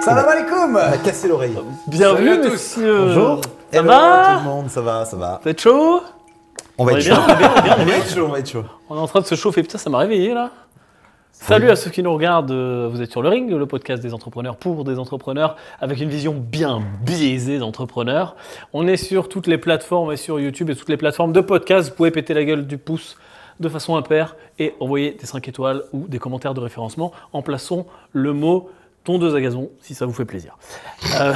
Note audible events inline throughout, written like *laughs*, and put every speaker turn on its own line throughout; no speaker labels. Salam alaikum
On a cassé l'oreille.
Salut à
Bienvenue,
tous.
messieurs.
Bonjour.
Euh, Ça
Hello,
va
tout le monde, ça va, ça va.
Vous êtes chaud
On va
On
être
est bien,
chaud.
on est bien, on est bien, on est
On va
bien.
être chaud, on va être chaud.
On est en train de se chauffer. Putain, ça m'a réveillé là. Salut à ceux qui nous regardent. euh, Vous êtes sur le ring, le podcast des entrepreneurs pour des entrepreneurs, avec une vision bien biaisée d'entrepreneurs. On est sur toutes les plateformes et sur YouTube et toutes les plateformes de podcast. Vous pouvez péter la gueule du pouce de façon impaire et envoyer des 5 étoiles ou des commentaires de référencement en plaçant le mot tondeuse à gazon si ça vous fait plaisir. Euh,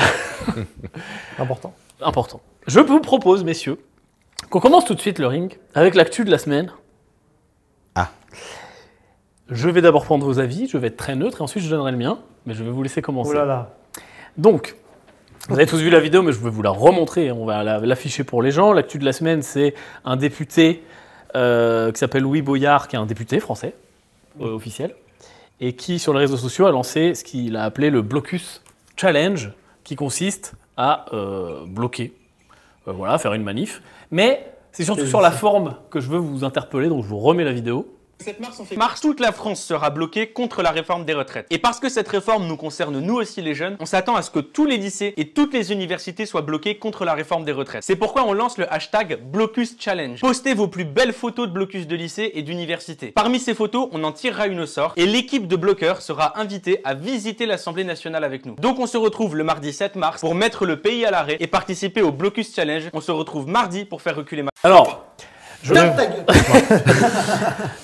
Important.
important. Je vous propose, messieurs, qu'on commence tout de suite le ring avec l'actu de la semaine.
Ah.
Je vais d'abord prendre vos avis, je vais être très neutre et ensuite je donnerai le mien, mais je vais vous laisser commencer.
Oh là là.
Donc, vous avez tous vu la vidéo, mais je vais vous la remontrer, hein. on va la- l'afficher pour les gens. L'actu de la semaine, c'est un député euh, qui s'appelle Louis Boyard, qui est un député français, euh,
Mm.
officiel, et qui, sur les réseaux sociaux, a lancé ce qu'il a appelé le blocus challenge, qui consiste à euh, bloquer, euh, voilà, faire une manif. Mais c'est surtout sur la forme que je veux vous interpeller, donc je vous remets la vidéo.
7 mars, on fait marche. Toute la France sera bloquée contre la réforme des retraites. Et parce que cette réforme nous concerne nous aussi les jeunes, on s'attend à ce que tous les lycées et toutes les universités soient bloqués contre la réforme des retraites. C'est pourquoi on lance le hashtag Blocus Challenge. Postez vos plus belles photos de blocus de lycée et d'université. Parmi ces photos, on en tirera une au sort et l'équipe de bloqueurs sera invitée à visiter l'Assemblée nationale avec nous. Donc on se retrouve le mardi 7 mars pour mettre le pays à l'arrêt et participer au Blocus Challenge. On se retrouve mardi pour faire reculer ma...
Alors, je,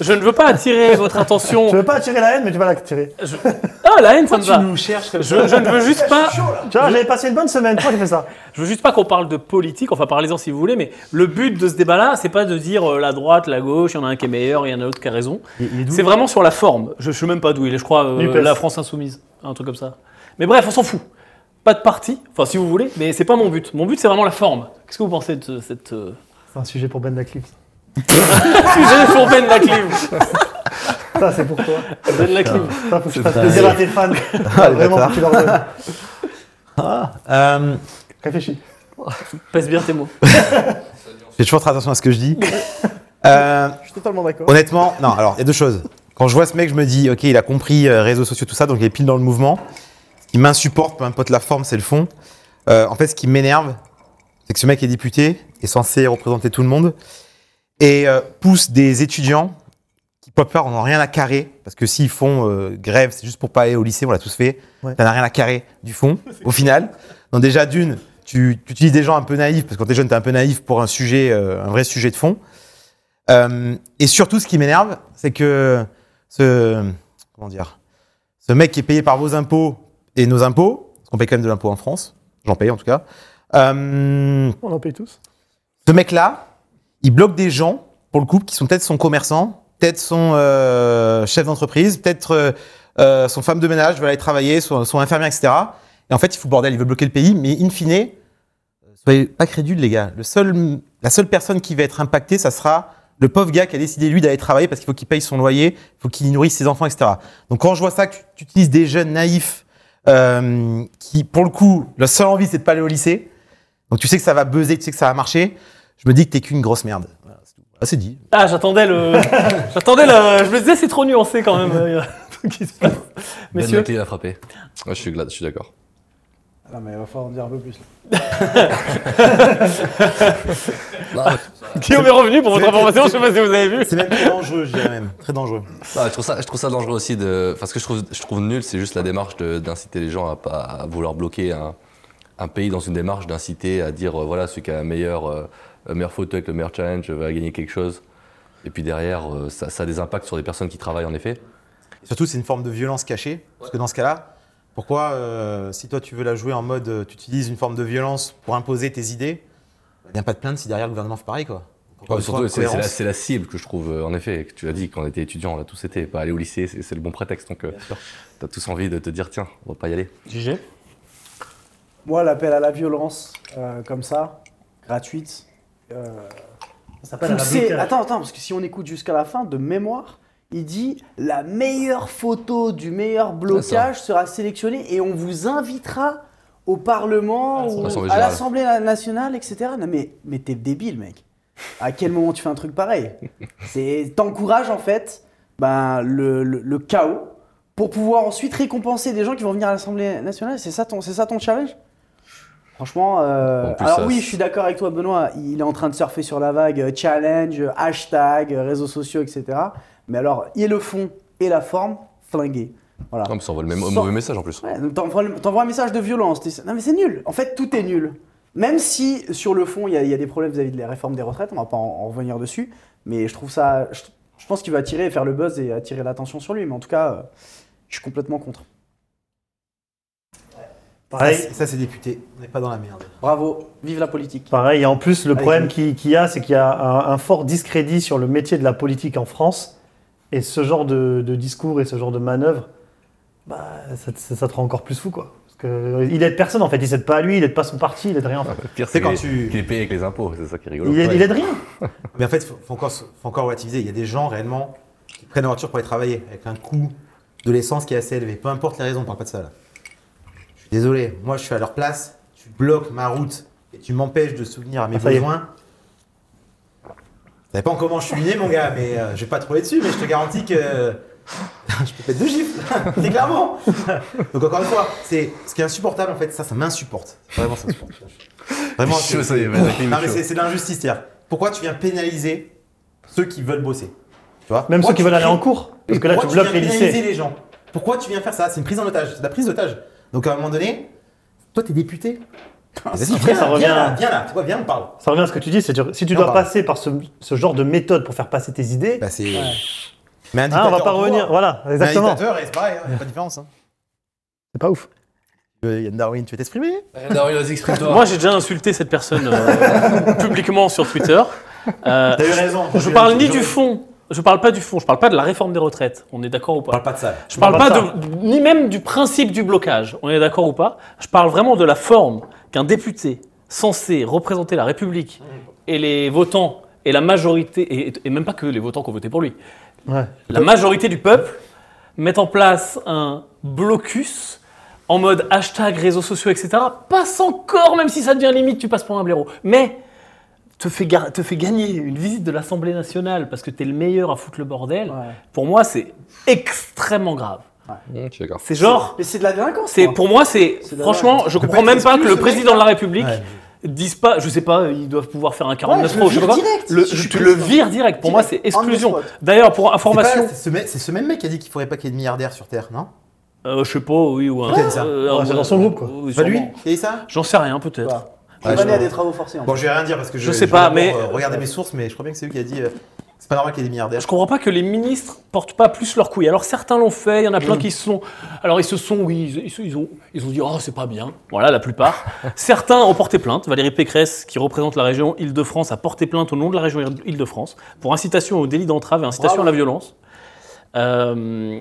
je ne veux pas attirer votre attention.
Tu veux pas attirer la haine, mais tu vas l'attirer.
Je- Ah, la haine, ça me
Tu
va.
nous cherches comme
Je, je ne veux juste pas,
Tu vois, j'avais passé une bonne semaine. Pourquoi tu fais ça
je veux juste pas qu'on parle de politique. Enfin, parlez-en si vous voulez, mais le but de ce débat-là, c'est pas de dire euh, la droite, la gauche, il y en a un qui est meilleur, il y en a l'autre qui a raison. C'est vraiment sur la forme. Je, je sais même pas d'où il est. Je crois euh,
Nupes.
la France insoumise, un truc comme ça. Mais bref, on s'en fout. Pas de parti, enfin si vous voulez, mais c'est pas mon but. Mon but, c'est vraiment la forme. Qu'est-ce que vous pensez de ce- cette euh, *laughs*
C'est un sujet pour Ben Laclip.
sujet sur Ben Laclive
Ça, c'est pour toi.
Ben Laclive.
Ça, faut que
C'est
tu fasses
dingue.
plaisir à tes fans.
les
Vraiment, faut
bâtards.
que tu leur donnes.
Euh,
Réfléchis.
Passe bien tes mots.
J'ai toujours très attention à ce que
*laughs*
je dis. Euh,
Je suis totalement d'accord.
honnêtement, non, alors, il y a deux choses. Quand je vois ce mec, je me dis, ok, il a compris euh, réseaux sociaux, tout ça, donc il est pile dans le mouvement. Ce qui m'insupporte, peu importe la forme, c'est le fond. Euh, en fait, ce qui m'énerve, c'est que ce mec est député, est censé représenter tout le monde, et euh, pousse des étudiants qui, pour la plupart, n'ont rien à carrer, parce que s'ils font euh, grève, c'est juste pour pas aller au lycée, on l'a tous fait,
Ouais.
t'en as rien à carrer du fond, au final. Donc déjà, d'une, tu, tu utilises des gens un peu naïfs, parce que quand t'es jeune, t'es un peu naïf pour un sujet, euh, un vrai sujet de fond. Euh, et surtout, ce qui m'énerve, c'est que ce, comment dire, ce mec qui est payé par vos impôts et nos impôts, parce qu'on paye quand même de l'impôt en France, j'en paye en tout cas, euh,
On en paye tous.
ce mec-là, il bloque des gens, pour le coup, qui sont peut-être son commerçant, peut-être son euh, chef d'entreprise, peut-être euh, euh, son femme de ménage veut aller travailler, son, son infirmière, etc. Et en fait, il fout le bordel, il veut bloquer le pays, mais in fine, euh, soyez pas crédules, les gars. Le seul, la seule personne qui va être impactée, ça sera le pauvre gars qui a décidé, lui, d'aller travailler parce qu'il faut qu'il paye son loyer, il faut qu'il nourrisse ses enfants, etc. Donc quand je vois ça, que tu- tu utilises des jeunes naïfs euh, qui, pour le coup, leur seule envie, c'est de pas aller au lycée. Donc tu sais que ça va buzzer, tu sais que ça va marcher je me dis que t'es qu'une grosse merde. Voilà, c'est tout. Ah, c'est dit.
Ah, j'attendais le. j'attendais le. Je me disais, c'est trop nuancé quand même. *laughs* Il y a un truc qui se passe.
Ben
Messieurs,
Laclé a frappé. Ouais, je suis glad, je suis d'accord.
Non, Ah, mais il va falloir en dire un peu plus.
Ah,
Guillaume est revenu pour votre information, je sais pas si vous avez vu.
C'est même très dangereux, je dirais même. Très dangereux.
non, je trouve ça, je trouve ça dangereux aussi de. Enfin, ce que je trouve, je trouve nul, c'est juste la démarche de- d'inciter les gens à pas à vouloir bloquer un, un pays dans une démarche d'inciter à dire euh, voilà celui qui a la meilleure, euh, la meilleure photo avec le meilleur challenge va gagner quelque chose. Et puis derrière, euh, ça, ça a des impacts sur des personnes qui travaillent en effet.
Surtout, c'est une forme de violence cachée. Parce que dans ce cas-là, pourquoi, euh, si toi tu veux la jouer en mode, euh, tu utilises une forme de violence pour imposer tes idées, bah, il n'y a pas de plainte si derrière le gouvernement fait pareil, quoi. Encore une
surtout,
fois,
c'est c'est la,
cohérence.
c'est la cible que je trouve euh, en effet. que Tu l'as dit quand on était étudiant, on l'a tous été. Pas aller au lycée, c'est c'est le bon prétexte. Donc, euh, t'as tous envie de te dire tiens, on va pas y aller.
GG.
Moi, l'appel à la violence, euh, comme ça, gratuite. euh,
Ça s'appelle
poussé.
la
Attends, attends, parce que si on écoute jusqu'à la fin, de mémoire, il dit la meilleure photo du meilleur blocage sera sélectionnée et on vous invitera au Parlement ou
Assemblée
à
générale.
l'Assemblée na- nationale, etc. Non, mais, mais t'es débile, mec. À quel moment tu fais un truc pareil C'est t'encourages en fait ben, le, le- le chaos pour pouvoir ensuite récompenser des gens qui vont venir à l'Assemblée nationale. C'est ça ton, c'est ça ton challenge Franchement, euh,
En plus,
alors
ça,
oui,
c'est-
je suis d'accord avec toi, Benoît. Il est en train de surfer sur la vague euh, challenge, euh, hashtag, euh, réseaux sociaux, etc. Mais alors, il y a le fond et la forme flingués. Voilà.
Non, mais ça envoie le même
Sans-
mauvais message en plus.
Ouais, donc t'envoies le- t'envoies un message de violence. t'es- Non mais c'est nul. En fait, tout est nul. Même si sur le fond, il y, a- il y a des problèmes vis-à-vis de la réforme des retraites, on va pas en, en revenir dessus. Mais je trouve ça, je, je pense qu'il va attirer, et faire le buzz et attirer l'attention sur lui. Mais en tout cas, euh, je suis complètement contre.
Ça,
Pareil,
c'est- ça, c'est député. On n'est pas dans la merde.
Bravo, vive la politique.
Pareil, et en plus, le
Avec
problème
nous.
qui- qu'il y a, c'est qu'il y a un, un fort discrédit sur le métier de la politique en France. Et ce genre de, de discours et ce genre de manœuvre, bah, ça, te- ça te rend encore plus fou, quoi. Parce que, euh, il aide personne, en fait. Il aide pas à lui, il aide pas son parti, il aide rien, en fait.
Le pire,
C'est
c'est
quand
quand
tu-
tu. Qu'il est payé avec les impôts, c'est ça qui est rigolo.
Il aide,
ouais.
il aide rien.
Mais en fait, faut, faut encore, se- faut encore relativiser. Il y a des gens réellement qui prennent leur voiture pour aller travailler avec un coût de l'essence qui est assez élevé. Peu importe les raisons, on parle pas de ça là. Je suis désolé. Moi, je suis à leur place. Tu bloques ma route et tu m'empêches de souvenir à mes
Ah, ça y est.
besoins. Ça dépend comment je suis miné, mon gars, mais euh, je vais pas trouver dessus, mais je te garantis que *laughs* je peux te mettre deux gifles, *laughs* c'est clairement. Donc encore une fois, c'est ce qui est insupportable en fait, ça, ça m'insupporte. Vraiment, ça me supporte. Vraiment,
Je suis chaud,
c'est-
ça y est, mais la clim est
non mais
chaud.
c'est c'est de l'injustice, c'est-à-dire pourquoi tu viens pénaliser ceux qui veulent bosser, tu vois Pourquoi
Même ceux qui
tu
veulent aller
crées-
en cours. Parce que là, tu
pourquoi
bloques les
viens pénaliser
lycées.
les gens. Pourquoi tu viens faire ça C'est une prise en otage, c'est de la prise d'otage. Donc à un moment donné, toi t'es député. Vas-y, viens,
ça
là,
revient
viens là,
à-
viens là, tu vois, viens, on parle.
Ça revient à ce que tu dis, c'est que si tu
Non,
dois
pardon.
passer par ce, ce genre de méthode pour faire passer tes idées,
Bah c'est. Mais un
hein, on va
dictateur
pas
au
revenir.
pouvoir.
Voilà, exactement.
Un dictateur, et c'est pareil, il n'y a pas de différence. Hein.
C'est pas ouf.
Euh, Yann Darwin, tu veux t'exprimer
Eh, Dario, vas-y, exprime-toi.
Moi, j'ai déjà insulté cette personne euh, *laughs* publiquement sur Twitter. Euh,
T'as eu raison.
je parle ni du fond. Je parle pas du fond. Je parle pas de la réforme des retraites. On est d'accord ou
On parle
pas
pas de ça.
Je parle
on
pas
parle
de, ni même du principe du blocage. On est d'accord ou pas Je parle vraiment de la forme qu'un député censé représenter la République et les votants et la majorité et, et même pas que les votants qui ont voté pour lui.
Ouais.
La majorité du peuple met en place un blocus en mode hashtag réseaux sociaux, etc. Passe encore, même si ça devient limite, tu passes pour un blaireau. Mais te fais, gar- te fais gagner une visite de l'Assemblée nationale parce que t'es le meilleur à foutre le bordel.
Ouais.
Pour moi, c'est extrêmement grave.
Mmh, Je suis d'accord.
C'est genre,
Mais c'est de la délinquance.
c'est
moi.
pour moi, c'est
C'est
franchement,
dommage.
je
peut
comprends
pas
même
être
pas que
exclu,
le
ce
président de la République
Ouais.
dise pas, je sais pas, ils doivent pouvoir faire un 49
Ouais, je
pro,
le
je sais
vire
pas.
direct,
Le-
si je suis
tu le
président.
vires direct. Pour moi, c'est
Direct. On the
exclusion.
spot.
D'ailleurs, pour information,
C'est pas- C'est ce, mec- c'est ce même mec qui a dit qu'il faudrait pas qu'il y ait de milliardaires sur Terre, non
euh, je sais pas, oui ou un. euh,
Peut-être ça.
Ouais, c'est dans son groupe, quoi.
oui,
C'est pas
sûrement.
lui qui a dit ça
J'en sais rien, peut-être.
Voilà. Je
Ouais,
suis
je
pas né à
vois.
des travaux forcés. en
Bon,
fait.
je vais rien dire parce que je,
Je sais pas,
vais d'abord,
mais-
euh, regarder mes sources, mais je crois bien que c'est lui qui a dit euh, c'est pas normal qu'il y ait des milliardaires.
Je comprends pas que les ministres portent pas plus leurs couilles. Alors certains l'ont fait, il y en a
Mm.
plein qui se sont. Alors ils se sont, oui, ils, ils- ils ont, ils ont dit, oh, c'est pas bien. Voilà, la
*laughs*
plupart. certains ont porté plainte. Valérie Pécresse, qui représente la région Île-de-France, a porté plainte au nom de la région Île-de-France pour incitation au délit d'entrave et incitation
Bravo.
à la violence. Euh,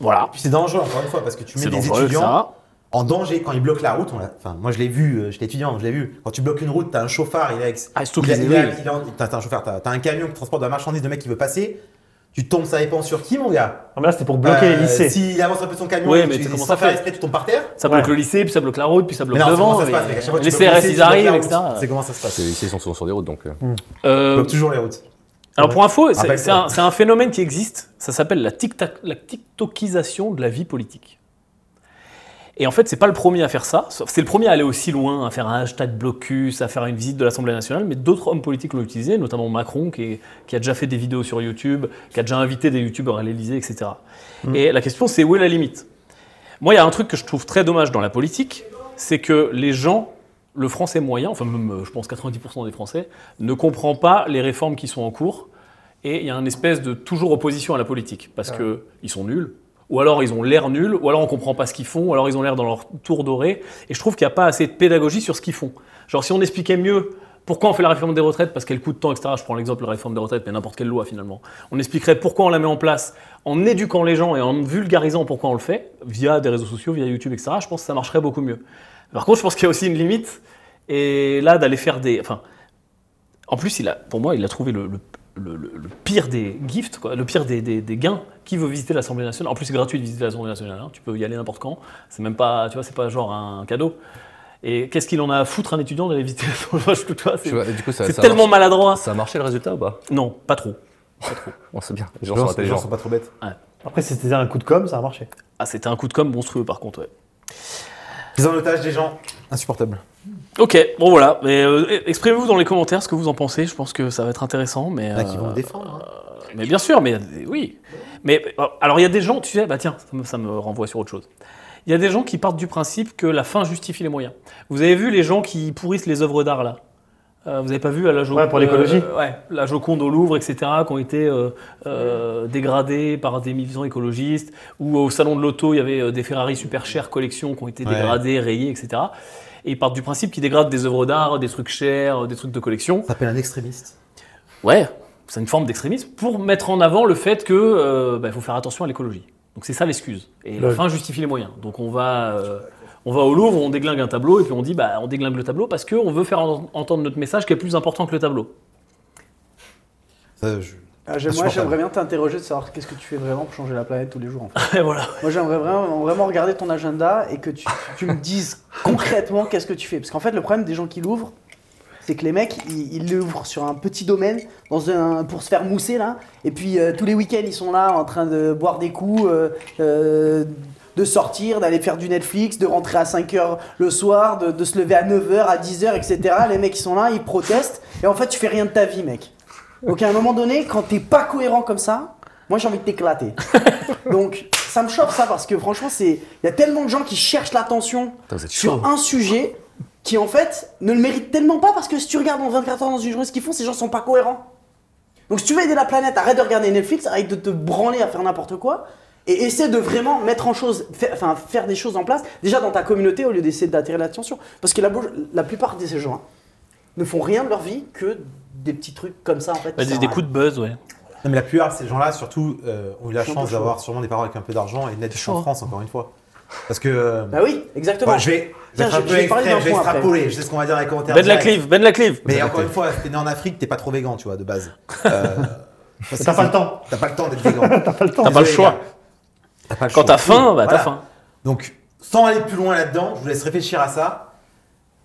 voilà.
Puis c'est dangereux encore une fois parce que tu mets
C'est
des
dangereux,
étudiants
ça.
en danger quand ils bloquent la route. on l'a- Enfin, moi je l'ai vu, euh, j'étais étudiant, je l'ai vu. Quand tu bloques une route, t'as un chauffard, il est avec.
Ah, surtout
il a-
qu'ils-
il a-
oui.
il a- T'as t'as un chauffard, t'as t'as un camion qui transporte de la marchandise de mec qui veut passer. Tu tombes, ça dépend sur qui, mon gars.
Non, mais là, c'était pour bloquer
Euh,
les lycées.
S'il avance un peu son camion,
Oui,
et
mais
tu-
c'est comment
sans
ça
faire
fait.
esprit, tu tombes par terre.
Ça bloque
Ouais.
le lycée, puis ça bloque la route, puis ça bloque
Mais non, c'est
devant.
comment ça se
et-
passe, mec. À chaque fois, tu
les
bloques le
CRS,
lycée,
ils
tu bloques la
arrivent,
route.
etc.
C'est comment ça se passe
C'est- Ici, ils sont souvent sur des routes, donc. euh,
Euh,
Bloque toujours les routes.
Alors pour info, c'est
Rappelle-toi.
c'est un, c'est un phénomène qui existe, ça s'appelle la, tic-tac- la tiktokisation de la vie politique. Et en fait, c'est pas le premier à faire ça, sauf- c'est le premier à aller aussi loin, à faire un hashtag blocus, à faire une visite de l'Assemblée nationale, mais d'autres hommes politiques l'ont utilisé, notamment Macron, qui, est- qui a déjà fait des vidéos sur YouTube, qui a déjà invité des youtubeurs à l'Élysée, etc. Et la question, c'est où est la limite Moi, il y a un truc que je trouve très dommage dans la politique, c'est que les gens, le français moyen, enfin même, euh, je pense 90% des Français, ne comprend pas les réformes qui sont en cours. Et il y a une espèce de toujours opposition à la politique, parce que qu'ils sont nuls, ou alors ils ont l'air nuls, ou alors on comprend pas ce qu'ils font, ou alors ils ont l'air dans leur tour doré. Et je trouve qu'il n'y a pas assez de pédagogie sur ce qu'ils font. Genre si on expliquait mieux pourquoi on fait la réforme des retraites, parce qu'elle coûte tant, etc. Je prends l'exemple de la réforme des retraites, mais n'importe quelle loi finalement. On expliquerait pourquoi on la met en place en éduquant les gens et en vulgarisant pourquoi on le fait, via des réseaux sociaux, via YouTube, etc. Je pense que ça marcherait beaucoup mieux. Par contre, je pense qu'il y a aussi une limite. Et là, d'aller faire des. Enfin, en plus, il a, pour moi, il a trouvé le, le- le- le- le pire des gifts, quoi, le pire des, des- des gains. Qui veut visiter l'Assemblée nationale En plus, c'est gratuit de visiter l'Assemblée nationale. hein. Tu peux y aller n'importe quand. C'est même pas, tu vois, c'est pas genre un cadeau. Et qu'est-ce qu'il en a à foutre un étudiant d'aller visiter l'Assemblée nationale *laughs* Tu vois,
je
c'est-
sais pas, du coup, ça,
C'est
ça
tellement
marche-
maladroit.
Ça a marché le résultat ou pas
Non, pas trop.
On sait bien. Les gens
Les gens
sont
sont- les gens
intelligents.
sont pas trop bêtes.
Ouais.
Après, c'était un coup de com', ça a marché.
Ah, c'était un coup de com' monstrueux par contre, ouais.
Ils en otage des gens. Insupportable.
Ok, bon voilà. Mais, euh, exprimez-vous dans les commentaires ce que vous en pensez. Je pense que ça va être intéressant. Mais,
Il y en a qui
euh,
vont le défendre.
Mais bien sûr, mais oui. Mais euh, alors il y a des gens, tu sais, bah tiens, ça me, ça me renvoie sur autre chose. Il y a des gens qui partent du principe que la fin justifie les moyens. Vous avez vu les gens qui pourrissent les œuvres d'art là Euh, Vous n'avez pas vu à la Joconde
Ouais, pour l'écologie.
euh, ouais, la Joconde au Louvre, etc., qui ont été euh, euh, dégradées par des militants écologistes. Ou au salon de l'auto, il y avait euh, des Ferrari super chères collection qui ont été
Ouais.
dégradées, rayées, etc. Et ils partent du principe qu'ils dégradent des œuvres d'art, des trucs chers, des trucs de collection.
Ça s'appelle un extrémiste.
Ouais, c'est une forme d'extrémisme pour mettre en avant le fait que euh, bah, il faut faire attention à l'écologie. Donc c'est ça l'excuse. Et la
Lol.
fin justifie les moyens. Donc on va, euh, on va au Louvre, on déglingue un tableau et puis on dit bah on déglingue le tableau parce qu'on veut faire en- entendre notre message qui est plus important que le tableau. *laughs*
Ça, je-
Ah, j'aime- moi,
Insupportable.
j'aimerais bien t'interroger de savoir qu'est-ce que tu fais vraiment pour changer la planète tous les jours. en fait.
Et voilà.
Moi, j'aimerais vraiment, vraiment regarder ton agenda et que tu, tu me dises concrètement qu'est-ce que tu fais. Parce qu'en fait, le problème des gens qui l'ouvrent, c'est que les mecs, ils ils l'ouvrent sur un petit domaine dans un, pour se faire mousser, là. Et puis, euh, tous les week-ends, ils sont là en train de boire des coups, euh, euh, de sortir, d'aller faire du Netflix, de rentrer à 5h le soir, de, de se lever à 9h, à 10h, etc. Les mecs, ils sont là, ils protestent. Et en fait, tu fais rien de ta vie, mec. Donc, à un moment donné, quand t'es pas cohérent comme ça, moi, j'ai envie de t'éclater. Donc ça me choque ça parce que franchement c'est il y a tellement de gens qui cherchent l'attention
Putain, vous êtes chaud.
sur un sujet qui en fait ne le méritent tellement pas parce que si tu regardes en 24 heures dans une journée ce qu'ils font ces gens sont pas cohérents. Donc si tu veux aider la planète, arrête de regarder Netflix, arrête de te branler à faire n'importe quoi et essaie de vraiment mettre en chose faire, enfin faire des choses en place déjà dans ta communauté au lieu d'essayer d'attirer l'attention parce que la, bouche- la plupart de ces gens hein, ne font rien de leur vie que des petits trucs comme ça en fait. qui
Bah, des,
servent à
coups de buzz, ouais.
Non, mais la plupart de ces gens-là, surtout, euh, ont eu la
Je suis un
chance
peu chaud.
d'avoir sûrement des parents avec un peu d'argent et de naître
chaud,
en
hein.
France, encore une fois. Parce que. euh,
rien. Bah oui, exactement.
bon, je vais, je vais
Tiens,
être un
je-
peu
je vais parler
extrême, je
d'un
vais
point après.
extrapoler. Je sais ce qu'on va dire dans les commentaires.
Ben de la
directs.
clive, ben de la clive.
Mais encore une fois, si t'es né en Afrique, t'es pas trop végan, tu vois,
*laughs*
de base. Euh, parce que
T'as pas le
c'est- *laughs*
temps.
T'as pas le temps d'être végan.
T'as pas le temps.
T'as pas le
Désolé,
choix.
les gars. T'as pas le
Quand
choix.
t'as faim, bah t'as
Voilà.
faim.
Donc, sans aller plus loin là-dedans, je vous laisse réfléchir à ça.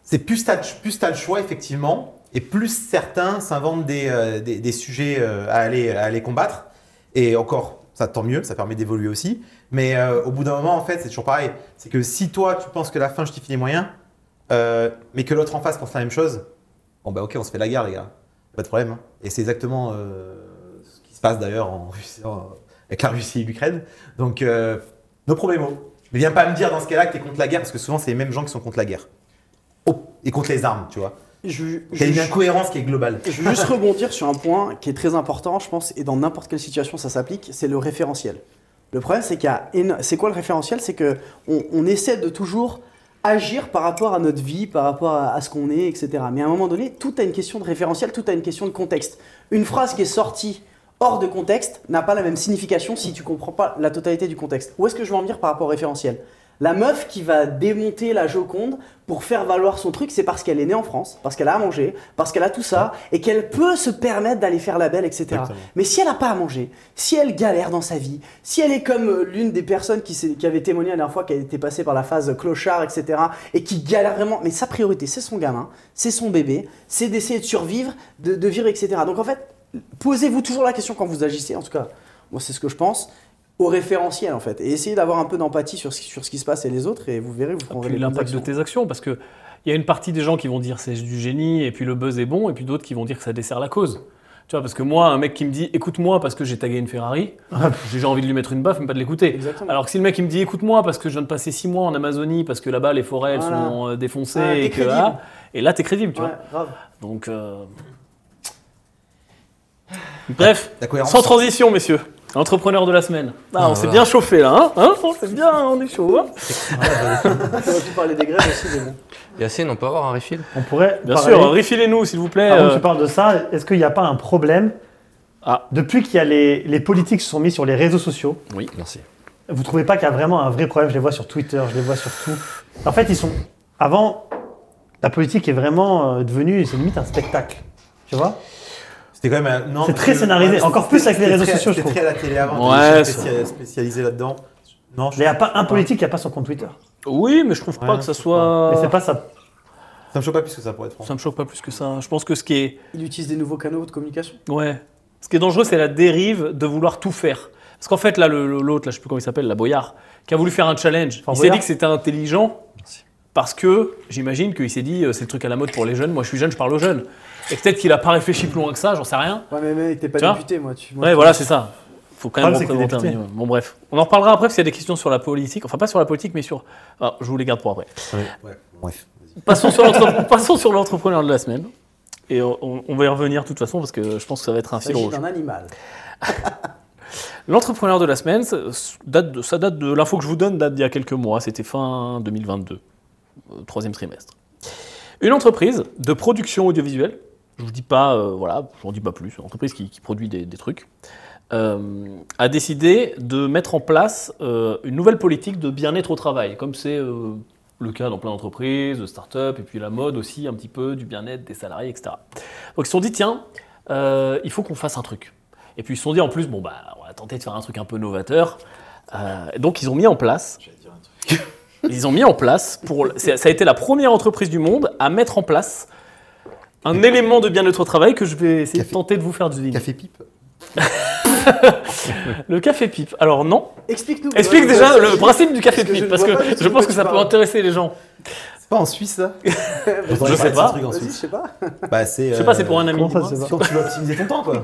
C'est plus t'as, plus t'as le choix, effectivement, et plus certains s'inventent des, euh, des- des sujets euh, à, aller, à aller combattre. Et encore, ça tant mieux, ça permet d'évoluer aussi. Mais euh, au bout d'un moment, en fait, c'est toujours pareil. C'est que si toi, tu penses que la fin justifie les moyens, euh, mais que l'autre en face pense la même chose, bon bah ok, on se fait la guerre, les gars. Pas de problème. hein. Et c'est exactement euh, ce qui se passe d'ailleurs en Russie- en- avec la Russie et l'Ukraine. Donc, euh, nos problèmes. Mais viens pas me dire dans ce cas-là que t'es contre la guerre, parce que souvent c'est les mêmes gens qui sont contre la guerre. Oh, et contre les armes, tu vois.
Je-
Il y a une
je-
incohérence qui est globale.
Je veux juste rebondir sur un point qui est très important, je pense, et dans n'importe quelle situation ça s'applique, c'est le référentiel. Le problème, c'est qu'il y a éno- C'est quoi le référentiel C'est que on, on essaie de toujours agir par rapport à notre vie, par rapport à, à ce qu'on est, etc. Mais à un moment donné, tout a une question de référentiel, tout a une question de contexte. Une phrase qui est sortie hors de contexte n'a pas la même signification si tu comprends pas la totalité du contexte. Où est-ce que je veux en venir par rapport au référentiel La meuf qui va démonter la Joconde pour faire valoir son truc, c'est parce qu'elle est née en France, parce qu'elle a à manger, parce qu'elle a tout ça, et qu'elle peut se permettre d'aller faire la belle, etc.
Exactement.
Mais si elle n'a pas à manger, si elle galère dans sa vie, si elle est comme euh, l'une des personnes qui, s'est- qui avait témoigné la dernière fois, qui a été passée par la phase clochard, etc., et qui galère vraiment, mais sa priorité, c'est son gamin, c'est son bébé, c'est d'essayer de survivre, de, de vivre, etc. Donc en fait, posez-vous toujours la question quand vous agissez, en tout cas, moi c'est ce que je pense, au référentiel en fait, et essayez d'avoir un peu d'empathie sur, ce qui- sur ce qui se passe et les autres, et vous verrez, vous prendrez
Puis
les bonnes
l'impact de
actions.
tes actions, parce que il y a une partie des gens qui vont dire c'est du génie, et puis le buzz est bon, et puis d'autres qui vont dire que ça dessert la cause. Tu vois, parce que moi, un mec qui me dit écoute-moi parce que j'ai tagué une
*laughs*
Ferrari, j'ai déjà envie de lui mettre une baffe, mais pas de l'écouter.
Exactement.
Alors que si le mec il me dit écoute-moi parce que je viens de passer six mois en Amazonie, parce que là-bas les forêts elles
Voilà.
sont euh, défoncées,
Ah, t'es
et, que,
crédible.
ah, et là t'es crédible, tu
Ouais,
vois.
grave.
Donc. euh, Bref,
*laughs* La cohérence.
sans transition, messieurs. Entrepreneur de la semaine. Ah, on s'est bien chauffé là, hein, Hein On s'est bien, on est chaud. hein
On aurait pu parler des grèves aussi, mais bon.
Yacine, on peut avoir un refill
On pourrait.
Bien
parler-
sûr, refilez-nous s'il vous plaît.
Avant que
euh,
tu parles de ça, est-ce qu'il n'y a pas un problème
Ah.
Depuis qu'il y a les, les politiques se sont mis sur les réseaux sociaux,
Merci.
vous trouvez pas qu'il y a vraiment un vrai problème Je les vois sur Twitter, je les vois sur tout. En fait, ils sont. Avant, la politique est vraiment euh, devenue, c'est limite un spectacle. Tu vois
C'était quand même un- non,
C'est
parce
très
que-
scénarisé,
ouais,
encore
c'était-
plus avec les
c'était
réseaux
très-
sociaux, je
c'était
trouve.
très à la télé avant,
Ouais,
t'étais
c'est-
spécial- spécialisé là-dedans. Non,
Il n'y a pas un politique qui a pas son compte Twitter.
Oui, mais je trouve pas
Ouais,
que ça
je Mais c'est
soit.
pas ça.
ça me choque pas plus que ça pour être franc.
Ça me choque pas plus que ça. hein. Je pense que ce qui est,
Il utilise des nouveaux canaux de communication.
ouais, ce qui est dangereux, c'est la dérive de vouloir tout faire. Parce qu'en fait, là, le- le- l'autre, là, je sais plus comment il s'appelle, la Boyard, qui a voulu faire un challenge, il s'est
Boyard.
dit que c'était intelligent. Parce que j'imagine qu'il s'est dit, euh, c'est le truc à la mode pour les jeunes, moi je suis jeune, je parle aux jeunes. Et peut-être qu'il a pas réfléchi plus loin que ça, j'en sais rien.
Ouais, mais mec, t'es
Tu
pas
vois
député, moi. Tu, moi,
Ouais,
tu-
voilà, c'est ça. Faut quand même
Le problème, c'est que t'es
représenter un
député.
minimum. Bon, bref. On en reparlera après, s'il y a des questions sur la politique. Enfin, pas sur la politique, mais sur. Ah, je vous les garde pour après.
Bref.
Passons sur l'entre- *laughs* passons sur l'entrepreneur de la semaine. Et on, on va y revenir de toute façon, parce que je pense que ça va être un
Il
fil
s'agit
rouge.
d'un animal.
L'entrepreneur de la semaine, ça ça date de, ça date de l'info que je vous donne date d'il y a quelques mois, c'était fin 2022, euh, troisième trimestre. Une entreprise de production audiovisuelle, je vous dis pas, euh, voilà, j'en dis pas plus, une entreprise qui, qui produit des, des trucs, euh, a décidé de mettre en place euh, une nouvelle politique de bien-être au travail, comme c'est euh, le cas dans plein d'entreprises, de start-up, et puis la mode aussi, un petit peu du bien-être des salariés, etc. Donc ils se sont dit, tiens, euh, il faut qu'on fasse un truc. Et puis ils se sont dit en plus, bon bah on va tenter de faire un truc un peu novateur. Euh, donc ils ont mis en place. *laughs* ils ont mis en place pour. c'est- Ça a été la première entreprise du monde à mettre en place un élément de bien-être au travail que je vais essayer de
Café.
tenter de vous faire deviner.
Café pipe.
Le café pipe. Alors non.
Explique-nous.
Explique
Ouais,
déjà
ouais,
le
c'est-
principe du café
parce que
pipe parce
je ne vois pas du
que
tout
je
de
pense
quoi
que
tu
ça peut
parles.
intéresser les gens.
C'est pas en Suisse ça
Je sais pas.
Vas-y, je sais pas.
Bah, c'est,
Je sais pas, c'est
euh,
pour un ami.
Comment ça,
dis-moi.
c'est
Quand
ça
tu veux optimiser ton temps quoi.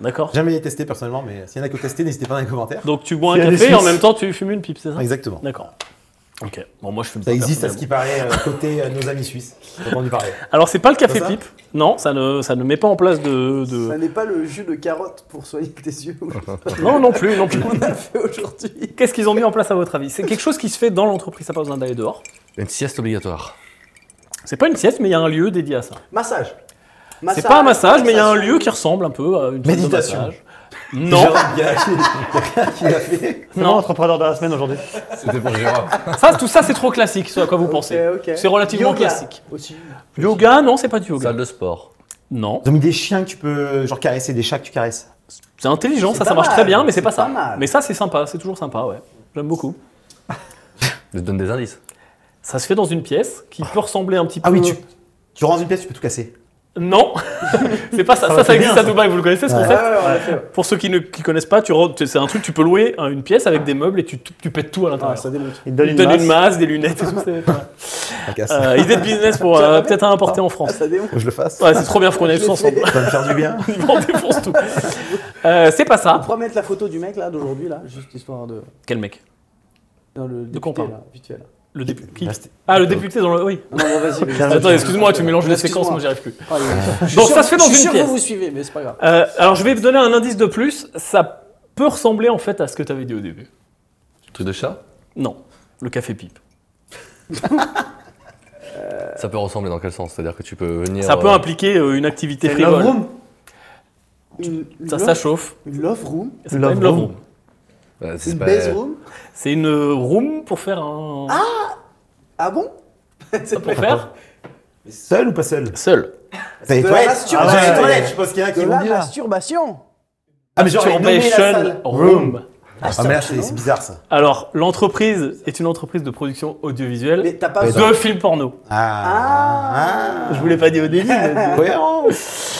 D'accord.
Jamais testé personnellement, mais s'il y en a qui ont testé, n'hésitez pas dans les commentaires.
Donc tu bois un
Il y a des
café et en
Suisses.
même temps tu fumes une pipe, c'est ça
Exactement.
D'accord. Ok. Bon moi je fume
Hein Ça
pas
existe à ce
personnellement.
qui paraît euh, côté euh, nos amis suisses. J'ai entendu parler.
Alors c'est pas le café
C'est ça
pipe. Non, ça ne ça ne met pas en place de- de...
Ça n'est pas le jus de carotte pour soigner tes yeux
Non, non plus, non
*laughs*
plus.
qu'on a fait aujourd'hui.
Qu'est-ce qu'ils ont mis en place à votre avis C'est quelque chose qui se fait dans l'entreprise, ça n'a pas besoin d'aller dehors.
Une sieste obligatoire.
C'est pas une sieste, mais il y a un lieu dédié à ça.
Massage.
C'est pas un massage, mais il y a un lieu qui ressemble un peu à une sorte de
Méditation.
*laughs*
massage. Non,
Jérôme, il y a- il y a qui l'a fait.
Non,
non.
entrepreneur de la semaine aujourd'hui.
C'était pour Jérôme.
Ça, tout ça, c'est trop classique, ce à quoi vous pensez. C'est relativement
Yoga.
classique.
Aussi.
Yoga, non, c'est pas du yoga.
*laughs* Salle de sport.
Non,
Ils ont mis des chiens que tu peux genre caresser, des chats que tu caresses.
c'est intelligent,
C'est
ça,
pas
ça marche
mal,
très bien, mais c'est pas
c'est
ça.
pas mal.
Mais ça, c'est sympa, c'est toujours sympa, ouais. J'aime beaucoup.
Je te donne des indices.
Ça se fait dans une pièce qui peut ressembler un petit peu.
Ah oui, tu, tu rentres une pièce, tu peux tout casser.
Non, *laughs* c'est pas ça.
Ça
Ça,
va
ça,
très
existe
bien,
à Dubaï, vous le connaissez ce
Ouais.
Ouais,
concept
ouais, on l'a fait, ouais.
Pour ceux qui ne qui connaissent pas, tu rentres- c'est un truc, tu peux louer hein, une pièce avec des meubles et tu, tu pètes tout à
Ah,
l'intérieur.
ça démontre.
Il donne
Ils
une,
te donnent
masse.
une masse, des lunettes et tout. c'est-
Ça casse.
Euh, idée de business pour euh, peut-être à importer en
Ah,
France.
ça démontre.
Faut que je le fasse.
Ouais, c'est trop bien parce qu'on est tous *laughs* ensemble.
Ça va me faire du bien.
On défonce tout. Euh, c'est pas
On
ça.
pourra mettre la photo du mec là d'aujourd'hui là, juste histoire de.
Quel mec
Dans le
De quoi on parle
député, là, vite fait, là. Ah,
Le député. qui
Bah, c'était-
Ah, le député dans le. Oui.
Non, non, vas-y. vas-y.
Attends, excuse-moi, tu mélanges les
Excuse-moi.
séquences, moi j'y arrive plus.
Ah, oui. Je suis
Donc,
sûr-
ça se fait dans
Je suis
une
sûr que
pièce.
vous suivez, mais c'est pas grave.
Euh, alors, je vais vous donner un indice de plus. Ça peut ressembler en fait à ce que tu avais dit au début.
Truc de chat
Non, le café pipe.
Ça peut ressembler dans quel sens C'est-à-dire que tu peux venir.
Ça peut
euh,
impliquer euh, une activité
C'est une love
frivole.
room.
Une, une
Ça,
love-
ça chauffe.
une love room,
C'est pas
Love
une love
room.
room.
euh, c'est
une
pas-
base room.
C'est une euh, room pour faire un.
Ah bon C'est
pour faire
Seul ou pas seul
seul.
Ça y est,
De la
toilette.
masturbation.
Ah, c'est les
Ouais.
toilettes, je pense qu'il y en a qui
de
vont
la
bien.
masturbation.
Ah, mais genre, ils ont nommé la
Masturbation
salle.
room.
Ah, mais là, c'est c'est bizarre ça.
Alors, l'entreprise est une entreprise de production
Mais
audiovisuelle
t'as pas
Mais
besoin.
de films porno.
Ah,
Je vous l'ai pas dit au début. mais-
Cohérent.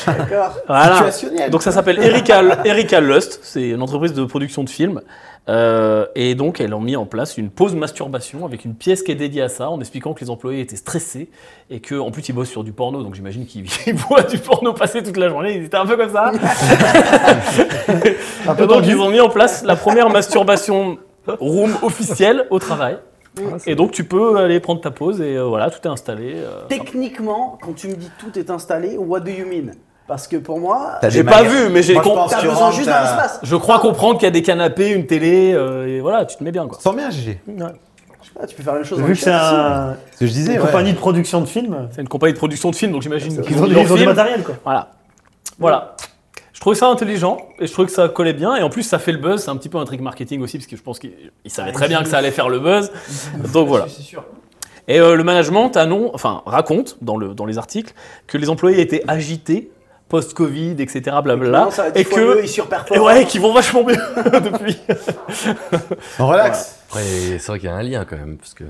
D'accord.
voilà.
Situationnel.
Donc, ça s'appelle Erika, Erika Lust. C'est une entreprise de production de films. Euh, et donc, elle a mis en place une pause masturbation avec une pièce qui est dédiée à ça, en expliquant que les employés étaient stressés et que, en plus, ils bossent sur du porno. Donc, j'imagine qu'ils *laughs* ils voient du porno passer toute la journée. Ils étaient un peu comme ça.
Un peu
donc
tendu.
ils ont mis en place la première masturbation room officielle au travail. et donc tu peux aller prendre ta pause et euh, voilà, tout est installé. euh.
Techniquement, quand tu me dis tout est installé, what do you mean Parce que pour moi,
T'as des
J'ai pas
magasins.
vu, mais j'ai
Moi, je
com-
pense
t'as
que
besoin
rentres,
juste
t'as-
d'un espace.
Je crois comprendre qu'il y a des canapés, une télé, euh, et voilà, tu te mets bien quoi.
Sors bien, GG.
Ouais.
Ah, tu peux faire la même chose. en
Vu que c'est
pièce,
un-
Ce que je disais,
une
ouais.
compagnie de production de films,
C'est une compagnie de production de films, donc j'imagine qu'ils
ils
ont,
ont,
mis
du-
leur
ils ont du
film.
matériel quoi.
Voilà. Voilà. Je trouvais ça intelligent et je trouvais que ça collait bien. Et en plus, ça fait le buzz. C'est un petit peu un trick marketing aussi, parce que je pense qu'ils ils savaient très bien que ça allait faire le buzz. Donc voilà. Et euh, le management annon- enfin, raconte dans, le, dans les articles que les employés étaient agités post-Covid, etc. Blabla.
maintenant, ça va dix
Et
fois mieux,
que.
ils
Et
surperforment.
ouais, qu'ils vont vachement mieux *laughs* depuis.
On relaxe.
Après, c'est vrai qu'il y a un lien quand même. Parce que.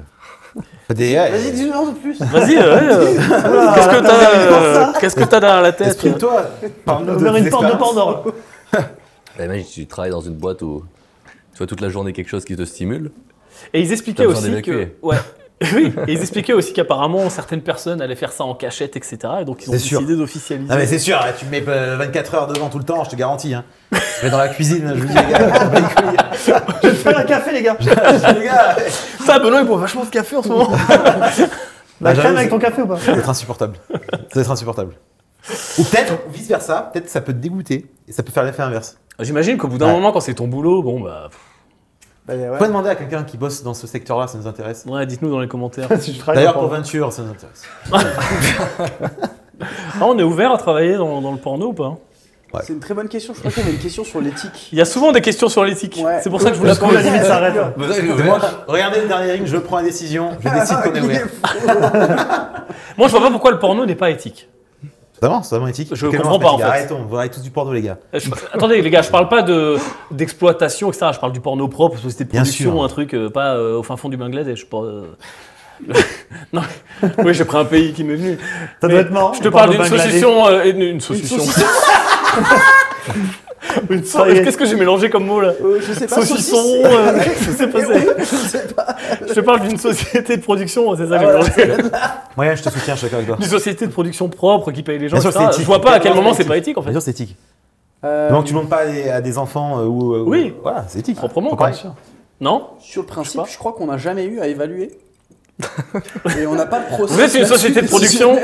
Des- ouais.
Vas-y, dis-nous en plus.
Vas-y, ouais, euh, qu'est-ce que t'as euh, qu'est-ce que t'as derrière la tête
Exprime-toi. Parle-nous
Ouvrir
tes
une porte de *laughs*
expériences.
Pandore.
Bah, imagine, tu travailles dans une boîte où tu vois toute la journée quelque chose qui te stimule.
Et ils expliquaient
T'as besoin
aussi que.
d'évacuer.
Ouais. *laughs* oui, et ils expliquaient aussi qu'apparemment certaines personnes allaient faire ça en cachette, etc. Et donc ils ont
C'est sûr.
décidé d'officialiser.
Ah mais c'est sûr, tu me mets euh, 24 heures devant tout le temps, je te garantis. Hein. Je vais dans la cuisine, je vous
*laughs*
dis les gars,
Je vais faire un café, les gars. Bah,
les gars,
Ça, Benoît, il boit vachement de café en ce moment.
La
Bah, j'avoue,
crème avec
c'est-
ton café ou pas *laughs*
ça doit être insupportable. Ça doit être insupportable. Ou peut-être vice versa, peut-être ça peut te dégoûter et ça peut faire l'effet inverse.
Ah, J'imagine qu'au bout d'un
Ouais.
moment, quand c'est ton boulot, bon bah. pff,
Bah, ouais.
Pourquoi demander à quelqu'un qui bosse dans ce secteur-là, ça nous intéresse.
Ouais, dites-nous dans les commentaires.
Si je travaille
D'ailleurs
pas
pour
pour-
Venture, ça nous intéresse.
Ah, on est ouvert à travailler dans, dans le porno ou pas hein
C'est une très bonne question. Je crois qu'il y avait une question sur l'éthique.
Il y a souvent des questions sur l'éthique.
Ouais.
C'est pour ça que je vous
Parce
la
que
pose.
la limite s'arrête.
Moi, regardez le dernier ring, je prends la décision, je
Ah,
Ah,
décide qu'on est ouvert.
Moi, je vois pas pourquoi le porno n'est pas éthique.
C'est vraiment, c'est vraiment éthique.
Je
Quel
comprends pas,
moment, les
en
gars
fait.
Arrêtons, vous arrêtez tous du porno les gars.
Euh, Je- attendez, les gars, je parle pas de d'exploitation, etc. Je parle du porno propre, société de
Bien
production,
sûr.
un truc, euh, pas euh, au fin fond du Bangladesh. Pas, euh, *laughs* non, oui, j'ai pris un pays qui m'est venu.
Ça
Mais
doit être marrant.
Je te
on
parle
de
d'une
Bangladesh.
saucisson. euh, et d'une- une saucisson. *laughs*
Une
Ça,
soirée.
Qu'est-ce que j'ai mélangé comme mot là
Euh, je sais pas.
Saucisson,
saucisse.
euh, je sais pas. c'est-
Je sais pas.
Je te parle d'une société de production, c'est ça que
Ah,
j'ai
voilà.
mélangé.
Moyen, je te soutiens, je suis d'accord avec toi.
D'une société de production propre qui paye les gens,
Bien sûr,
etc.
c'est éthique.
Je vois pas à quel moment c'est pas éthique *laughs* en fait.
Bien sûr, c'est éthique.
Euh,
Donc tu montes pas à des, à des enfants euh, ou. euh,
Oui.
ou- Voilà, c'est éthique.
Proprement,
Faut
quoi.
pas-
Non
Sur le principe,
pas.
je, crois qu'on n'a jamais eu à évaluer. Et on n'a pas de procès.
Vous êtes une société de production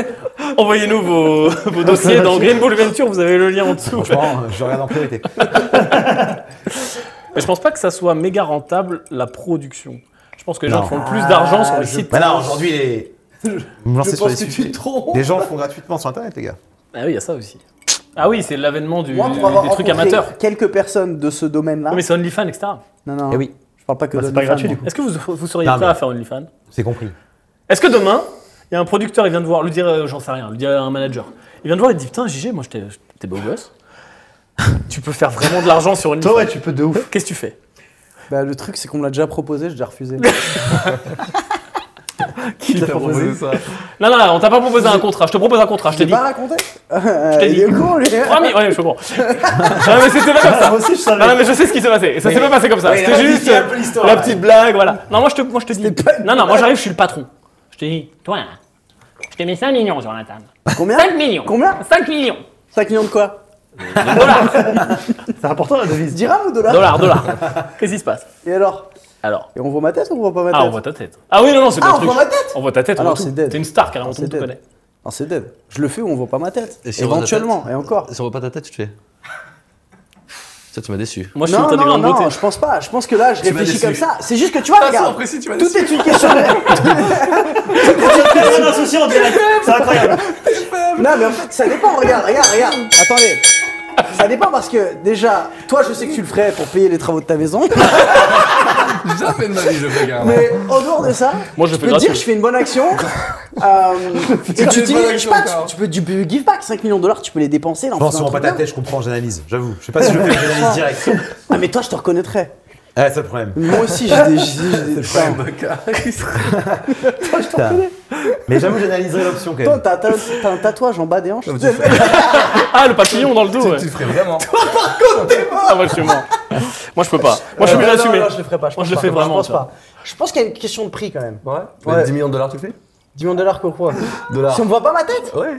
Envoyez-nous vos, vos dossiers dans Green Bull Venture, vous avez le lien en dessous.
Franchement, euh, je regarde en priorité.
Mais je pense pas que ça soit méga rentable la production. Je pense que les gens
Non.
font le plus d'argent sur les
je
sites.
Bah là, aujourd'hui, les. Vous me lancez
Je
sur les
pense que tu
sujets.
te trompes.
Les gens font gratuitement sur internet, les gars.
Ah oui, il y a ça aussi. Ah oui, c'est l'avènement du,
Moi, pour avoir
des trucs
rencontré
amateurs.
quelques personnes de ce domaine-là.
Non, mais c'est OnlyFans, etc.
Non, non.
Eh oui.
Je parle pas que
Bah,
de
c'est pas
femmes,
gratuit,
moi.
du coup.
Est-ce que vous, vous seriez
Non,
prêt
mais-
à faire OnlyFans
C'est compris.
Est-ce que demain, il y a un producteur, il vient de voir, le dire, euh, j'en sais rien, le dire à un manager. Il vient de voir, il dit Putain, JG, moi, je t'ai- je- t'es beau gosse. tu peux faire vraiment de l'argent sur OnlyFans.
Toi, ouais, tu peux de ouf.
Qu'est-ce que tu fais
Bah, le truc, c'est qu'on me l'a déjà proposé, j'ai déjà refusé.
Qui
t'a proposé
ça
Non, non, non, on t'a pas proposé un contrat. Je te propose un contrat, je te
J'ai
dis.
pas raconté Je
t'ai dit.
Il est con, lui.
3000 Ouais, je comprends. *laughs* non, mais c'était pas comme ça.
Ça Ah, aussi, je
Non, non,
savais.
mais je sais ce qui s'est passé. Et ça s'est pas passé comme ça.
Oui,
C'était
raconte
juste euh,
un peu l'histoire,
la
ouais.
petite blague, voilà. Non, moi je te, moi, je te dis.
C'était pas une
Non, non, moi j'arrive, je suis le patron. Je te dis, toi, là, je te mets 5 millions sur la table.
Combien
5 millions.
Combien
5
*laughs*
millions.
5 millions de quoi
C'est important la devise.
Dirham ou dollars
Dollars, dollars. Qu'est-ce qui se passe
Et alors
Alors.
Et on voit ma tête ou on voit pas ma tête
Ah, on voit ta tête. Ah oui, non, non, c'est
Ah,
pas
on
le
voit
truc.
ma tête
On voit ta tête, on
Alors,
voit
c'est
tout.
dead.
T'es une star carrément,
Alors,
tout le
c'est
monde te
dead.
connaît.
Non, c'est dead. Je le fais ou on voit pas ma tête
Et si on voit ta
Éventuellement, et encore.
Si on voit pas ta tête, je te fais. Ça, tu m'as déçu.
Moi Oh, je suis
Non,
le tas des
non,
grandes
non,
beautés.
je pense pas. Je pense que là, je
m'as
réfléchis
déçu.
comme ça. C'est juste que tu
Ah,
vois, regarde,
précis, tu m'as
tout est une question.
*laughs*
Personne n'a souci en direct. C'est incroyable.
*laughs* Non, mais en fait, ça dépend. Regarde, regarde, regarde. Attendez. Ça dépend parce que déjà, toi, je sais que tu le ferais pour payer les travaux de ta maison.
*laughs* Jamais de ma vie, je fais gaffe.
Mais en dehors de ça,
Moi, je le
tu
fais
peux te dire
gratuit.
je fais une
*laughs*
bonne action. euh, et tu
une
dis,
bonne
je sais
action,
pas, tu,
encore.
tu peux du du give back 5 millions de dollars, tu peux les dépenser.
Je pense souvent pas ta tête, je comprends, j'analyse, j'avoue. Je sais pas si je fais une analyse directe.
Ah, mais toi, je te reconnaîtrais.
Ah, c'est le problème.
Moi aussi, j'ai
*laughs*
des. j'ai des- Putain.
Putain. Mais j'avoue, j'analyserai l'option quand
Toi,
même.
t'as t'as- t'as un tatouage en bas des hanches.
Non, mais
tu sais.
tu le fais-
Ah, le papillon dans le
*laughs*
dos, ouais.
tu le ferais vraiment.
Ah, moi je suis mort. Moi je peux pas. Moi je suis
Euh,
obligé
non,
d'assumer.
non, je le ferai pas. Je
Moi, je
pense
le fais
pas,
vraiment,
Je pense
ça.
pas. Je pense qu'il y a une question de prix quand même.
Ouais.
Ouais.
Mais 10 millions de dollars, tu le fais
10 millions de dollars, quoi
Dollars.
Si on me voit pas ma tête
Ouais.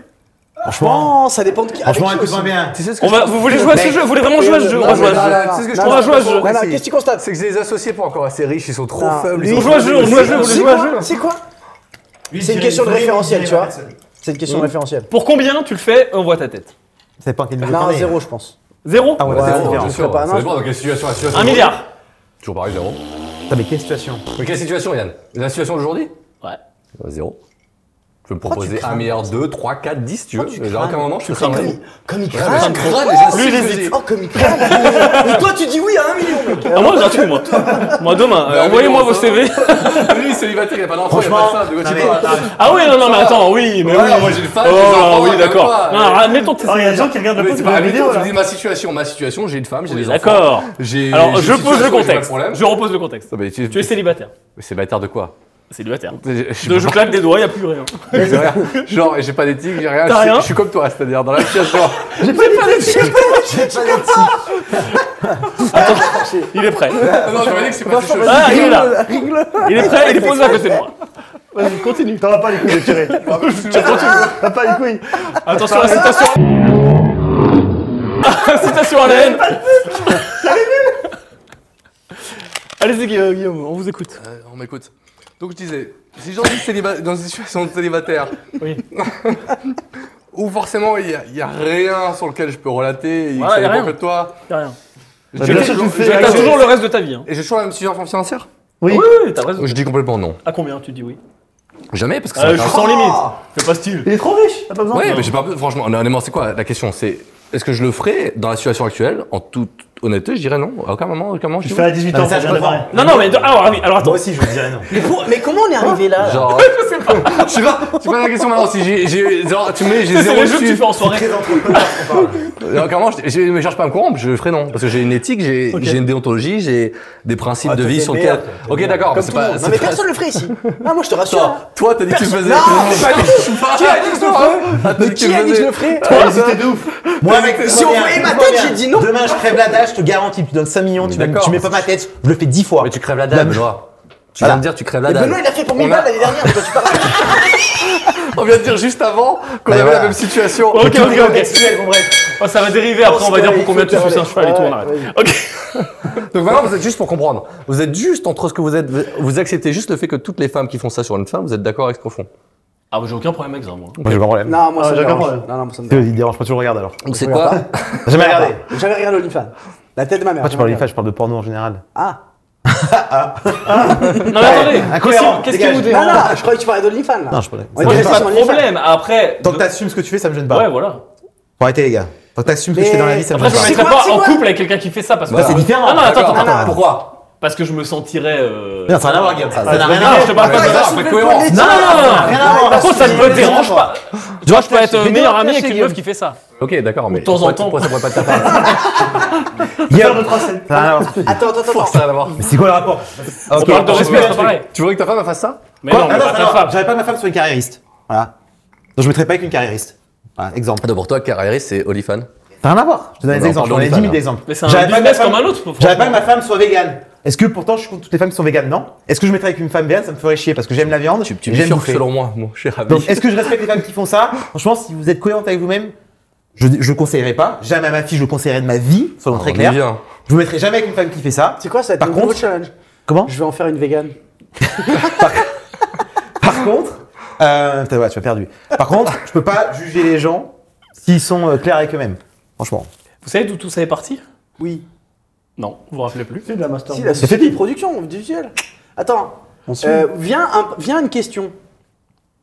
Franchement,
Bon, ça dépend de qui. avec
franchement,
qui
écoute-moi
aussi.
bien.
Tu sais ce
On va, vous voulez jouer à ce
Mec.
jeu Vous voulez vraiment jouer à ce jeu On
Non,
va
mais
jouer à
non,
ce jeu.
non,
Tu sais ce que je
non,
trouve
non,
On va jouer à ce
non,
jeu.
non, non, Qu'est-ce que tu constates
C'est que j'ai les associés pas encore assez riches, ils sont trop
Non,
faibles.
lui-
ils
On
sont
joue à
trop
ce jeu, on joue à ce jeu, on
C'est
joue à ce
quoi
jeu.
C'est quoi C'est une question de référentiel, tu vois. C'est une
Hmm.
question de référentiel.
Pour combien tu le fais Euh, On voit ta tête.
C'est pas en quel niveau
Non,
t'en es.
zéro, je pense.
Zéro
Ah ouais,
Ouais,
c'est
non,
différent.
je ferai pas,
Ça
non.
dépend dans quelle situation. la situation
Un
d'aujourd'hui.
milliard.
Toujours pareil, zéro.
Putain, mais quelle situation
Mais quelle situation, Yann La situation d'aujourd'hui
Ouais.
Bah, Zéro. Tu peux me
Pourquoi tu
proposer
crames
1 milliard, 2, 3, 4, 10 si tu veux.
Pourquoi tu
Mais À aucun
crames
moment, je te ferai un
Comme il-
million.
Comme il
Ouais, mais tu
crame
crames, déjà, c'est
Lui,
ce
il
que j'ai
hésite.
dit.
Oh, comme il crame *laughs* Et toi, tu dis oui à un million, mec
Ah, moi, gratuit, moi. Moi, demain, euh,
Bah,
envoyez-moi
oui,
vos
ça
CV.
Lui, il est célibataire, il a pas d'enfant, il a
Franchement,
pas de ça. de quoi
non,
tu
mais-
parles
Ah oui, non, non, mais attends, oui, mais
Voilà,
oui.
moi, j'ai une femme,
Oh,
j'ai des enfants,
oui,
j'aime
d'accord.
pas. Ah,
Non, alors, admettons tes
Alors, il y a des
CV.
gens qui regardent le
Mais
post
c'est
de
pas
la
la
vidéo
vidéo,
là.
tu dis ma situation, ma situation, j'ai une femme, j'ai des enfants.
D'accord.
J'ai-
Alors,
j'ai
je pose le
une situation, j'ai pas de
contexte.
problème.
Je repose le contexte.
Non, mais tu,
Tu es célibataire.
Mais c'est bâtard de quoi
Célibataire.
Je, je-
Je, je claque des doigts, il n'y a plus rien. *laughs*
j'ai rien. Genre, j'ai pas d'éthique, j'ai rien.
T'as
Je suis-
rien
je suis comme toi, c'est-à-dire dans la pièce, *laughs* genre.
J'ai pas dit
Il est prêt.
*laughs*
non, je me dis que c'est pas si chaud.
Ah, il est là.
Ringle
Il est prêt, il est posé à côté de moi.
Vas-y, continue. T'en as pas les couilles de tirer. T'as pas les couilles.
Attention à la citation. *laughs* citation à la
*laughs*
haine. Allez-y, Guilla- Guillaume, on vous écoute.
Euh, on m'écoute. Donc je disais, si j'en suis céliba- dans une situation de célibataire,
Oui.
*laughs* où forcément il n'y a, rien sur lequel je peux relater, et
Voilà,
que
y a
ça dépend
rien.
que de toi,
T'as rien.
je
Bah,
dis
bien
que
sûr,
je-
tu le fais.
je-
T'as
je-
toujours le reste de ta vie. hein.
Et j'ai toujours la même situation financière
Oui.
Oui, oui, t'as le reste. de-
Je dis complètement non.
À combien tu dis oui
Jamais, parce que ça
Euh,
me
Je
fait
suis sans limite.
Ah,
Fais pas style.
Il est trop riche. T'as pas besoin.
Ouais, mais j'ai pas franchement, honnêtement, c'est quoi la question C'est est-ce que je le ferais dans la situation actuelle En toute honnêteté, je dirais non. À aucun moment, à aucun moment, je
Tu
dis
fais à 18 ans.
Ah, ça,
Ça,
je
vient
comprends.
d'avoir.
Non, non, mais alors, oui, alors attends.
Moi aussi, je vous dirais non.
mais, pour- mais comment on est arrivé là
oui.
là
Genre, euh, *laughs* je sais pas. Tu vois, tu vois la question maintenant si j'ai, j'ai- genre, tu mets, j'ai
C'est
zéro
les jeux que tu
dessus.
fais en soirée.
Très entrepreneur, ce qu'on parle.
À aucun moment, je, je me cherche pas à me corrompre, je le ferai non, parce que j'ai une éthique, j'ai, j'ai une déontologie, j'ai des principes
Ah,
de
toi,
vie
t'es
sur
le
lesquels.
meilleur, toi, t'es
Ok,
le
d'accord, mais
meilleur.
c'est
Tout le
pas.
monde.
bah, c'est
Non mais
pas-
personne le ferait ici. Ah moi je te rassure.
Attends, toi, t'as dit que tu le faisais.
Non,
Pas dit que je suis pas. Qui a dit que je le
Mais qui a dit que je le ferais
faisais de ouf.
Moi,
Mais
mec,
si
moi,
on
bien.
voyait ma
Moi,
tête,
bien.
j'ai dit non.
Demain, je crève la dalle, je te garantis, tu donnes 5 millions, tu,
Mais
me-
d'accord.
tu
hein,
mets pas ma tête, je le fais 10 fois.
Mais tu crèves la dalle, Benoît. Tu viens de dire, tu crèves la
Et
dalle.
Benoît il a fait pour 1000
On a-
balles
*laughs*
l'année dernière. toi, tu parles.
On vient de dire juste avant qu'on
Bah
avait
voilà.
la même situation.
Ok, ok, ok.
Sexuel, bon, bref.
Oh, ça va dériver après, on va dire pour combien tu suces un cheval et tout, on arrête. Ok.
Donc maintenant, vous êtes juste pour comprendre. Vous êtes juste entre ce que vous êtes. Vous acceptez juste le fait que toutes les femmes qui font ça sur une femme, vous êtes d'accord avec ce qu'on fait.
Ah, bah, j'ai aucun problème avec ça, moi.
Moi, j'ai pas de problème.
Non moi
Ah,
ça me
j'ai aucun
dérange.
problème.
Non non moi ça me dérange.
Il dérange pas, tu le regardes alors.
Donc c'est quoi
J'ai jamais regardé.
J'avais regardé l'OnlyFans. La tête de ma mère.
Pourquoi tu parles d'IFA, je parle de porno en général.
Ah.
Non, mais attendez.
incohérent,
qu'est-ce- Qu'est-ce qui vous
Non
dérange
non, je croyais que tu parlais d'OnlyFans là.
Ah. Non, je parlais.
On
Moi,
était
j'ai
restés
pas
sur
de
OnlyFans.
problème. Après.
Tant
de-
que t'assumes ce que tu fais, ça me gêne pas.
Ouais, voilà.
Faut arrêter, les gars. Tant que t'assumes ce que tu
Mais-
fais dans la vie, ça me
Après,
gêne
je me
pas.
C'est
mettrais
quoi,
pas
c'est
en
quoi
couple avec quelqu'un qui fait ça parce que.
Bah, c'est différent.
Ah, non, attends,
D'accord.
attends, attends.
Pourquoi
Parce que je me sentirais. euh,
Non, ça n'a rien à voir, Guillaume. Ça
Ah,
n'a
je
rien
me
à
Non,
voir.
je te parle pas de ça.
Après cohérence.
Non, non, non, non, non.
Rien à voir.
Par contre, ça ne me dérange pas. Tu vois, je peux être
Mais
meilleur
non,
ami avec
chez
une
Guillaume.
meuf qui fait ça.
Ok, d'accord, mais.
de temps en temps.
Pourquoi ça pourrait pas te faire
Guillaume,
Notre assiette.
ça n'a rien à voir.
Attends attends
*laughs*
attends.
Ça n'a rien à voir.
Mais c'est quoi le rapport
On
parle de respect, c'est pareil.
Ah, Tu voudrais que ta femme elle fasse ça
Mais non, mais
Ah,
pas
ça
ta
va.
femme.
J'avais pas ma femme sur une carriériste. Voilà. Donc je ne mettrais pas avec une carriériste. Voilà, exemple.
Attends, pour Ah, toi, carriériste, c'est olifan.
Ça n'a rien à voir. Je te donne
Non,
des
on
exemples.
parle
J'en ai 10 000
d'OnlyFans,
exemples.
Mais c'est un
J'avais pas
business
ma femme-
comme un autre,
J'avais
franchement.
pas que ma femme soit végane. Est-ce que pourtant je suis contre toutes les femmes qui sont véganes Non. Est-ce que je mettrais avec une femme végane Ça me ferait chier parce que j'aime la viande.
Tu, tu
et j'aime
bifurques
bouffer.
selon moi, mon cher ami.
Donc est-ce que je respecte les femmes qui font ça Franchement, si vous êtes cohérente avec vous-même, je ne conseillerais pas. Jamais à ma fille, je le conseillerais de ma vie, soyons
Alors,
très
on y
clairs.
vient.
Je vous mettrai jamais avec une femme qui fait ça.
C'est quoi ça va être
Par
mon nouveau
contre-
challenge
Comment
Je vais en faire une végane.
Par contre, euh, putain, ouais, tu m'as perdu. Par contre, je peux pas juger les gens s'ils sont euh, clairs avec eux-mêmes. Franchement.
Vous savez d'où tout ça est parti
Oui.
Non, vous vous rappelez plus.
C'est de la master.
Si la
fait
société
pire.
de production audiovisuelle. Attends.
On suit.
Euh, viens, un- viens une question.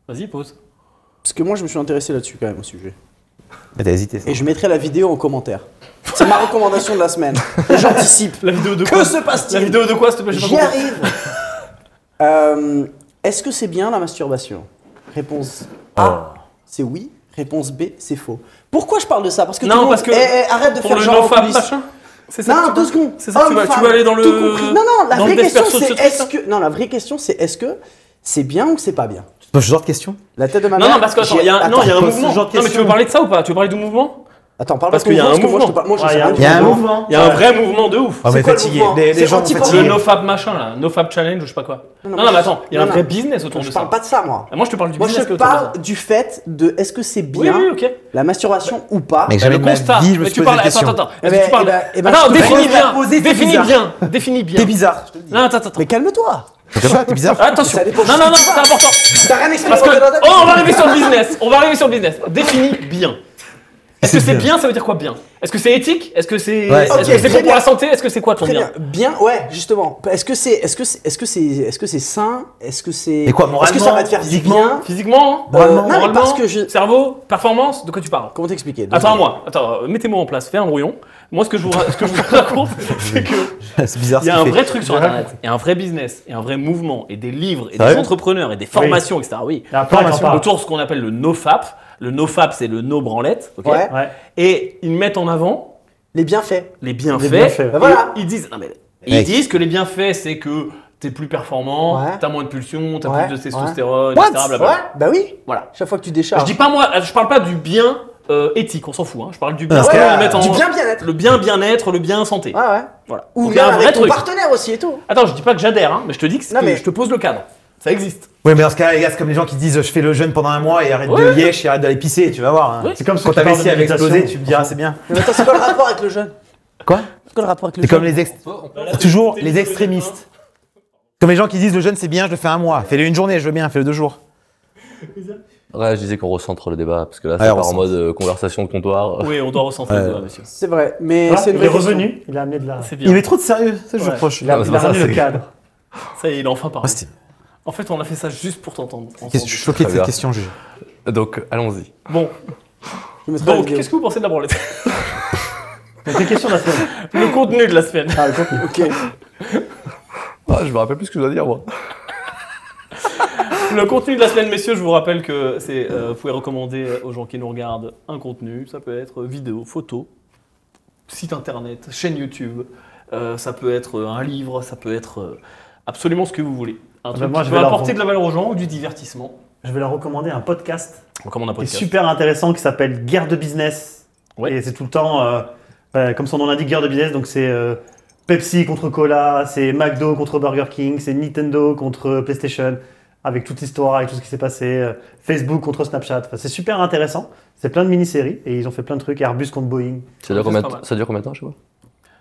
Vas-y, pose.
Parce que moi, je me suis intéressé là-dessus quand même au sujet.
Mais t'as hésité. ça.
Et je mettrai la vidéo en commentaire. C'est ma recommandation de la semaine. Et J'anticipe.
La vidéo de
Que
quoi
se
La
passe-t-il
vidéo de quoi, s'il te plaît, j'ai pas
J'y
compris.
arrive.
*laughs*
Euh, Est-ce que c'est bien la masturbation Réponse A, c'est oui. Réponse B, c'est faux. Pourquoi je parle de ça Parce que
Non,
tout le monde-
parce que
Eh, eh, arrête de
Pour
faire
le
genre en
no-fab
coulisses.
machin C'est ça que
Non,
tu
deux
veux-
secondes.
C'est ça que tu
Homme,
vas, tu
femme,
vas aller dans le.
tout compris. Non, non, la
dans le
vraie question
perso de ce
c'est est-ce
truc-là
que non, la vraie question c'est est-ce que c'est bien ou que c'est pas bien
C'est Ce genre de question
La tête de ma
Non,
mère.
non, parce que attends,
j'ai-
il y a un- non, il y a un
attends,
mouvement.
ce genre
Non,
de
mais tu
question-
veux parler de ça ou pas Tu veux parler du mouvement
Attends, parle
Parce
de ton
qu'il y a un
mouvement, parce que Moi, je te parle- moi, je sais
Ouais,
rien
il
du
y
a un
mouvement.
mouvement.
Il y a un vrai mouvement de ouf.
Ah, mais
C'est quoi le
fatigué.
mouvement
Les, les
C'est
gens sont
anti-porno.
Le
fatigués.
no-fab machin là, no-fab challenge ou je sais pas quoi. Non, non, mais attends, il y a un
non,
vrai
non.
business autour de
Je
ça.
parle pas de ça, moi.
Ah, Moi, je te parle du
Moi, je
business
te
autour de ça.
parle Eh du fait de est-ce que c'est
Oui,
bien
oui, ok.
la masturbation ou pas
Mais
Bah,
jamais
le
de ma
constat.
vie, je me
mais
suis
tu
posé
parles,
cette
attends,
question.
attends,
Eh
Est-ce que
ben,
tu
eh ben,
parles
eh ben,
Attends,
je te
définis
propose de la
bien,
poser, c'est
définis
bizarre.
bien, définis bien.
T'es bizarre. Je te le dis.
Non, attends, attends.
Mais calme-toi.
Je sais pas, T'es bizarre. *laughs*
Attention.
Ça dépend
Non, non, non, c'est important.
T'as rien
Parce que.
expérimenté dans ta
Oh, on va arriver sur le business. On va arriver sur le business. Définis bien. Est-ce que c'est bien Ça veut dire quoi bien Est-ce que c'est éthique Est-ce que c'est
Ouais,
est-ce que
ok,
c'est
très
bon pour
bien.
la santé Est-ce que c'est quoi ton
Très
bien
bien. Bien, ouais, justement. Est-ce que c'est, est-ce que, c'est- est-ce que c'est, est-ce que c'est sain Est-ce que c'est,
Et quoi,
est-ce que ça va te faire du
moralement,
bien
Physiquement
Euh,
Moralement
non, mais
moralement,
parce que je-
Cerveau Performance De quoi tu parles
Comment t'expliquer deux
Attends,
secondes.
moi, attends, euh, mettez-moi en place, fais un brouillon. Moi, ce que je vous, ra- ce que je vous *laughs* raconte, c'est que
C'est bizarre.
il y a
ce
un
qu'il
vrai
fait.
truc sur Internet, et un vrai business, et un vrai mouvement, et des livres, et des
Sérieux
entrepreneurs, et des formations, etc. Oui.
Il y a plein qui en parlent.
Autour de ce qu'on appelle le nofap. Le nofap, c'est le no branlette. ok
Ouais.
Ouais.
Et ils mettent en avant
Les bienfaits.
les bienfaits.
bienfaits.
Et
Voilà.
Ils disent, non, mais,
Mec.
ils disent que les bienfaits, c'est que t'es plus performant,
Ouais.
t'as moins de pulsions, t'as
Ouais,
plus de
ouais.
testostérone,
What
etc. blablabla.
Ouais, bah oui.
Voilà.
Chaque fois que tu
Je
décharges.
dis pas moi, je parle pas du bien euh, éthique, on s'en fout. hein. Je parle du bien,
Parce que
Ouais,
là,
le mettre en-
du bien bien-être.
le bien bien-être, le bien santé.
Ouais, ouais.
Voilà.
Ou
Donc, il y a
bien
un vrai
avec ton
truc.
partenaire aussi et tout.
Attends, je dis pas que j'adhère, hein, mais je te dis que, c'est
Non,
que
mais-
je te pose le cadre. Ça existe.
Oui, mais dans ce cas-là, les gars, c'est comme les gens qui disent je fais le jeûne pendant un mois et arrête de
Ouais.
yesh et arrête d'aller pisser, tu vas voir. hein.
Ouais.
C'est comme ceux
Quand
qui
ta
parlent de
vessie avait
méditation.
explosé, tu me diras c'est bien.
Mais attends, c'est quoi le rapport avec le jeune
Quoi
C'est quoi le rapport avec le
C'est
jeune
comme les ex- toujours les extrémistes. Comme les gens qui disent le jeûne c'est bien, je le fais un mois. Fais-le une journée, je veux bien, fais-le deux jours.
Ouais, je disais qu'on recentre le débat, parce que là,
Ouais,
c'est
on
pas en
recentre.
mode euh, conversation de comptoir.
Oui, on doit ressentir
Euh,
le doigt, monsieur.
C'est vrai, mais
Voilà,
Ah, c'est
il
une
est
vraie question.
revenu, il a amené de la.
C'est
Ah, Il
bien.
est trop de sérieux, ça je
Ouais.
le reproche.
Il a,
Ah, bah,
il a
ça,
ramené le
c'est-
cadre.
Ça y est, il a enfin parlé.
Hostie.
En fait, on a fait ça juste pour t'entendre.
Qu'est-ce- Je suis choqué de
Très
cette
bien.
Oh, question, Juju.
Donc, allons-y.
Bon,
Je mettrai la
donc,
vidéo.
qu'est-ce que vous pensez de la branlette
Donc, les questions de la semaine.
Le contenu de la semaine.
Ah, le contenu.
Ok.
Ah, je me rappelle plus ce que je dois dire, moi.
Le contenu de la semaine, messieurs, je vous rappelle que c'est, euh, vous pouvez recommander aux gens qui nous regardent un contenu. Ça peut être euh, vidéo, photo, site internet, chaîne YouTube. euh, ça peut être un livre, ça peut être euh, absolument ce que vous voulez. Un
bah
truc
moi,
qui
je
peut
vais leur
apporter
rendre-
de la valeur aux gens ou du divertissement.
Je vais leur recommander un podcast
On commande un
qui est
podcast.
super intéressant qui s'appelle Guerre de business.
Ouais.
Et c'est tout le temps, euh, euh, comme son nom l'indique, guerre de business. Donc c'est euh, Pepsi contre Cola, c'est McDo contre Burger King, c'est Nintendo contre PlayStation, avec toute l'histoire, avec tout ce qui s'est passé, euh, Facebook contre Snapchat. Enfin, c'est super intéressant. C'est plein de mini-séries et ils ont fait plein de trucs. Airbus contre Boeing.
Ça
Ça,
dure
c'est
combien,
pas
de-
mal.
ça dure combien de temps, je sais pas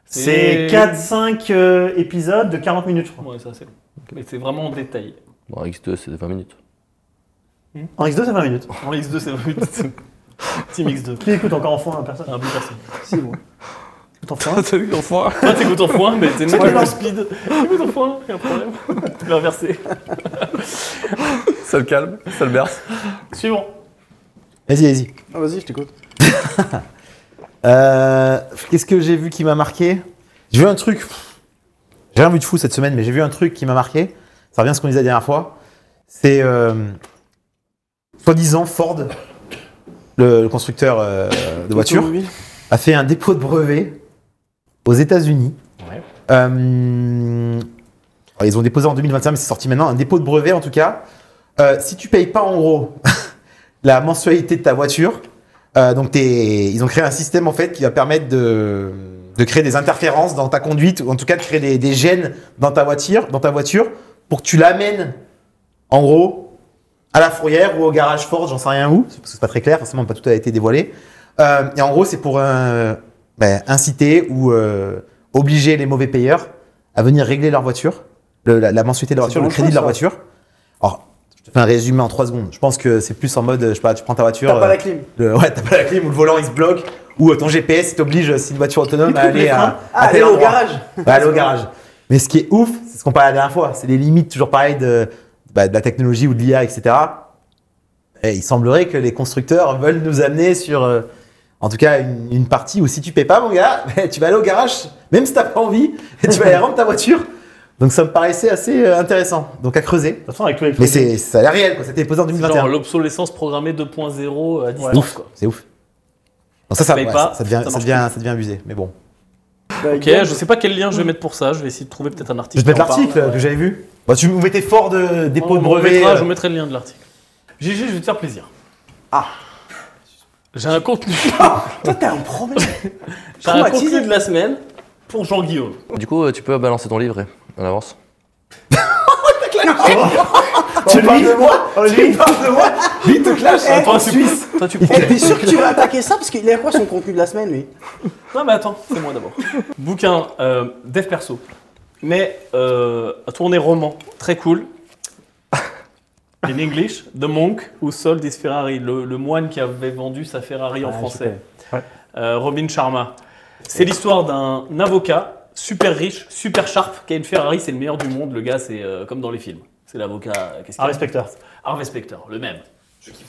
C'est 4-5 euh, épisodes de 40 minutes, je crois.
Ouais, ça c'est long. Mais c'est vraiment en détail.
Bon, X2, c'est 20 minutes.
En X2, c'est 20 minutes.
En X2, c'est 20 minutes. Oh. Team X2.
Qui écoute encore en fond, hein, personne.
Un peu personne.
Si, bon.
Tout en fond.
T'as vu, enfin
Toi, t'écoutes en foin, mais t'es
Ouais.
nul en speed. T'écoutes en foin, y'a un problème. Tu peux inverser.
Ça le calme, ça le berce.
Suivant.
Vas-y, vas-y.
Ah, Vas-y, je t'écoute.
Euh, Qu'est-ce que j'ai vu qui m'a marqué J'ai vu un truc. pff, J'ai rien vu de fou cette semaine, mais j'ai vu un truc qui m'a marqué. Ça revient à ce qu'on disait la dernière fois. C'est euh, soi-disant Ford, le, le constructeur euh, de voitures,
Automobile.
a fait un dépôt de brevet aux États-Unis.
Ouais.
Euh, alors, ils ont déposé en 2021, mais c'est sorti maintenant. Un dépôt de brevet, en tout cas. Euh, si tu payes pas, en gros, *laughs* la mensualité de ta voiture, euh, donc t'es- ils ont créé un système, en fait, qui va permettre de, de créer des interférences dans ta conduite, ou en tout cas de créer des, des gènes dans ta voiture, dans ta voiture pour que tu l'amènes, en gros, à la fourrière ou au garage Ford, j'en sais rien où, parce que c'est pas très clair, forcément, pas tout a été dévoilé. Euh, et en gros, c'est pour euh, ben, inciter ou euh, obliger les mauvais payeurs à venir régler leur voiture, le- la, la mensualité de leur
C'est
voiture, le
dangereux,
crédit de leur
ça.
voiture. Alors, je te fais un résumé en 3 secondes. Je pense que c'est plus en mode, je sais pas, tu prends ta voiture.
T'as pas
euh,
la clim.
le- ouais, t'as pas la clim ou le volant il se bloque, ou euh, ton GPS il t'oblige, si une voiture autonome, à aller à, à
Ah,
tel
allez au
endroit.
garage.
Ouais, aller au garage. Mais ce qui est ouf, c'est ce qu'on parlait la dernière fois, c'est les limites, toujours pareil, de, bah, de la technologie ou de l'IA, etc. Et il semblerait que les constructeurs veulent nous amener sur, euh, en tout cas, une, une partie où si tu paies pas, mon gars, *laughs* bah, tu vas aller au garage, même si t'as pas envie, et tu vas aller rendre ta voiture. Donc ça me paraissait assez euh, intéressant, donc à creuser.
De toute façon, avec tous les
Mais
trucs.
c'est ça a l'air réel, quoi. C'était posé en
C'est genre
2021.
l'obsolescence programmée 2.0 euh, à distance.
Ouf,
quoi.
c'est ouf. Donc ça, ça,
Paye
ouais,
pas,
ça- ça devient,
ça
ça,
marche
devient, ça devient abusé, mais bon.
Bah,
Ok,
Guillaume,
je sais pas quel lien je vais mettre pour ça. Je vais essayer de trouver peut-être un
Je
article.
vais te mettre
qui en parle.
l'article que j'avais vu. Bah, tu vous mettez fort de dépôt
On-
de
on
brevet.
mettra-
euh,
Je vous mettrai le lien de l'article. GG, je vais te faire plaisir.
Ah.
J'ai un
*laughs*
contenu.
Toi, t'as un problème.
J'ai un
Traumatisé.
contenu de la semaine pour Jean-Guillaume.
Du coup, euh, tu peux balancer ton livre, eh, en avance.
Tu parles de moi
Oh, lui,
*laughs* Vite, te clash
Toi, tu, toi, tu prends.
Eh, T'es sûr que tu vas attaquer ça Parce qu'il a quoi son contenu de la semaine, lui
Non, mais attends, c'est moi
*laughs*
d'abord. Bouquin, euh, dev perso, mais euh, tourné roman, très
*laughs*
cool. In English, The Monk Who Sold His Ferrari, le, le moine qui avait vendu sa Ferrari en
Ah,
français.
connais. Ouais.
Euh, Robin Sharma. C'est l'histoire d'un avocat super riche, super sharp, qui a une Ferrari, c'est le meilleur du monde. Le gars, c'est euh, comme dans les films. C'est l'avocat. Qu'est-ce qu'il
Harvey Specter.
Harvey Specter, le même.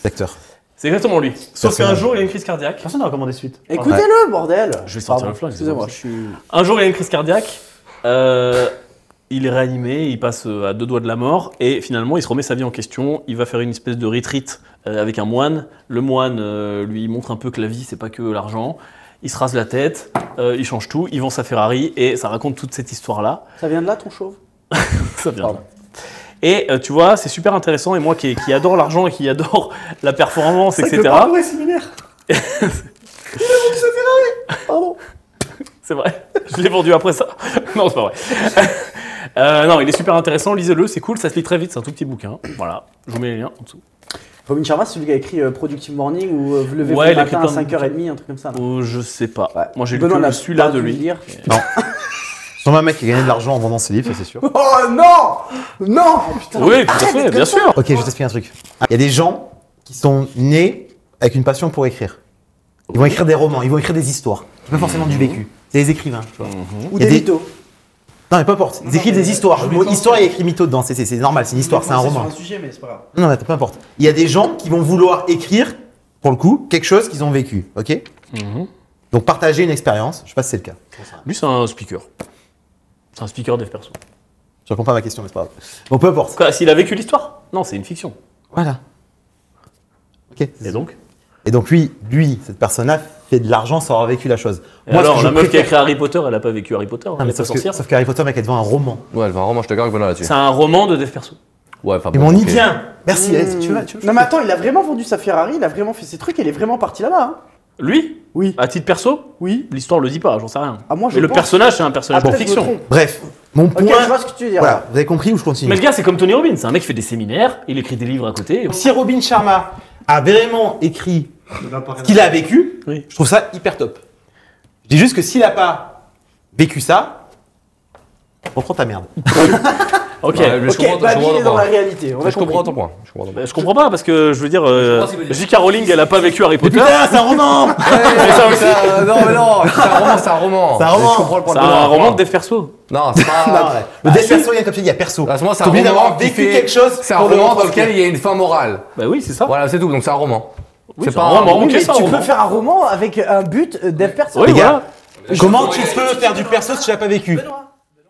Acteur.
C'est exactement lui. Sauf qu'un
Personnage.
jour, il a une crise cardiaque.
Personne n'a recommandé suite.
Écoutez-le, bordel
Je vais sortir
Pardon,
le flingue,
Excusez-moi,
c'est
je suis.
Un jour, il a une crise cardiaque. euh, il est réanimé, il passe euh, à deux doigts de la mort et finalement, il se remet sa vie en question. Il va faire une espèce de retreat euh, avec un moine. Le moine euh, lui montre un peu que la vie, c'est pas que l'argent. Il se rase la tête, euh, il change tout, il vend sa Ferrari et ça raconte toute cette histoire-là. *laughs*
Ça vient de là, ton chauve
Ça vient. de là. Et euh, tu vois, c'est super intéressant. Et moi qui, qui adore l'argent et qui adore *laughs* la performance,
C'est vrai que
etc.
Le parcours est similaire.
C'est vrai. *laughs* Je l'ai vendu après ça. *laughs* Non, c'est pas vrai. Euh, non, il est super intéressant. Lisez-le, c'est cool. Ça se lit très vite. C'est un tout petit bouquin. Voilà. Je vous mets les liens en dessous.
Robin Sharma, c'est celui qui a écrit euh, Productive Morning ou euh, Vous levez
Ouais,
le
il a écrit
matin à
plein de
5h30, un truc comme ça. non
Oh, je sais pas.
Ouais.
Moi, j'ai lu
Benoît
que
n'a
celui-là
pas
de
dû
lui.
le lire.
Sûrement un mec qui a gagné de l'argent en vendant ses livres, ça, c'est sûr.
Oh non Non putain.
Oui, tout à fait, bien sûr.
Ok, je t'explique un truc. Il y a des gens qui sont nés avec une passion pour écrire. Ils vont écrire des romans, ils vont écrire des histoires. C'est pas forcément du vécu. C'est des écrivains, tu vois.
Ou
Il y
des
a
mythos.
Non, mais peu importe. Ils écrivent des histoires. Le mot histoire, il y a écrit mytho dedans. C'est- C'est c'est normal, c'est une histoire, c'est un roman.
sujet, mais c'est pas grave.
Non, mais peu importe. Il y a des gens qui vont vouloir écrire, pour le coup, quelque chose qu'ils ont vécu, ok Donc partager une expérience, je sais pas si c'est le cas.
Lui, c'est un speaker. C'est un speaker dev perso.
Je réponds pas à ma question, mais c'est pas grave. Bon, peu importe.
Quoi, s'il a vécu l'histoire Non, c'est une fiction.
Voilà. Ok.
Et donc
Et donc lui, lui, cette personne-là fait de l'argent sans avoir vécu la chose.
Et
ce que
Alors,
je
la meuf qui a
préfère-
écrit Harry Potter, elle a pas vécu Harry
Ah,
Potter.
Non,
elle
mais
est pas
sauf, que,
sorcière.
sauf qu'Harry Potter, mec, est devant un roman.
Ouais, elle va vraiment, je te d'accord avec Benoît là-dessus.
C'est un roman de dev perso.
Ouais, enfin,
Mais
bon,
on y
ok.
vient Merci, Alex, tu vas, tu vas.
Mmh. Non mais attends, il a vraiment vendu sa Ferrari, il a vraiment fait ses trucs, il est vraiment parti là-bas. hein.
Lui
Oui.
À titre perso
Oui.
L'histoire le dit pas, j'en sais rien.
Ah, moi, je
mais le
pense-
personnage, c'est un personnage
Ah,
de
peut-être je me
fiction.
trompe.
Bref, mon
Ok,
point.
je vois ce que tu veux dire.
Voilà, vous avez compris ou je continue
Mais le gars, c'est comme Tony Robbins, c'est un mec qui fait des séminaires, il écrit des livres à côté. et-
Si Robin Sharma a vraiment écrit ce qu'il a vécu,
Oui.
je trouve ça hyper top. Je dis juste que s'il a pas vécu ça, reprends ta merde.
Ok.
Ouais, mais je
Ok,
comprends ton- je
Babi,
comprends
il est
ton
bah, dans la
point.
réalité. On
Mais
va
je comprends ton point. Je comprends ton point.
Bah, Je comprends pas parce que je veux dire, euh,
comprends ce qu'il veut dire.
J.K. Rowling, elle a pas vécu Harry Potter.
Putain, c'est un *laughs* roman
Mais ça aussi, c'est
Euh, non, mais non, c'est un roman, c'est un roman.
C'est un
Mais
roman.
Je comprends le point de
un
Benoît.
roman de dev perso.
Non, c'est
*laughs*
pas.
Non, ouais. Le
Ah,
death
si.
perso, il y a comme ça, il y a perso.
Ah, c'est moi, c'est
T'es
un
obligé
roman
d'avoir
qui
vécu
fait-
quelque chose
C'est un
pour le
roman dans
retranscrire.
lequel il y a une fin morale.
Bah oui, c'est ça.
Voilà, c'est tout. Donc c'est un roman.
Oui,
c'est
c'est
pas
un
un
roman.
roman.
ok,
Mais
c'est un
tu
roman.
peux faire un roman avec un but euh, dev perso.
Oui,
Les gars,
voilà.
Comment tu peux faire du perso si tu l'as pas vécu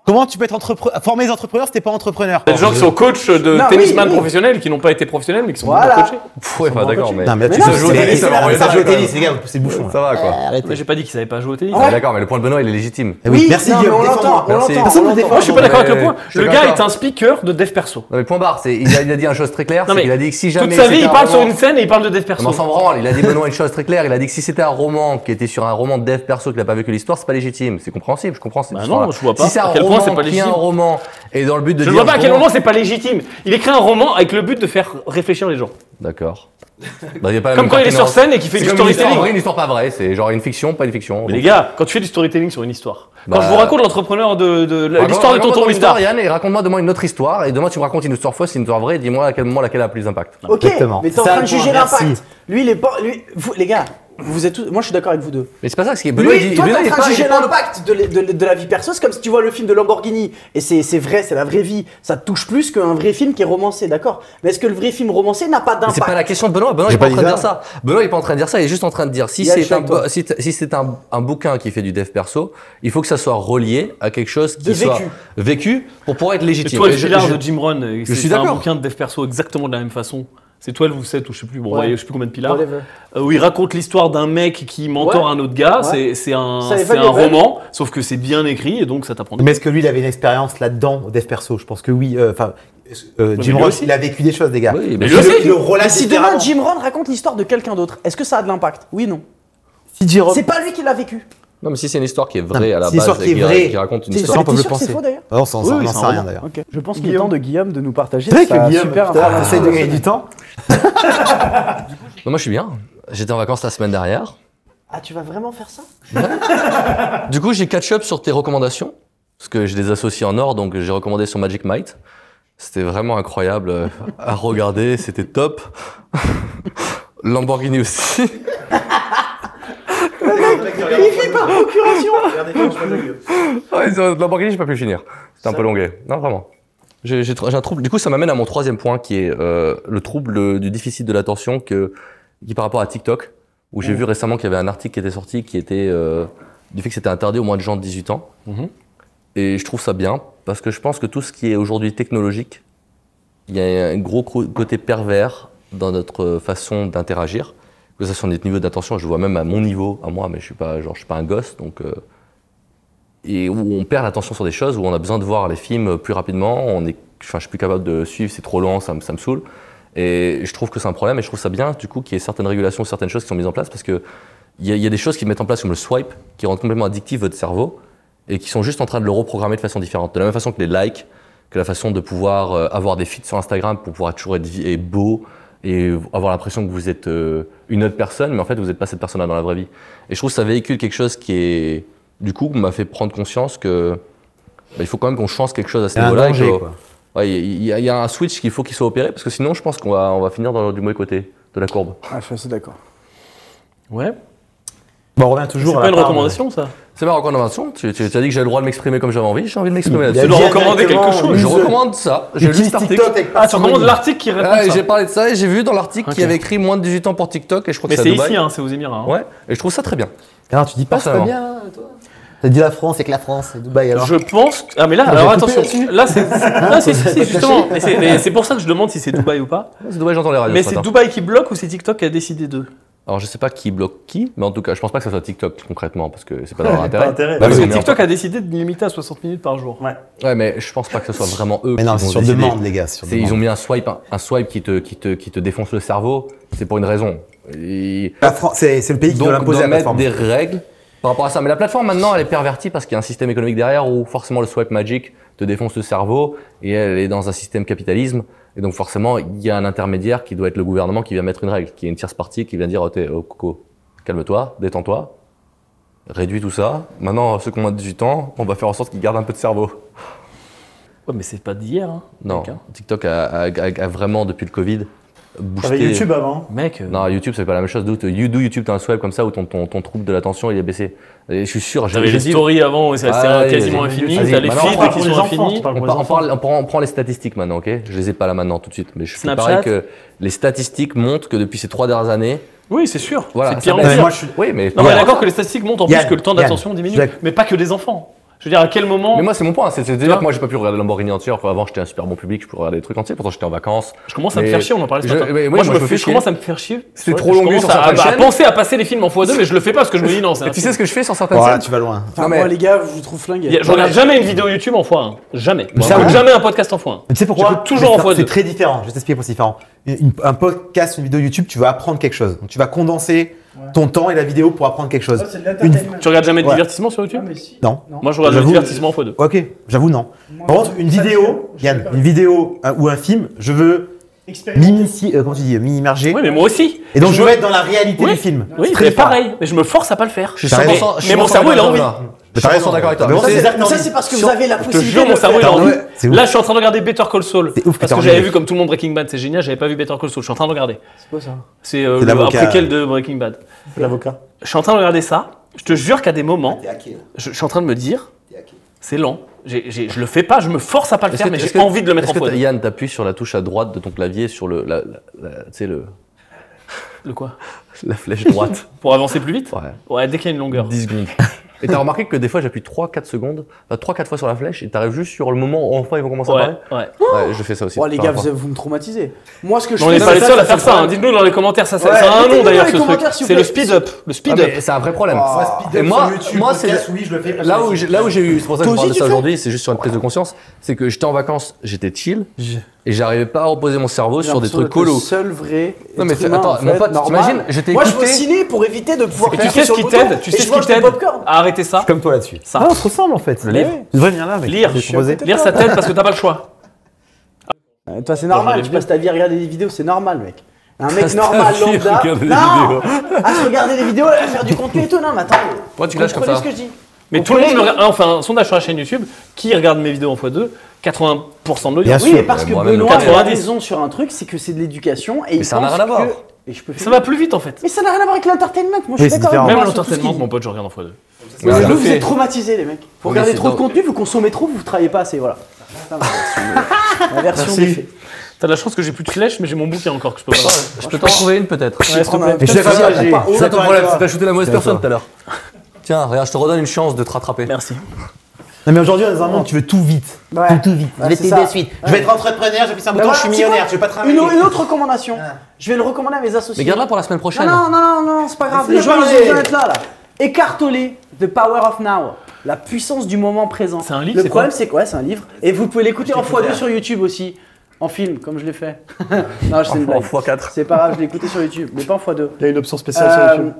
Comment tu peux être entrepre- former des entrepreneurs si t'es pas entrepreneur
Il y a des gens qui sont coachs de
Non,
tennisman
oui, oui.
professionnels qui n'ont pas été professionnels mais qui sont
Voilà.
coachés.
Pff, Ouais, enfin d'accord, mais.
Non, mais là,
Mais
tu
non,
sais,
mais
jouer
c'est-
au tennis,
c'est
ça va
la- ça
jouer au
va,
tennis, les gars, c'est le bouchon.
Ça va quoi.
Mais j'ai pas dit qu'ils savaient pas jouer au tennis.
Ouais.
Ouais, D'accord, mais le point de Benoît il est légitime.
Eh
Oui,
oui, merci
non, mais
Guillaume,
on l'entend,
défends-moi.
on
Merci.
l'entend.
Personne
on
ne
l'entend.
défend.
Moi, je suis pas d'accord avec le
Ouais,
point.
je suis
Le
d'accord
gars
avec
est
toi.
un speaker de dev perso.
Non, mais le point barre, c'est il, a- il a dit une chose très claire.
Non,
c'est
mais
qu'il a dit que si jamais.
Toute sa vie,
c'était
il
un
parle sur
roman-
une scène et il parle de dev
Non, mais on
perso.
s'en branle. Il a dit Benoît une chose très claire. Il a dit que si c'était un roman qui était sur un roman de dev perso qui n'a pas vécu l'histoire, c'est pas légitime. C'est compréhensible. Je comprends cette
Bah non,
histoire-là.
je vois pas.
Si c'est un
À quel point
roman
c'est pas
qui est un
légitime.
roman et dans le but de
Je ne
dire
vois pas à quel
comment-
moment c'est pas légitime. Il écrit un roman avec le but de faire réfléchir les gens.
D'accord. Bah, y a pas la
Comme
même
quand il est sur
pertinence.
scène et qu'il fait
C'est
du
comme une histoire
storytelling.
vraie, une histoire pas vraie. C'est genre une fiction, pas une fiction.
Mais les gars, quand tu fais du storytelling sur une histoire, quand
Bah,
je vous raconte l'entrepreneur de, de-
Raconte-
euh, l'histoire de
raconte
Tonton
ton histoire,
Windar,
Yann, et raconte-moi demain une autre histoire. Et demain, tu me racontes une histoire fausse, c'est une histoire vraie. et Dis-moi à quel moment laquelle a le plus d'impact.
Ok,
Exactement.
mais t'es en
Ça,
train
le
de
point,
juger
merci.
l'impact. Lui, il est pas. Lui, vous, les gars, vous êtes tous. Moi, je suis d'accord avec vous deux.
Mais c'est pas ça, ce qui est Benoît, il
Lui,
dit-
toi,
Benoît,
t'es
il est
en
pas-
train
il
de
est
juger
pas-
l'impact de, de- de la vie perso. C'est comme si tu vois le film de Lamborghini. Et c'est c'est vrai, c'est la vraie vie. Ça te touche plus qu'un vrai film qui est romancé, d'accord Mais est-ce que le vrai film romancé n'a pas
Mais C'est pas
d'impact
la question de Benoît. Benoît, il
J'ai
est pas en
pas
train de
dit
dire ça. Benoît, il est pas en train de dire ça. Il est juste en train de dire si
Yann, je
c'est
suis
un,
avec toi.
bo- si t- si c'est un, un bouquin qui fait du dev perso, il faut que ça soit relié à quelque chose qui
De vécu.
soit vécu pour pouvoir être
et
légitime.
toi,
Et
le
je-
filard
je-
de Jim Rohn,
suis
c'est un
d'accord.
bouquin de dev perso exactement de la même façon. C'est 12 ou 7 ou je sais plus, bon,
Ouais.
ouais, je sais plus combien de pilars.
Whatever.
Euh, où il raconte l'histoire d'un mec qui mentore
Ouais.
un autre gars.
Ouais.
C'est- C'est un,
Ça n'est
c'est
pas
un
nouvelle.
roman, sauf que c'est bien écrit et donc ça t'apprend. des-
Mais est-ce que lui, il avait une expérience là-dedans, au dev perso Je pense que oui. euh, Enfin, euh,
mais
Jim
lui
Ross,
aussi.
il a vécu des choses, les gars.
Oui,
Mais
mais
lui aussi.
Il le relate
Mais si demain
différemment.
Jim Rohn raconte l'histoire de quelqu'un d'autre, est-ce que ça a de l'impact Oui, non.
Si Jim Ross-
C'est pas lui qui l'a vécu.
Non, mais si c'est une histoire qui est
Non, mais
vraie à la
c'est une histoire
base,
qui est
et
vraie.
qui raconte une
C'est
histoire.
histoire-
on peut
t'es
le
sûr que c'est
penser.
faux, d'ailleurs
Ah, on s'en-
Oui,
on
oui,
n'en
c'est
sait
un
rien
roman.
d'ailleurs.
Je pense qu'il est
Guillaume.
temps de Guillaume de nous partager.
C'est vrai
sa
que Guillaume,
super
putain,
information
essaye de gagner du
personnelle.
temps.
Non, moi, je suis bien. J'étais en vacances la semaine dernière.
Ah, tu vas vraiment faire ça
Du coup, j'ai catch up sur tes recommandations, parce que je les associe en or, donc j'ai recommandé sur Magic Might. C'était vraiment incroyable euh, à regarder, c'était top. *laughs* Lamborghini aussi. Ah, ils ont- Lamborghini, j'ai pas pu finir. C'était un peu longué. Non, vraiment. J'ai j'ai tr- j'ai un trouble. Du coup, ça m'amène à mon troisième point, qui est euh, le trouble euh, du déficit de l'attention que qui par rapport à TikTok, où j'ai vu récemment qu'il y avait un article qui était sorti qui était euh, du fait que c'était interdit aux moins de gens de 18 ans.
Mhm.
Et je trouve ça bien parce que je pense que tout ce qui est aujourd'hui technologique, il y a un gros co- côté pervers dans notre façon d'interagir. Que ça soit notre niveau d'attention, je vois même à mon niveau, à moi, mais je suis pas genre je suis pas un gosse, donc euh, et où on perd l'attention sur des choses, où on a besoin de voir les films plus rapidement. On est, enfin, je suis plus capable de suivre, c'est trop lent, ça me, ça me saoule. Et je trouve que c'est un problème et je trouve ça bien du coup qu'il y ait certaines régulations, certaines choses qui sont mises en place parce que il y, a- il y a des choses qui mettent en place comme le swipe qui rendent complètement addictif votre cerveau et qui sont juste en train de le reprogrammer de façon différente. De la même façon que les likes, que la façon de pouvoir euh, avoir des feeds sur Instagram pour pouvoir toujours être vi- et beau et avoir l'impression que vous êtes euh, une autre personne, mais en fait vous n'êtes pas cette personne-là dans la vraie vie. Et je trouve que ça véhicule quelque chose qui est du coup m'a fait prendre conscience que bah, il faut quand même qu'on change quelque chose à ce
un
niveau-là. et
danger,
que-
quoi.
Ouais, Il y, a- il y a un switch qu'il faut qu'il soit opéré parce que sinon, je pense qu'on va, on va finir dans, le- du mauvais côté de la courbe.
Ah, je suis assez d'accord.
Ouais.
Bon, on revient
C'est
toujours à
pas
la
une
part,
recommandation, ça
C'est ma recommandation. Tu, tu, tu as dit que j'ai le droit de m'exprimer comme j'avais envie. J'ai envie de m'exprimer
Il y a
là-dessus.
bien
recommander
directement
quelque chose.
une-
Je recommande ça. J'ai lu
Utilise
cet article.
TikTok avec
Ah, tu recommandes
parcimonie.
l'article qui répond
Ah, et
ça.
j'ai parlé de ça et j'ai vu dans l'article
Ok.
qu'il y avait écrit moins de 18 ans pour TikTok et je crois
Mais
que
c'est
à Dubaï.
ici, hein, c'est aux Émirats. hein.
Ouais, et je trouve ça très bien.
Car tu dis pas c'est pas
Forcément.
bien, toi. T'as dit la France, c'est que la France, c'est Dubaï alors.
Je pense. que- Ah, mais là, alors
j'ai coupé
attention. Là, c'est. Ah, si, si, si, justement. Mais c'est- mais C'est pour ça que je demande si c'est Dubaï ou pas.
C'est Dubaï, j'entends les radios.
Mais
ce
c'est
matin.
Dubaï qui bloque ou c'est TikTok qui a décidé d'eux
Alors, je sais pas qui bloque qui, mais en tout cas, je pense pas que ça soit TikTok concrètement parce que c'est pas dans
*laughs*
leur
Pas
intérêt.
intérêt.
Bah
Parce
oui,
que
mais
TikTok a décidé de limiter à 60 minutes par jour.
enfin- Ouais, mais je pense pas que ce soit vraiment eux.
Mais non,
qui
c'est
vont
sur
décider.
demande, les gars. sur
C'est-
demande.
Ils ont mis un swipe, un, un swipe qui te, qui, te, qui te défonce le cerveau. C'est pour une raison. Et-
La France, c'est c'est le pays qui
Donc,
doit l'imposer à
doit
la
mettre
plateforme.
des règles par rapport à ça. Mais la plateforme, maintenant, elle est pervertie parce qu'il y a un système économique derrière où forcément le swipe magic te défonce le cerveau et elle est dans un système capitalisme. Et donc, forcément, il y a un intermédiaire qui doit être le gouvernement qui vient mettre une règle, qui est une tierce partie qui vient dire, oh, t'es- oh, coco, calme-toi, détends-toi, réduis tout ça. Maintenant, ceux qui ont moins de 18 ans, on va faire en sorte qu'ils gardent un peu de cerveau.
Ouais, mais c'est pas d'hier. Hein,
Non,
mec, hein.
TikTok a, a- a- a vraiment, depuis le Covid, boosté.
T'avais YouTube avant.
Mec, euh,
Non, YouTube, c'est pas la même chose. D'où te- you- d'où YouTube, t'as un swipe comme ça où ton, ton, ton trouble de l'attention il est baissé. Et je suis sûr, j'ai
t'avais
j'ai
les
dit-
stories avant, et ça-
Ah,
c'était
ouais,
quasiment
ouais,
infini.
vas-y,
T'as les
bah non, on
feeds
parle
qui
pour
sont
les enfants,
infinis.
tu parles
On,
pour
Bah,
les
par- on
enfants.
parle- on prend, on prend les statistiques maintenant, ok Je les ai pas là maintenant tout de suite, mais je suis
Snapchat.
pareil que les statistiques montrent que depuis ces trois dernières années,
Oui, c'est sûr.
voilà.
c'est de pire
ça-
en
Non, mais
pire.
moi, je suis-
Oui, mais
Non, mais
voilà.
d'accord que les statistiques montent en
Yann,
plus que le temps
Yann,
d'attention diminue.
je suis
Mais pas que des enfants. Je veux dire, à quel moment.
Mais moi, c'est mon point. C'est- C'est-à-dire
vois
que moi, j'ai pas pu regarder Lamborghini entière. Enfin, avant, j'étais un super bon public, je pouvais regarder des trucs entiers. Pourtant, j'étais en vacances.
je commence à me
mais-
faire chier, on en parlait ce
je-
matin.
mais oui,
moi,
moi,
je,
je
me
me
fais-
fais
je commence à me faire chier.
C'est
Ouais,
trop
je
long,
commence
sur
à,
certaines
à
chaînes.
penser à passer les films en x2, mais je le fais pas parce que je me dis non, c'est
Et tu sais
un-
ce que je fais sur certaines
Voilà,
scènes
tu vas loin.
Enfin,
Non, mais-
Moi, les gars, je vous trouve flingue.
Je regarde jamais une vidéo YouTube en x1. Jamais. Je
ça,
n'écoute
ouais.
jamais un podcast en x1.
Mais tu sais pourquoi
J'écoute toujours en
C'est-
fois deux.
C'est très différent. Je vais t'expliquer pourquoi c'est différent. Une- une- un podcast, une vidéo YouTube, tu vas apprendre quelque chose. Donc, tu vas condenser ton temps et la vidéo pour apprendre quelque chose.
Ça, c'est de l'entertainment.
Tu regardes jamais de
Ouais.
divertissement sur YouTube
Ah, mais si.
Non.
Non.
Moi, je regarde le
J'avoue,
divertissement en x2.
Ok, j'avoue non.
Moi,
Par contre, une
ça,
vidéo,
je- je
Yann,
fais pas.
une vidéo euh, ou un film, je veux
Expérience.
m'initier, euh, comment tu dis, euh, m'immerger.
Oui, mais moi aussi.
Et donc, je veux
me-
être dans la réalité
Oui.
du film.
Oui,
C'est
c'est
différent.
pareil. Mais je me force à pas le faire.
Je suis
T'as
100%
raison.
je suis
Mais mon
100%
cerveau, il a
d'accord
envie.
avec toi. Je
Mais
suis
t'as
100%
raison.
d'accord avec toi.
Mais
Mais
bon,
Ça,
c'est-
c'est- mais ça, c'est parce que vous avez la
Je te jure,
possibilité de
mon
le
cerveau il
faire.
a
Putain,
envie.
ouais, c'est ouf.
Là, je suis en train de regarder Better Call Saul.
C'est ouf que
parce
t'as
que j'avais
regardé.
vu comme tout le monde Breaking Bad, c'est génial, j'avais pas vu Better Call Saul. Je suis en train de regarder.
C'est quoi ça
C'est euh,
C'est
le- un
l'avocat.
préquel de Breaking Bad.
C'est L'avocat.
Je suis en train de regarder ça. Je te jure qu'à des moments,
T'es hacké, là.
je, je suis en train de me dire,
T'es hacké.
c'est lent. J'ai- j'ai- je le fais pas, je me force à pas le
Est-ce
faire,
que-
mais
est-ce
j'ai
que-
envie de le mettre en
est-ce que t'as-
pause.
Yann, t'appuies sur la touche à droite de ton clavier sur le, la, la- la- tu sais, le,
Le quoi
la flèche droite.
Pour avancer plus vite
Ouais.
Ouais, dès qu'il y a une longueur.
10 secondes. Et t'as remarqué que des fois j'appuie 3-4 secondes, enfin 3-4 fois sur la flèche et t'arrives juste sur le moment où enfin ils vont commencer à
Ouais,
parler.
ouais.
Ouais, je fais ça aussi.
Oh les
Enfin,
gars,
enfin.
vous, vous me traumatisez. Moi, ce que je
Non, on
fais,
n'est
c'est
pas les
ça,
seuls à
ça,
faire
c'est
ça. hein.
le
Dites-nous dans les commentaires, ça, ça-
Ouais,
ça a un
mettez-nous
nom
dans
d'ailleurs
les
ce truc.
commentaires, s'il vous
C'est le
plaît.
speed up. Le
Ah,
speed up.
mais c'est un vrai problème.
Oh.
speed up
et moi,
sur YouTube,
moi c'est
podcast, oui, je le fais. parce
là
que
où
c'est-
j'ai- là où j'ai eu, c'est pour ça que
Toi
je parle de ça
aussi, tu le fais
aujourd'hui, c'est juste sur une prise de conscience, c'est que j'étais en vacances, j'étais chill et j'arrivais pas à reposer mon cerveau
J'ai
sur des
l'impression
trucs
d'être le
colos.
seul vrai.
Non, mais
être
c'est-
humain,
attends,
en
mon
fait,
pote,
normal.
t'imagines, je t'ai
Moi, je vais
écouté-
au ciné pour éviter de pouvoir.
Et tu sais ce qui t'aide Tu sais ce qui t'aide à arrêter ça
Comme toi là-dessus.
Ça.
Ah, on se ressemble en fait.
Le livre.
Tu devrais venir là, mec.
Lire.
Je vais te proposer.
Lire, ça t'aide parce que t'as pas le choix.
Toi, c'est normal. Tu passes ta vie à regarder des vidéos, c'est normal, mec. Un mec normal,
vie à
lambda.
regarder des
Non À se regarder des vidéos, à faire du contenu et tout. Non, mais attends.
Pourquoi tu lâches comme
comprenez
ça
ce que je dis.
Mais tout le monde, me regarde- enfin, un sondage sur la chaîne YouTube, qui regarde mes vidéos en x2 80% de
Bien
l'audience.
sûr.
Oui, mais parce
mais
que
moi-même,
Benoît a
90.
raison sur un truc, c'est que c'est de l'éducation et il
ça n'a
pense
rien à voir.
que- Et je peux
Ça va plus vite en fait.
Mais ça n'a rien à voir avec l'entertainment. Moi, je
Oui,
suis
c'est
d'accord.
différent.
avec
Même
Benoît sur tout Ah, ce qu'il
l'entertainment,
dit.
mon pote, je regarde en x2.
Ouais, je
Nous,
le
vous
fais.
êtes traumatisés, les mecs. Vous
Oui,
regardez
c'est
trop de
dingue.
contenu, vous consommez trop, vous travaillez pas assez, voilà. Ça, ma version- Ma version
Merci.
des faits.
T'as de la chance que j'ai plus de flèche, mais j'ai mon bouquin encore que je peux voir.
Je peux t'en trouver une peut-être.
Je prends un-
Et je suis d'accord.
Peut-être pas haut,
C'est ton problème,
toi.
c'est t'as shooté la mauvaise personne tout à l'heure. Ah, Tiens, regarde, je te redonne une chance de te rattraper.
Merci.
Non, mais aujourd'hui, on est dans un monde, tu veux tout vite.
Ouais.
Tout vite.
Ouais, c'est ça.
Je vais être entrepreneur, j'appuie sur un
Bah
bouton,
voilà,
je suis
c'est quoi
millionnaire, je vais pas travailler.
Une, au- une autre recommandation. Je vais le recommander à mes associés.
Mais garde-la pour la semaine prochaine.
Non, non, non, non, non, c'est pas grave.
Laissez-le
Les gens, ils ont
parler.
besoin d'être là, là. Écartolez The Power of Now. la puissance du moment présent.
C'est un livre,
Le
c'est
problème,
quoi
c'est quoi C'est un livre. Et vous pouvez l'écouter en x2 sur YouTube aussi. En film, comme je l'ai fait. *laughs* non, je sais une blague.
x4.
C'est pas grave, je l'ai écouté sur YouTube, mais pas en x2.
Il y a une option spéciale sur
Euh,
YouTube.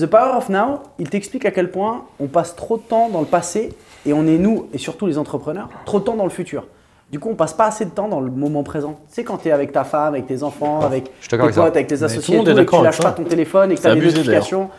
The Power of Now, il t'explique à quel point on passe trop de temps dans le passé et on est nous, et surtout les entrepreneurs, trop de temps dans le futur. Du coup, on passe pas assez de temps dans le moment présent. Tu sais, quand t'es avec ta femme, avec tes enfants, avec
suis
tes
d'accord avec
potes,
ça.
avec tes
tout le
associés, et
monde
tout,
est
et que
d'accord
tu
avec
lâches
ça.
pas ton téléphone et que
C'est
t'as des
abusé,
notifications.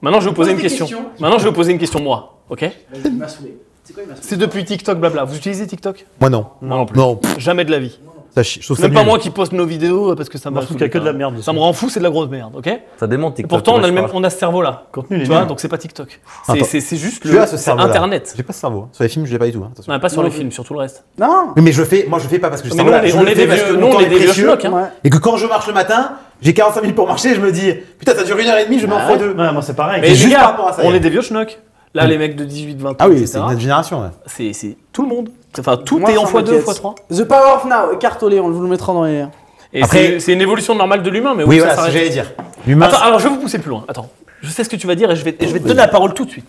Maintenant, je vais vous poser
Pose
une
des
question.
questions.
Maintenant, je vais vous poser une question, moi. OK
Il m'a saoulé. C'est quoi, il m'a saoulé
C'est depuis TikTok, blabla. Vous utilisez TikTok
Moi non.
Moi non plus.
Non,
Jamais de la vie.
ça, chie- je trouve ça
Même pas
nul.
moi qui poste nos vidéos euh, parce que ça me
Moi, je trouve qu'il y a que de la
merde.
merde.
Ça me rend fou, c'est de la grosse merde, ok Et
Ça démonte TikTok.
pourtant, on a,
ouais,
le
je
même,
parle.
on a ce cerveau-là.
Contenu,
Tu
les
vois,
merdes.
donc c'est pas TikTok. C'est-
Ah, Attends.
C'est c'est juste
Tu
le,
as ce
c'est
cerveau-là.
Internet.
J'ai pas ce cerveau. Sur les films, je l'ai pas du tout. hein, attention.
Non, pas sur
Non,
les
mais-
films, sur tout le reste.
Non
Mais je le fais, moi je le fais pas parce que je
Mais nous, on est- on est des vieux- nous, on est des vieux schnocks, hein.
Ouais.
Et que quand je marche le matin, j'ai 45 minutes pour marcher, je me dis putain, ça dure une heure et demie, je
Bah
m'en fous deux.
Ouais, moi, c'est pareil.
Mais
juste
les
par
gars,
rapport à ça,
on
y a- Mm.
est des vieux schnocks. Là, les mecs de 18, 20 ans,
Ah oui, c'est
etc.,
notre génération. ouais.
c'est c'est tout le monde. Enfin, tout
Moi,
est en
ça
x2,
m'inquiète.
x3.
The Power of Now, écartolé, on vous le mettra dans les.
Et
Après-
c'est- c'est une évolution normale de l'humain, mais
Oui,
où
voilà
ça
ce que
s'arrête
j'allais dire. L'humain.
Attends, alors je vais vous pousser plus loin. Attends, je sais ce que tu vas dire et je vais, et je vais te donner la parole tout de suite.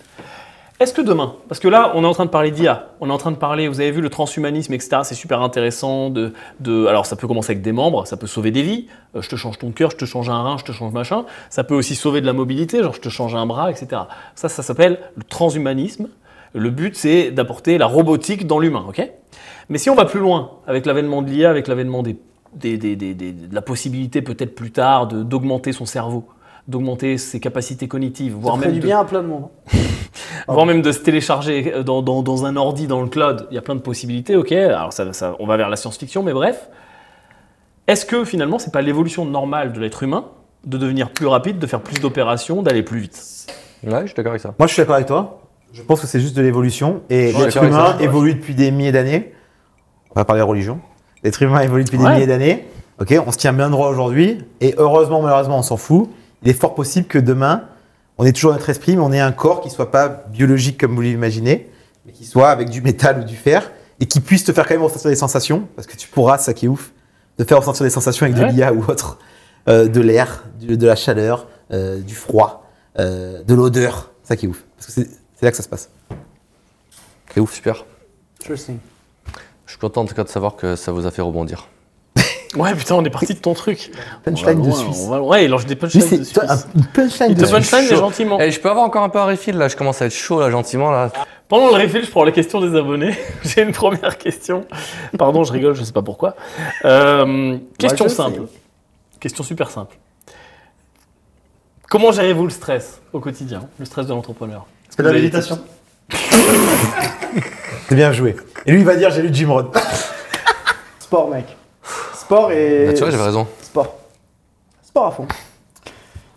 Est-ce que demain, parce que là, on est en train de parler d'IA, on est en train de parler, vous avez vu le transhumanisme, etc. C'est super intéressant. De, de, alors, ça peut commencer avec des membres, ça peut sauver des vies. Euh, je te change ton cœur, je te change un rein, je te change machin. Ça peut aussi sauver de la mobilité, genre je te change un bras, etc. Ça, ça s'appelle le transhumanisme. Le but, c'est d'apporter la robotique dans l'humain, ok mais si on va plus loin, avec l'avènement de l'IA, avec l'avènement des, des- des- des- des- de la possibilité peut-être plus tard de- d'augmenter son cerveau, d'augmenter ses capacités cognitives,
Ça
voire
ferait
même,
du
de,
bien à plein de monde.
voire même de se télécharger euh, dans, dans- dans un ordi, dans le cloud, il y a plein de possibilités, ok Alors ça, ça- on va vers la science-fiction, mais bref. Est-ce que finalement, c'est pas l'évolution normale de l'être humain de devenir plus rapide, de faire plus d'opérations, d'aller plus vite
Ouais, je suis d'accord avec ça.
Moi, je suis d'accord avec toi. Je pense que c'est juste de l'évolution. Et
Ouais,
l'être
d'accord
humain
avec ça.
évolue depuis des milliers d'années. On va parler religion. L'être humain évolue depuis des
Ouais.
milliers d'années. Ok, on se tient bien droit aujourd'hui. Et heureusement, malheureusement, on s'en fout. Il est fort possible que demain, on ait toujours notre esprit, mais on ait un corps qui soit pas biologique comme vous l'imaginez, mais qui soit avec du métal ou du fer et qui puisse te faire quand même ressentir des sensations. Parce que tu pourras, ça qui est ouf, te faire ressentir des sensations avec
Ouais.
de l'IA ou autre, Euh, de l'air, du- de la chaleur, euh, du froid, euh, de l'odeur. Ça qui est ouf. Parce que c'est c'est là que ça se passe.
C'est ouf, super.
Interesting.
Je suis content en tout cas de savoir que ça vous a fait rebondir.
Ouais, putain, on est parti de ton truc.
Punchline
On va
de
loin,
Suisse.
on va loin. Ouais, il lance des
Mais
punchlines
c'est
de
toi,
Suisse.
un- une punchline
Il te
de Suisse.
punchline, mais
chaud.
gentiment.
Eh, je peux avoir encore un peu un refill là, je commence à être chaud là, gentiment là.
Pendant le refill, je prends les questions des abonnés. *laughs* J'ai une première question. Pardon, je rigole, je sais pas pourquoi. Euh, question
je sais.
simple. Question super simple. Comment gérez-vous le stress au quotidien, le stress de l'entrepreneur Est-ce que
C'est de la
vous avez-
méditation.
C'est bien joué. Et lui, il va dire j'ai lu Jim Rohn.
Sport, mec. Sport et.
Bah, tu vois, j'avais raison.
Sport. Sport à fond.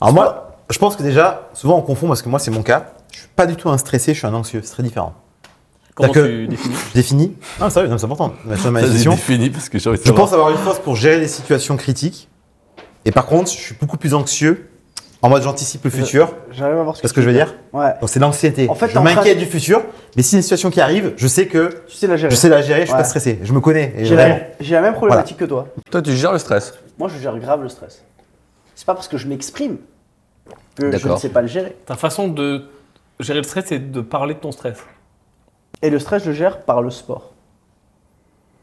Alors moi, je pense que déjà, souvent on confond parce que moi c'est mon cas. Je suis pas du tout un stressé, je suis un anxieux. C'est très différent.
Comment
T'as
tu définis
Je définis. Non, sérieux, Ah, non, c'est important. Ma- sur ma
Ça,
décision.
J'ai fini parce que j'ai envie de
Je
savoir.
pense avoir une force pour gérer les situations critiques. Et par contre, je suis beaucoup plus anxieux. En mode j'anticipe le
Euh,
futur.
J'arrive à voir ce
Tu vois ce que je veux dire
Ouais.
Donc c'est l'anxiété.
En fait, t'es
je
en train-
m'inquiète du futur, mais si une situation qui arrive, je sais que
Tu sais la gérer.
je sais la gérer, je suis
Ouais.
pas stressé, je me connais. et
J'ai
vraiment.
la, j'ai la même problématique que toi.
Toi, tu gères le stress.
Moi, je gère grave le stress. C'est pas parce que je m'exprime que je
D'accord.
ne sais pas le gérer.
Ta façon de gérer le stress, c'est de parler de ton stress.
Et le stress, je le gère par le sport.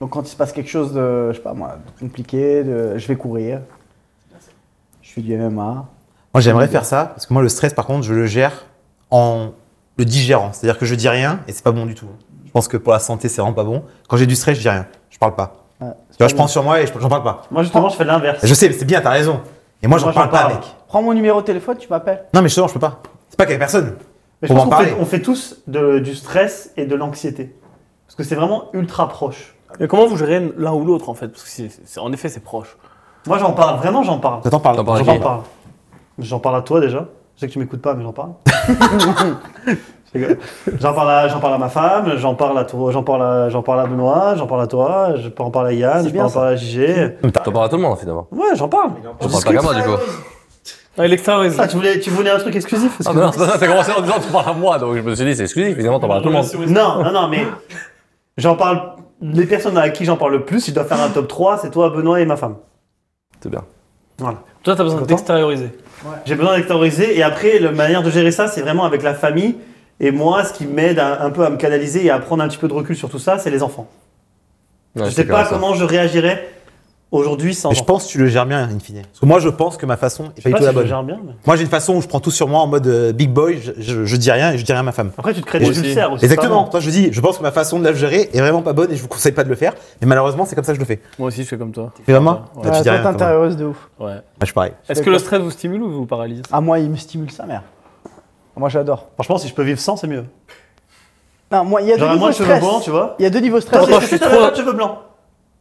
Donc, quand il se passe quelque chose de, je sais pas moi, de compliqué, de, je vais courir, je fais du MMA.
Moi, j'aimerais faire ça parce que moi, le stress, par contre, je le gère en le digérant. C'est-à-dire que je dis rien et c'est pas bon du tout. Je pense que pour la santé, c'est vraiment pas bon. Quand j'ai du stress, je dis rien. Je parle pas.
Ouais.
Tu vois, je prends sur moi et je- j'en parle pas.
Moi, justement, je fais l'inverse.
Je sais, mais c'est bien, t'as raison. Et moi, j'en
Moi,
parle pas, mec.
Prends mon numéro de téléphone, tu m'appelles.
Non, mais justement, je peux pas. C'est pas qu'il y a personne.
Mais je
Pour
pense
en
qu'on fait-
parler.
on fait tous de- du stress et de l'anxiété. Parce que c'est vraiment ultra proche.
Mais comment vous gérez l'un ou l'autre en fait Parce que c'est- c'est- en effet, c'est proche.
Moi, j'en parle, vraiment, j'en parle.
T'en parles.
T'en parles à
J'en
qui
parle. J'en parle à toi déjà. Je sais que tu m'écoutes pas, mais j'en parle. Je rigole. j'en parle, à- j'en parle à ma femme, j'en parle à toi, j'en parle à, j'en parle à Benoît, j'en parle à toi, je peux en parler à Yann,
C'est
je peux
bien,
en
ça.
parler à JG.
T'en parles à tout le monde finalement.
Ouais, j'en parle.
T'en parles pas qu'à moi du coup.
Ah, il est extravagant.
Ah, tu voulais, tu voulais un truc exclusif
Ah,
excuse-moi.
bah
*laughs*
non, ça *laughs* t'as commencé en disant tu parles à moi, donc je me suis dit c'est exclusif, évidemment t'en parles à tout le monde.
Non, non, non, mais j'en parle. Les personnes à qui j'en parle le plus, si je dois faire un top 3, c'est toi, Benoît et ma femme.
C'est bien.
Voilà.
Toi, t'as besoin
Content
d'extérioriser.
J'ai besoin d'extérioriser et après, la manière de gérer ça, c'est vraiment avec la famille Et moi, ce qui m'aide à- un peu à me canaliser et à prendre un petit peu de recul sur tout ça, c'est les enfants. je sais pas comment je réagirais aujourd'hui sans.
Mais je
enfants.
pense que tu le gères bien, in fine. Parce que moi, je pense que ma façon est
Je sais
pas du
pas
tout la
si je le
bonne.
gère bien. mais-
Moi, j'ai une façon où je prends tout sur moi en mode euh, big boy, je, je- je dis rien et je dis rien à ma femme.
Après, tu te crées des
Aussi.
ulcères aussi.
Exactement.
Ah, c'est
Toi, je dis, je pense que ma façon de la gérer est vraiment pas bonne et je vous conseille pas de le faire. Mais malheureusement, c'est comme ça que je le fais.
Moi aussi, je fais comme toi.
Mais vraiment
Ouais.
Bah, tu
Ouais,
dis
toi,
rien,
t'es
toi.
intérieure de ouf.
Ouais.
Bah, je suis pareil.
Est-ce que le stress vous stimule ou vous paralyse
À moi, il me stimule sa mère. Moi,
pas
j'adore.
mal. Franchement, si je peux vivre sans, c'est mieux.
Non, moi, il y a deux
J'aurais moins de
niveaux de
cheveux
stress.
blancs, tu vois.
Il y a deux niveaux de stress.
Attends,
moi,
je
je
suis
suis
trop...
trop-
de cheveux blancs.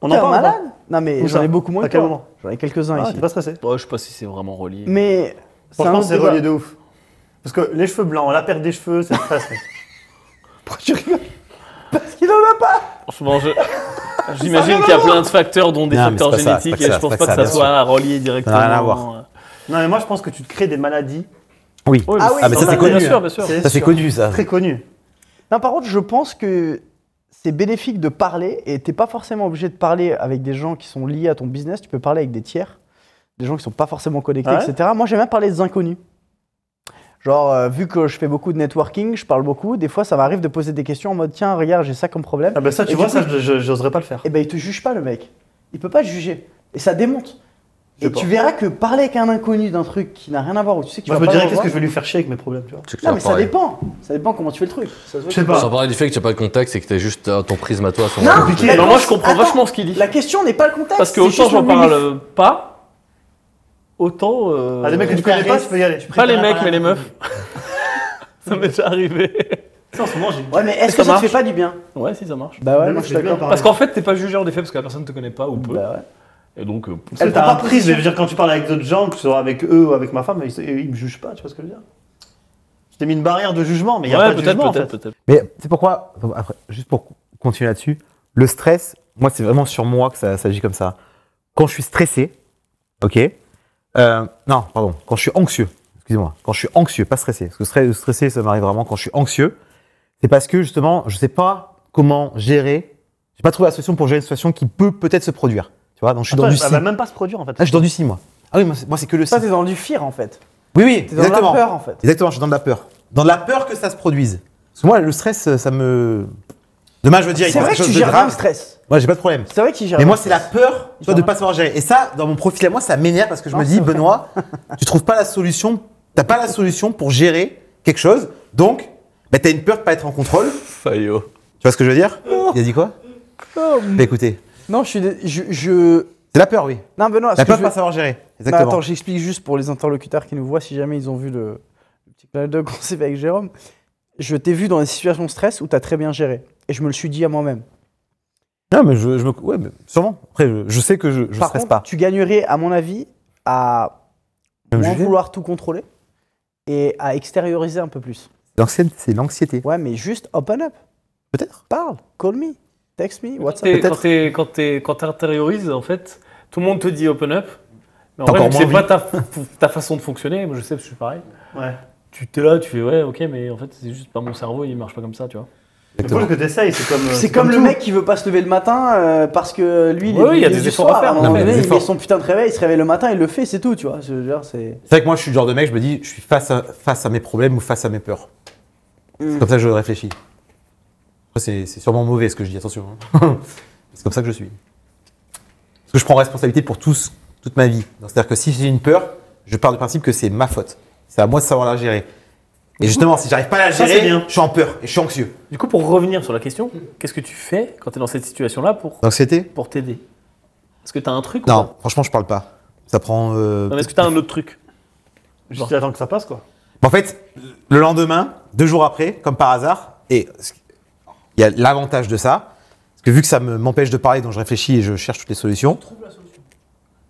On en
T'es un
parle ou pas
malade Non, mais
Où
j'en
ça
ai beaucoup moins
À
que
quel
toi.
moment
J'en ai quelques-uns
Ah,
ici.
t'es pas stressé.
Ouais, Bah, Je sais pas si c'est vraiment relié.
Mais un
Franchement,
autre
c'est
débat.
relié de ouf. Parce que les cheveux blancs, la perte des cheveux, c'est le stress. mec.
*laughs* Il en a pas
Franchement, je- *laughs* J'imagine qu'il y a plein de facteurs, dont des
Non, mais
facteurs
c'est pas ça,
génétiques,
c'est pas
et
ça,
je pense
c'est
pas
pas
que
ça,
ça
bien
soit relié directement. euh.
rien à voir.
non, mais moi, je pense que tu te crées des maladies.
Oui.
Ah Oui,
Ah oui,
ah, mais ça,
normal,
c'est
Bien
connu.
sûr,
hein.
bien sûr.
C'est
Ça, c'est
sûr.
connu, ça.
Très connu.
Non, par contre, je pense que c'est bénéfique de parler et t'es pas forcément obligé de parler avec des gens qui sont liés à ton business. Tu peux parler avec des tiers, des gens qui sont pas forcément connectés,
Ah ouais
etc. Moi, j'aime bien parler des inconnus. Genre, euh, vu que je fais beaucoup de networking, je parle beaucoup, des fois, ça m'arrive de poser des questions en mode tiens, regarde, j'ai ça comme problème.
Ah bah ça, tu
Et
vois,
du
ça, je- je- j'oserais pas le faire.
Et ben, il te juge pas, le mec. Il peut pas te juger. Et ça démonte.
Je
Et
sais pas.
tu verras que parler avec un inconnu d'un truc qui n'a rien à voir ou tu sais que tu
Moi, je
vas
me
pas
dirais
le
qu'est-ce que je
revoir-
vais lui faire chier avec mes problèmes, tu vois.
Tu
Non, mais ça dépend. Ça dépend comment tu fais le truc. Ça se voit
Je sais
que-
pas.
Sans parler du fait que tu n'as pas de contexte et que tu as juste euh, ton prisme à toi. sur-
Non,
compliqué.
la
Non, moi, je
cons-
comprends
Attends,
vachement ce qu'il dit.
La question n'est pas le contexte.
Parce que
c'est
autant
juste
j'en
le mix.
parle euh, pas, autant. euh,
Ah, des mecs que tu connais pas, tu peux y aller.
Pas les mecs, mais les meufs. *laughs* Ça m'est déjà arrivé.
Tu sais, en ce moment, j'ai.
Ouais, mais est-ce
Ça
que ça te
marche.
fait pas du bien
Ouais, si ça marche.
Bah ouais, moi
Moi,
je
je
suis
l'ai bien
d'accord.
parlé.
Parce qu'en fait, t'es pas jugé en effet parce que la personne te connaît pas ou peu.
Bah ouais.
Et donc, euh,
Elle t'a
t'as
pas
pas
prise, mais je veux dire, quand tu parles avec d'autres gens, que ce soit avec eux ou avec ma femme, ils, ils me jugent pas, tu vois ce que je veux dire Je t'ai mis une barrière de jugement, mais il y a
ouais,
pas de jugement, en fait.
peut-être.
Mais c'est pourquoi, après, juste pour continuer là-dessus, le stress, moi, c'est vraiment sur moi que ça s'agit comme ça. Quand je suis stressé, ok euh, Non, pardon, quand je suis anxieux, excusez-moi, quand je suis anxieux, pas stressé, parce que stre- stressé, ça m'arrive vraiment quand je suis anxieux, c'est parce que justement, je sais pas comment gérer, j'ai pas trouvé la solution pour gérer une situation qui peut peut-être se produire. Tu vois, donc je suis dans
Attends,
du
elle
si.
va
Là,
même pas se produire, en fait.
je suis dans du si, moi. Ah oui, moi, c'est- moi, c'est que le si.
Ça, t'es dans du fear en fait.
Oui, oui,
T'es dans de la peur en fait.
Exactement, je suis dans de la peur. Dans de la peur que ça se produise. Parce que moi, le stress, euh, ça me. Demain, je veux dire, il
C'est
passe
vrai
quelque
que tu
chose de
gères bien le
grave.
stress.
Moi, j'ai pas de problème.
C'est vrai qu'il gère.
Mais
bien
moi,
le
c'est la
stress.
peur
Il
toi,
gère
de
bien.
pas savoir gérer. Et ça, dans mon profil à moi, ça m'énerve parce que je
Non,
me dis, Benoît,
*laughs*
tu trouves pas la solution, t'as pas la solution pour gérer quelque chose. Donc, bah, t'as une peur de pas être en contrôle.
Fayot.
Tu vois ce que je veux dire Il a dit quoi
Oh,
Bah écoutez,
Non, je suis. dé- Je. je-
c'est la peur, oui.
Non, Benoît, ce
La
que
peur
je
de
veux-
pas savoir gérer.
Bah,
Exactement.
attends, j'explique juste pour les interlocuteurs qui nous voient si jamais ils ont vu le, le petit clin d'œil qu'on s'est fait avec Jérôme. Je t'ai vu dans des situations de stress où t'as très bien géré. Et je me le suis dit à moi-même.
non, mais je, je me. Ouais, mais sûrement. Après, je, je sais que je, je
Par
stresse
contre,
pas.
tu gagnerais, à mon avis, à
Me
moins
juger
vouloir tout contrôler et à extérioriser un peu plus.
L'anxiété- C'est l'anxiété.
Ouais, mais juste open up.
Peut-être.
Parle, call me, text me,
Quand
what's up.
t'es- quand t'es- quand t'es- quand t'intériorises, en fait, tout le monde te dit open up. Mais en
T'as
vrai,
encore
vu que c'est
moins
pas ta, *laughs* ta façon de fonctionner. Moi, je sais, parce que je suis pareil.
Ouais.
Tu t'es là, tu fais ouais, ok, mais en fait, c'est juste pas mon cerveau, il marche pas comme ça, tu vois.
Il faut que t'essayes, c'est comme. euh,
C'est comme, le
tout.
mec qui veut pas se lever le matin euh, parce que lui, il
Ouais, ouais,
est
il y a
il est
des
du
efforts
soir,
à faire.
un moment
Non, mais
donné,
des
il
efforts.
met son putain de réveil, il se réveille le matin, il le fait, c'est tout, tu vois. Je, genre, c'est...
C'est vrai que moi, je suis le genre de mec, je me dis, je suis face à, face à mes problèmes ou face à mes peurs. C'est comme ça que je réfléchis. Après, C'est c'est sûrement mauvais ce que je dis, attention. hein. *laughs* c'est comme ça que je suis. Parce que je prends responsabilité pour tous, toute ma vie. Donc, C'est-à-dire que si j'ai une peur, je pars du principe que c'est ma faute. C'est à moi de savoir la gérer. Et justement, si j'arrive pas à la
Ça,
gérer,
c'est bien.
je suis en peur et je suis anxieux.
Du coup, pour revenir sur la question, qu'est-ce que tu fais quand t'es dans cette situation-là pour,
L'anxiété
pour t'aider Est-ce que t'as un truc ou
Euh. Non,
pas
franchement, je parle pas. Ça prend. euh,
Non, mais est-ce que t'as un autre truc
Juste, il attend que ça passe, quoi.
En fait, le lendemain, deux jours après, comme par hasard, et ce- il y a l'avantage de ça, parce que vu que ça me- m'empêche de parler, donc je réfléchis et je cherche toutes les solutions.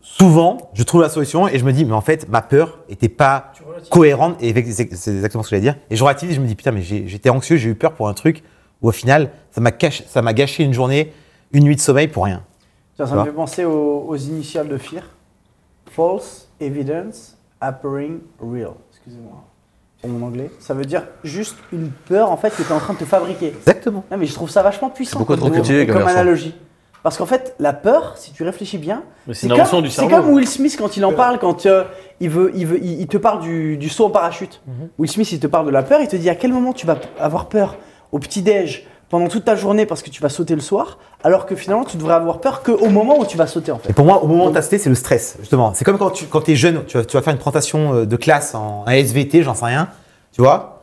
Souvent, je trouve la solution et je me dis, mais en fait, ma peur n'était pas cohérente, et effect- c'est c'est exactement ce que j'allais dire. Et je relativise, je me dis, putain, mais j'ai- j'étais anxieux, j'ai eu peur pour un truc, où au final, ça m'a cache- ça m'a gâché une journée, une nuit de sommeil pour rien.
Tiens, ça
Ça
me
va.
fait penser aux, aux initiales de FIR. False evidence appearing real. Excusez-moi pour mon anglais. Ça veut dire juste une peur en fait que tu es en train de te fabriquer.
Exactement.
Non, mais je trouve ça vachement puissant
beaucoup
comme
trop
mot,
cultivé comme
comme
version.
analogie. Parce qu'en fait, la peur, si tu réfléchis bien,
Mais c'est une invention
comme-
du
c'est
cerveau.
comme Will Smith quand il en parle, quand euh, il, veut, il, veut, il, il te parle du, du saut en parachute.
Mhm.
Will Smith, il te parle de la peur, il te dit à quel moment tu vas avoir peur au petit-déj, pendant toute ta journée parce que tu vas sauter le soir, alors que finalement tu devrais avoir peur qu'au moment où tu vas sauter en fait.
Et pour moi, au moment de tester, c'est le stress, justement. C'est comme quand tu quand es jeune, tu vas, tu vas faire une présentation euh, de classe en un SVT, j'en sais rien. Tu vois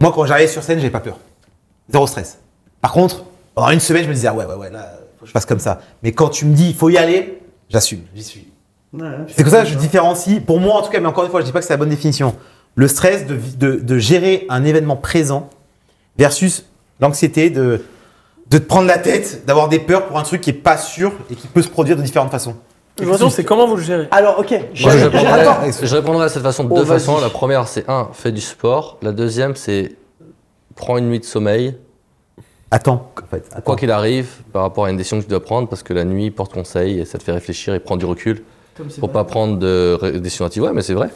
Moi, quand j'arrivais sur scène, j'avais pas peur. Zéro stress. Par contre, pendant une semaine, je me disais, ah ouais, ouais, ouais, là, faut que je fasse comme ça. Mais quand tu me dis, il faut y aller, j'assume, j'y suis. C'est comme ça que je différencie, pour moi en tout cas, mais encore une fois, je dis pas que c'est la bonne définition, le stress de, vi- de- de gérer un événement présent versus l'anxiété de, de te prendre la tête, d'avoir des peurs pour un truc qui est pas sûr et qui peut se produire de différentes façons.
La question, c'est comment vous le gérez
Alors ok,
Moi, je, répondrai,
attends.
je répondrai à cette façon de
Oh,
deux
vas-y.
façons. La première, c'est un, fais du sport. La deuxième, c'est prends une nuit de sommeil,
Attends, en fait. Attends.
quoi qu'il arrive, par rapport à une décision que tu dois prendre, parce que la nuit porte conseil et ça te fait réfléchir et prendre du recul pour pas prendre de ré- décision hâtive. Ouais, mais c'est vrai.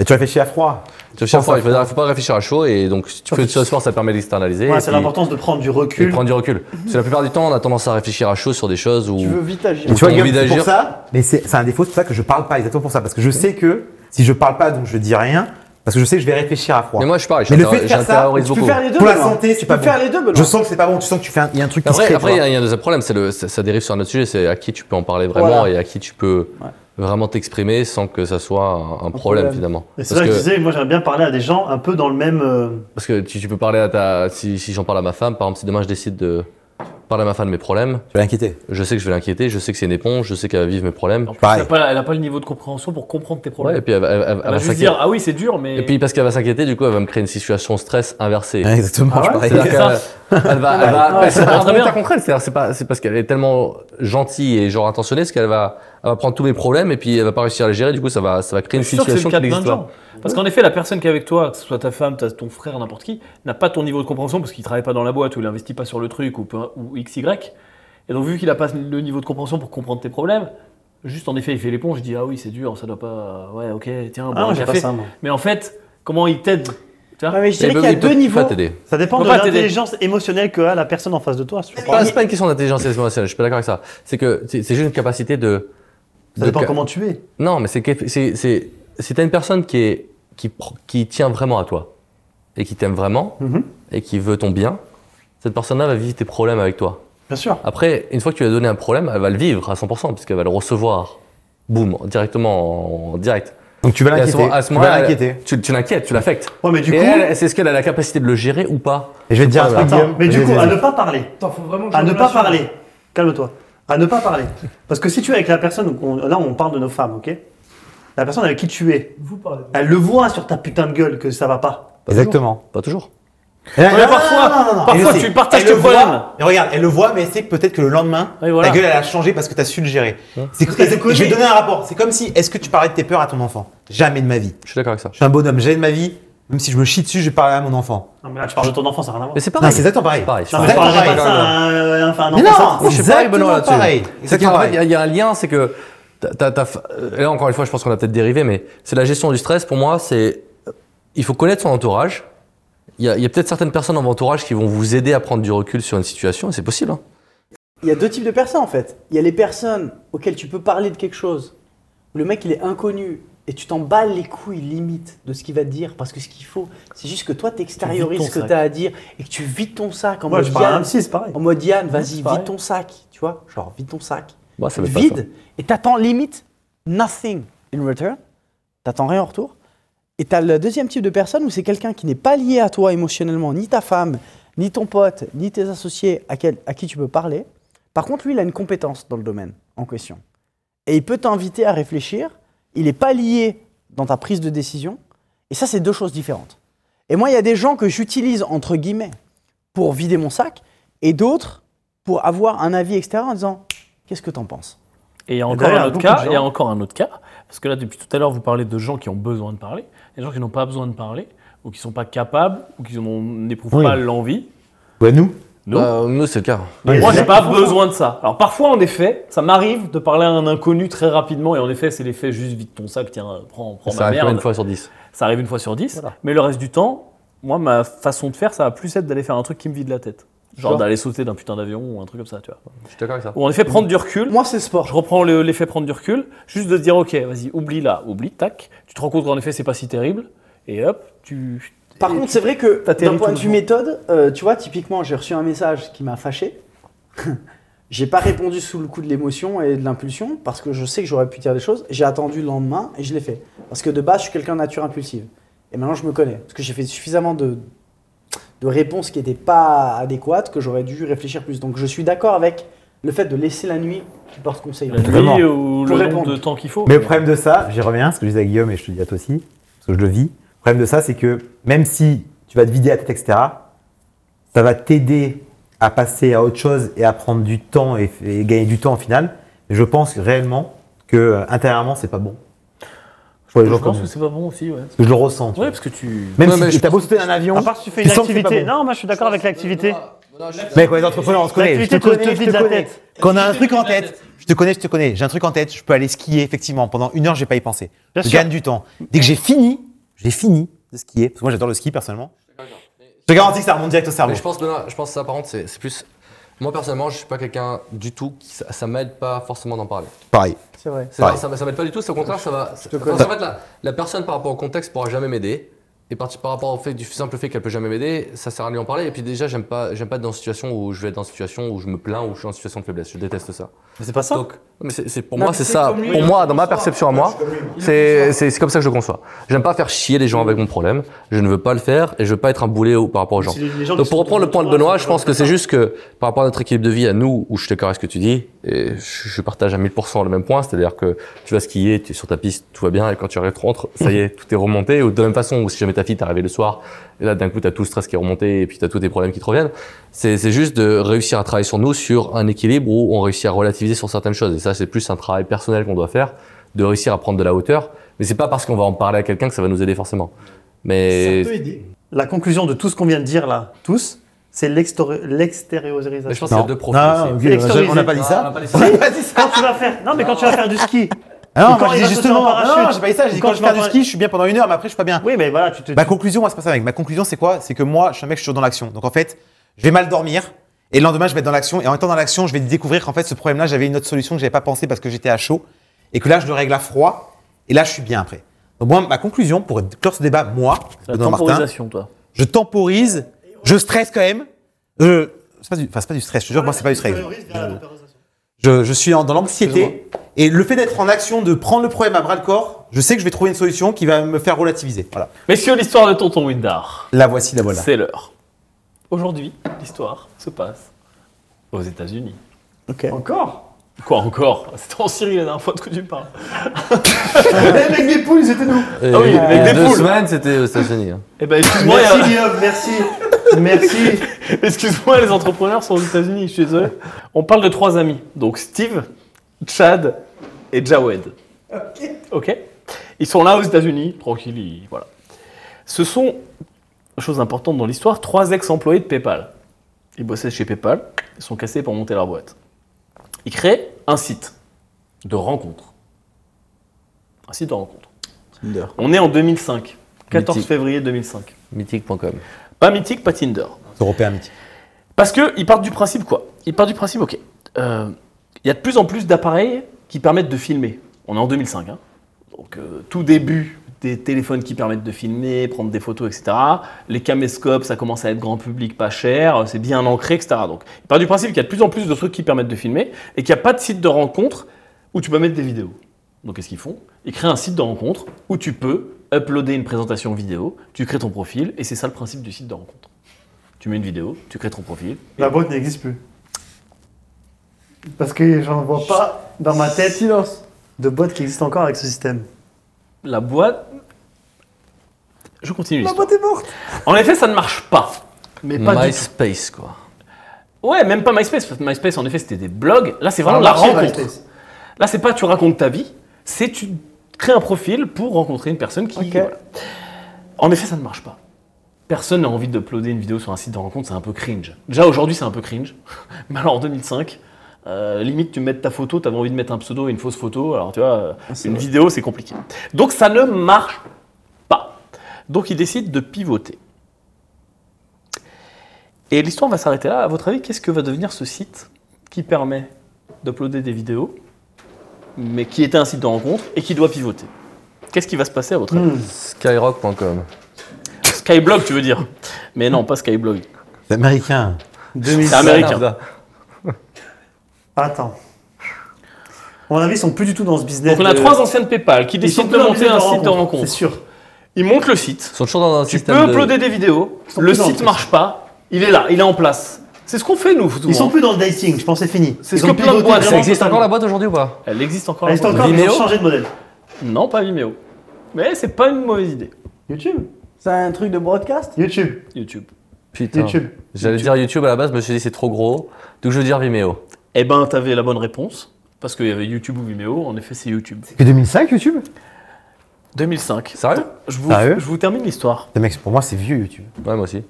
Et tu réfléchis à froid.
Tu réfléchis à froid, il faut, il faut pas réfléchir à chaud et donc si tu fais du sport, ça permet d'externaliser.
Ouais,
et
c'est
puis-
l'importance de prendre du
et de
recul.
prendre du recul. Parce que la plupart du temps, on a tendance à réfléchir à chaud sur des choses où.
Tu veux vite agir.
Ou
Tu vois,
t'as
Guillaume,
envie
c'est pour
d'agir.
ça, mais c'est c'est un défaut, c'est pour ça que je parle pas exactement pour ça. Parce que je sais que si je parle pas, donc je dis rien, parce que je sais que je vais réfléchir à froid.
Mais moi, je parle,
Mais le fait de faire ça,
j'intériorise
Tu peux
beaucoup.
faire les deux.
pour la
Benoît.
santé, c'est
tu
pas
peux faire
bon.
les deux. Benoît.
je sens que c'est pas bon, tu sens que tu fais un, il y a un truc qui se
Après,
crée,
après,
tu
il y,
vois.
a- il y a un deuxième problème, c'est le, ça, ça dérive sur un autre sujet, c'est à qui tu peux en parler vraiment
Voilà.
et à qui tu peux
Ouais.
vraiment t'exprimer sans que ça soit un, un problème,
problème.
finalement.
Et
Parce
c'est ça que je
que,
disais, moi j'aimerais bien parler à des gens un peu dans le même. euh,
parce que tu, tu peux parler à ta, si, si j'en parle à ma femme, par exemple, si demain je décide de parler à ma femme de mes problèmes,
Tu vas l'inquiéter.
je sais que je vais l'inquiéter, je sais que c'est une éponge, je sais qu'elle va vivre mes problèmes.
En plus,
Pareil.
elle a pas- elle n'a pas le niveau de compréhension pour comprendre tes
Ouais,
problèmes.
et puis elle, va- elle va- elle
elle va
va
juste
s'inquiéter.
dire Ah oui, c'est dur, mais.
Et puis parce qu'elle va s'inquiéter, du coup, elle va me créer une situation stress inversée.
Ouais, exactement,
Ah ouais
je parie.
Ça.
C'est-à-dire qu'elle- Bah, elle va, elle va-
ouais,
c'est
ça
pas
va
un
très
bon
bien.
tas contre elle, c'est-à-dire c'est pas, c'est parce qu'elle est tellement gentille et genre intentionnée, c'est qu'elle va, elle va prendre tous mes problèmes et puis elle va pas réussir à les gérer, du coup ça va, ça va créer une
Je suis sûr que c'est
situation
le
qui
cas de plein
n'existe
de
pas.
gens. Parce qu'en effet, la personne qui est avec toi, que ce soit ta femme, ta- ton frère, n'importe qui, n'a pas ton niveau de compréhension parce qu'il travaille pas dans la boîte ou il investit pas sur le truc ou, peu- ou XY. Et donc, vu qu'il a pas le niveau de compréhension pour comprendre tes problèmes, juste en effet, il fait l'éponge, il dit Ah oui, c'est dur, ça doit pas. Ouais, ok, tiens, bon,
Ah,
un
j'ai pas
café.
ça, moi.
Mais en fait, comment il t'aide Tu vois
Ouais, mais je
Et
dirais
bah,
qu'il y a
il peut
deux niveaux.
Pas t'aider.
Ça dépend
Faut
de
pas t'aider.
l'intelligence émotionnelle que a la personne en face de toi. je
C'est pas,
crois.
c'est pas une question d'intelligence émotionnelle, je suis pas d'accord avec ça. C'est que c'est c'est juste une capacité de.
Ça
de
dépend
ca-
comment tu es.
Non, mais c'est que- c'est c'est c'est t'as une personne qui est qui pr- qui tient vraiment à toi et qui t'aime vraiment
Mhm.
et qui veut ton bien. Cette personne-là va vivre tes problèmes avec toi.
Bien sûr.
Après, une fois que tu lui as donné un problème, elle va le vivre à 100% puisqu'elle va le recevoir. Boum, directement en, en direct.
*laughs* Donc tu vas
Et à ce
l'inquiéter.
moment- à ce
Tu
moment-là,
vas
elle-
l'inquiéter.
Tu, tu l'inquiètes, tu l'affectes.
Ouais, mais du
Et
coup.
elle, c'est ce qu'elle a la capacité de le gérer ou pas
Et je vais te dire un
Attends,
truc, Guillaume.
Attends, mais
Je
du
vais
coup,
te
à
dire.
ne pas parler. à ne pas parler. Calme-toi. À ne pas parler. Parce que si tu es avec la personne, donc on- là on parle de nos femmes, ok La personne avec qui tu es, elle le voit sur ta putain de gueule que ça va pas.
Exactement.
Pas toujours.
Et
Ouais, parfois, parfois, tu partages
elle le
tes problèmes.
voit, mais regarde, elle le voit, mais elle sait que peut-être que le lendemain,
Oui, voilà.
ta gueule, elle a changé parce que tu as su le gérer. C'est,
Parce qu'elle
c'est-
te connaît.
je vais donner un rapport. C'est comme si, est-ce que tu parlais de tes peurs à ton enfant Jamais de ma vie.
Je suis d'accord avec ça.
Je suis un bonhomme, j'ai de ma vie. Même si je me chie dessus, je vais parler à mon enfant.
Non, Ah, mais là tu parles de ton enfant, ça n'a rien à voir.
Mais c'est pareil.
Non, c'est exactement pareil.
pareil.
Non, mais
c'est
je parlerai
pareil.
pas de ça euh, à un, à un enfant.
Mais
ça-
non,
Je suis pas avec Benoît là-dessus.
Ah, pareil.
C'est qu'en
Exactement
fait, il y
pareil.
a- il y, a un lien, c'est que. t'as- t'as- t'as- et là, encore une fois, je pense qu'on a peut-être dérivé, mais c'est la gestion du stress. Pour moi, c'est. Il faut connaître son entourage. Il y a, il y a peut-être certaines personnes dans votre entourage qui vont vous aider à prendre du recul sur une situation, et c'est possible. hein.
Il y a deux types de personnes en fait. Il y a les personnes auxquelles tu peux parler de quelque chose. où Le mec il est inconnu et tu t'en bats les couilles limite de ce qu'il va te dire parce que ce qu'il faut, c'est juste que toi t'extériorises
ton
ce que
sac.
t'as à dire et que tu vides ton sac en
Moi
mode
je parle à un
Yann.
psy, c'est pareil.
En mode Yann, vas-y,
c'est
vide
pareil.
ton sac, tu vois, genre vide ton sac.
Moi, ça m'est pas ça.
vide et t'attends limite nothing in return. T'attends rien en retour. Et t'as le deuxième type de personne où c'est quelqu'un qui n'est pas lié à toi émotionnellement, ni ta femme, ni ton pote, ni tes associés à, quel- à qui tu peux parler. Par contre, lui, il a une compétence dans le domaine en question. Et il peut t'inviter à réfléchir. Il n'est pas lié dans ta prise de décision. Et ça, c'est deux choses différentes. Et moi, il y a des gens que j'utilise, entre guillemets, pour vider mon sac, et d'autres pour avoir un avis extérieur en disant, qu'est-ce que t'en penses
Et il y a encore un
d'ailleurs, il y a
autre
beaucoup de
cas,
gens.
il y a encore un autre cas, parce que là depuis tout à l'heure vous parlez de gens qui ont besoin de parler, il y a des gens qui n'ont pas besoin de parler, ou qui sont pas capables, ou qui n'ont- n'éprouvent
Oui.
pas l'envie.
Ouais, nous.
Nous,
Bah, nous, c'est le cas.
Mais
moi
c'est
j'ai
vrai
pas
qu'ils font ça.
besoin de ça. Alors parfois en effet, ça m'arrive de parler à un inconnu très rapidement, et en effet c'est l'effet juste vite ton sac, tiens, euh, prends, prends
ça
ma
arrive
merde.
une fois sur dix.
Ça arrive une fois sur dix, mais le reste du temps, moi ma façon de faire, ça va plus être d'aller faire un truc qui me vide la tête. Genre,
Genre.
d'aller sauter d'un putain d'avion ou un truc comme ça, tu vois.
Je suis d'accord avec ça.
Ou en effet, prendre du recul.
Moi, c'est sport.
Je reprends le- l'effet prendre du recul, juste de se dire, ok, vas-y, oublie là, oublie, tac. Tu te rends compte qu'en effet, c'est pas si terrible, et hop, tu.
Par contre, c'est vrai que
t'atterris
d'un point
tout
de
le
vue
temps.
méthode, euh, tu vois, typiquement, j'ai reçu un message qui m'a fâché. *laughs* j'ai pas répondu sous le coup de l'émotion et de l'impulsion parce que je sais que j'aurais pu dire des choses. J'ai attendu le lendemain et je l'ai fait. Parce que de base, je suis quelqu'un de nature impulsive. Et maintenant, je me connais. Parce que j'ai fait suffisamment de, de réponses qui n'étaient pas adéquates que j'aurais dû réfléchir plus. Donc, je suis d'accord avec le fait de laisser la nuit qui porte conseil.
La
Vraiment.
nuit ou le
Pour
nombre
répondre.
de temps qu'il faut. Mais
Mais le problème de ça, j'y reviens, ce que je disais à Guillaume et je te dis à toi aussi, parce que je le vis. Le problème de ça, c'est que même si tu vas te vider la tête, etc., ça va t'aider à passer à autre chose et à prendre du temps et, et gagner du temps en final. Mais je pense réellement que euh, intérieurement, c'est pas bon. Pour les
je
gens comme
pense
nous.
que c'est pas bon aussi, ouais.
Parce que je le ressens. tu
Ouais,
vois.
parce que tu.
Même
Ouais, mais
si
je
t'as beau sauter d'un avion,
À part si tu fais
Tu
une
sens que c'est pas
activité.
bon.
Non, moi je suis d'accord avec l'activité.
mais quoi, les entrepreneurs, on se connaît. Je Bah, te
L'activité
connais,
te, te
je
vide
te
la
connais.
tête.
Quand on a un truc en tête, je te connais, je te connais. J'ai un truc en tête, je peux aller skier, effectivement. Pendant une heure, j'ai pas y pensé.
Bien
je
sûr.
gagne du temps. Dès que j'ai fini, j'ai fini de skier. Parce que moi, j'adore le ski, personnellement. Je te garantis que ça remonte direct au cerveau.
Mais je pense, non, non, je pense que ça, par contre, c'est c'est plus. Moi, personnellement, je suis pas quelqu'un du tout qui. Ça, ça m'aide pas forcément d'en parler.
Pareil.
C'est vrai.
C'est vrai,
Ouais.
ça, va- ça m'aide pas du tout, c'est au contraire, ça va. ça-
connais.
parce qu'en fait, la, la personne par rapport au contexte pourra jamais m'aider. Et par, par rapport au fait du simple fait qu'elle peut jamais m'aider, ça sert à lui en parler. Et puis déjà, j'aime pas, j'aime pas être dans une situation où je vais être dans une situation où je me plains, où je suis en situation de faiblesse. Je déteste ça.
Mais c'est pas ça.
Donc, mais c'est, c'est- pour
Non,
moi,
mais
c'est
c'est
ça.
comme lui, hein.
Pour
il
moi, dans ma perception à moi, c'est, c'est, c'est comme ça que je le conçois. J'aime pas faire chier les gens avec mon problème. Je ne veux pas le faire et je veux pas être un boulet au- par rapport aux gens.
C'est les- les gens
Donc
qui
pour
sont
reprendre le point de
autour,
Benoît,
c'est
je pense que
comme
c'est
ça.
juste que par rapport à notre équilibre de vie à nous, où je te caresse ce que tu dis, et je je partage à 1000% le même point, c'est-à-dire que tu vas skier, tu es sur ta piste, tout va bien, et quand tu arrives rentres, ça y est, tout est remonté, ou de la même façon, ou si jamais ta fille t'est arrivée le soir, et là d'un coup t'as tout le stress qui est remonté, et puis t'as tous tes problèmes qui te reviennent, c'est c'est juste de réussir à travailler sur nous, sur un équilibre où on réussit à relativiser sur certaines choses, et ça c'est plus un travail personnel qu'on doit faire, de réussir à prendre de la hauteur, mais c'est pas parce qu'on va en parler à quelqu'un que ça va nous aider forcément. Mais
La conclusion de tout ce qu'on vient de dire là, tous, c'est l'extori-
mais je
l'extériorisation.
pense qu'il y a
Non.
deux profils aussi.
Non,
C'est extériorisé.
on n'a pas dit
Ah, on a
ça.
pas les-
On
*laughs*
n'a pas dit ça.
Quand tu vas faire, non mais quand tu vas faire du ski,
Ah non,
Ou quand
moi, je
il
dis
va sauter en
justement.
parachute.
Non, j'ai pas dit ça. J'ai dit
Ou
quand
quand
je
je
fais du
m'en-
ski, je suis bien pendant une heure, mais après, je suis pas bien.
oui mais voilà, tu te.
Ma conclusion, moi, c'est pas ça, mec. Ma conclusion, c'est quoi C'est que moi, je suis un mec, je suis toujours dans l'action. Donc, en fait, je vais mal dormir. Et le lendemain, je vais être dans l'action. Et en étant dans l'action, je vais découvrir qu'en fait, ce problème-là, j'avais une autre solution que j'avais pas pensé parce que j'étais à chaud. Et que là, je le règle à froid. Et là, je suis bien après. Donc, moi, ma conclusion, pour clore ce débat, moi,
La
Benoît Martin,
temporisation, toi.
je temporise, je stresse quand même. Euh, c'est pas du, enfin, c'est pas du stress, je te jure, moi, c'est pas du stress. Je, je suis en- dans l'anxiété. Et le fait d'être en action, de prendre le problème à bras le corps, je sais que je vais trouver une solution qui va me faire relativiser. Voilà.
Messieurs, l'histoire de Tonton Windar.
La voici, la voilà.
C'est l'heure. Aujourd'hui, l'histoire se passe aux États-Unis.
*laughs* Encore
Quoi encore C'était en Syrie la dernière fois de que tu me parles.
Avec des poules, c'était nous.
Et
Ah oui,
il y
avec
a
des
deux
poules.
semaines, c'était aux États-Unis. hein.
Eh ben, excuse-moi,
Merci Guillaume, merci, *laughs* merci.
euh, *laughs* excuse-moi, les entrepreneurs sont aux États-Unis, je suis désolé. On parle de trois amis. Donc, Steve, Chad et Jawed. Ok. Ils sont là aux États-Unis, tranquilles, ils- voilà. Ce sont, chose importante dans l'histoire, trois ex-employés de PayPal. Ils bossaient chez PayPal, ils sont cassés pour monter leur boîte. Ils créent un site de rencontre. Un site de rencontre. On est en 2005, 14
Mythique.
février 2005.
Mythique.com.
Pas Mythique, pas Tinder.
Européen mythique.
Parce qu'ils partent du principe quoi Ils partent du principe, ok, euh, il y a de plus en plus d'appareils qui permettent de filmer. On est en 2005, hein. donc euh, tout début des téléphones qui permettent de filmer, prendre des photos, etc. Les caméscopes, ça commence à être grand public, pas cher, euh, c'est bien ancré, etc. Donc ils partent du principe qu'il y a de plus en plus de trucs qui permettent de filmer et qu'il n'y a pas de site de rencontre où tu peux mettre des vidéos. Donc qu'est-ce qu'ils font Ils créent un site de rencontre où tu peux uploader une présentation vidéo, tu crées ton profil et c'est ça le principe du site de rencontre. Tu mets une vidéo, tu crées ton profil,
La boîte n'existe plus. Parce que j'en vois pas dans ma tête silence de boîte qui existe encore avec ce système.
La boîte. Je continue. l'histoire.
boîte est morte.
En effet, ça ne marche pas. Mais pas du tout.
MySpace, quoi.
Ouais, même pas MySpace. parce que MySpace, en effet, c'était des blogs. Là, c'est vraiment de la
marché,
rencontre.
Ah, MySpace.
Là, c'est pas tu racontes ta vie, c'est tu crées un profil pour rencontrer une personne qui. voilà. En effet, ça ne marche pas. Personne n'a envie d'uploader une vidéo sur un site de rencontre, c'est un peu cringe. Déjà aujourd'hui, c'est un peu cringe. *laughs* Mais alors en 2005, euh, limite, tu mets ta photo, tu avais envie de mettre un pseudo et une fausse photo. Alors tu vois, euh,
Ah, c'est
une
vrai.
vidéo, c'est compliqué. Donc ça ne marche pas. Donc ils décident de pivoter. Et l'histoire va s'arrêter là. À votre avis, qu'est-ce que va devenir ce site qui permet d'uploader des vidéos, mais qui était un site de rencontre et qui doit pivoter Qu'est-ce qui va se passer à votre avis
Skyrock.com.
Skyblog, tu veux dire Mais non, pas Skyblog.
C'est américain.
C'est américain.
Attends. À mon avis, ils sont plus du tout dans ce business.
Donc on a
de-
trois anciennes PayPal qui
Euh, Ils sont
décident de
plus dans le
monter un
business
site de rencontre.
C'est sûr.
Ils montent le site.
Ils sont toujours dans un
Tu
système
peux
de...
uploader des vidéos,
sont
le
plus dans le
site
truc.
marche pas, il est là, il est en place. C'est ce qu'on fait nous. souvent.
Ils sont plus dans le dating, je pense que c'est fini.
C'est ce
Ils ont
que plein de
pivoté
boîtes-
vraiment
Ça existe
totalement.
encore la boîte aujourd'hui ou pas
Elle existe encore.
Elle existe
la boîte.
encore, mais ils ont
Vimeo
changé de modèle.
Non, pas Vimeo. Mais c'est pas une mauvaise idée.
YouTube
C'est un truc de broadcast
YouTube,
YouTube.
Putain.
YouTube.
J'allais dire YouTube à la base, mais je me suis dit c'est trop gros. Donc je veux dire Vimeo.
Eh ben, t'avais la bonne réponse parce qu'il y avait YouTube ou Vimeo. En effet, c'est YouTube.
Depuis 2005, YouTube
2005.
Sérieux
Je vous,
Sérieux
je vous termine l'histoire.
Mais mec, pour moi, c'est vieux, YouTube.
Ouais, moi aussi.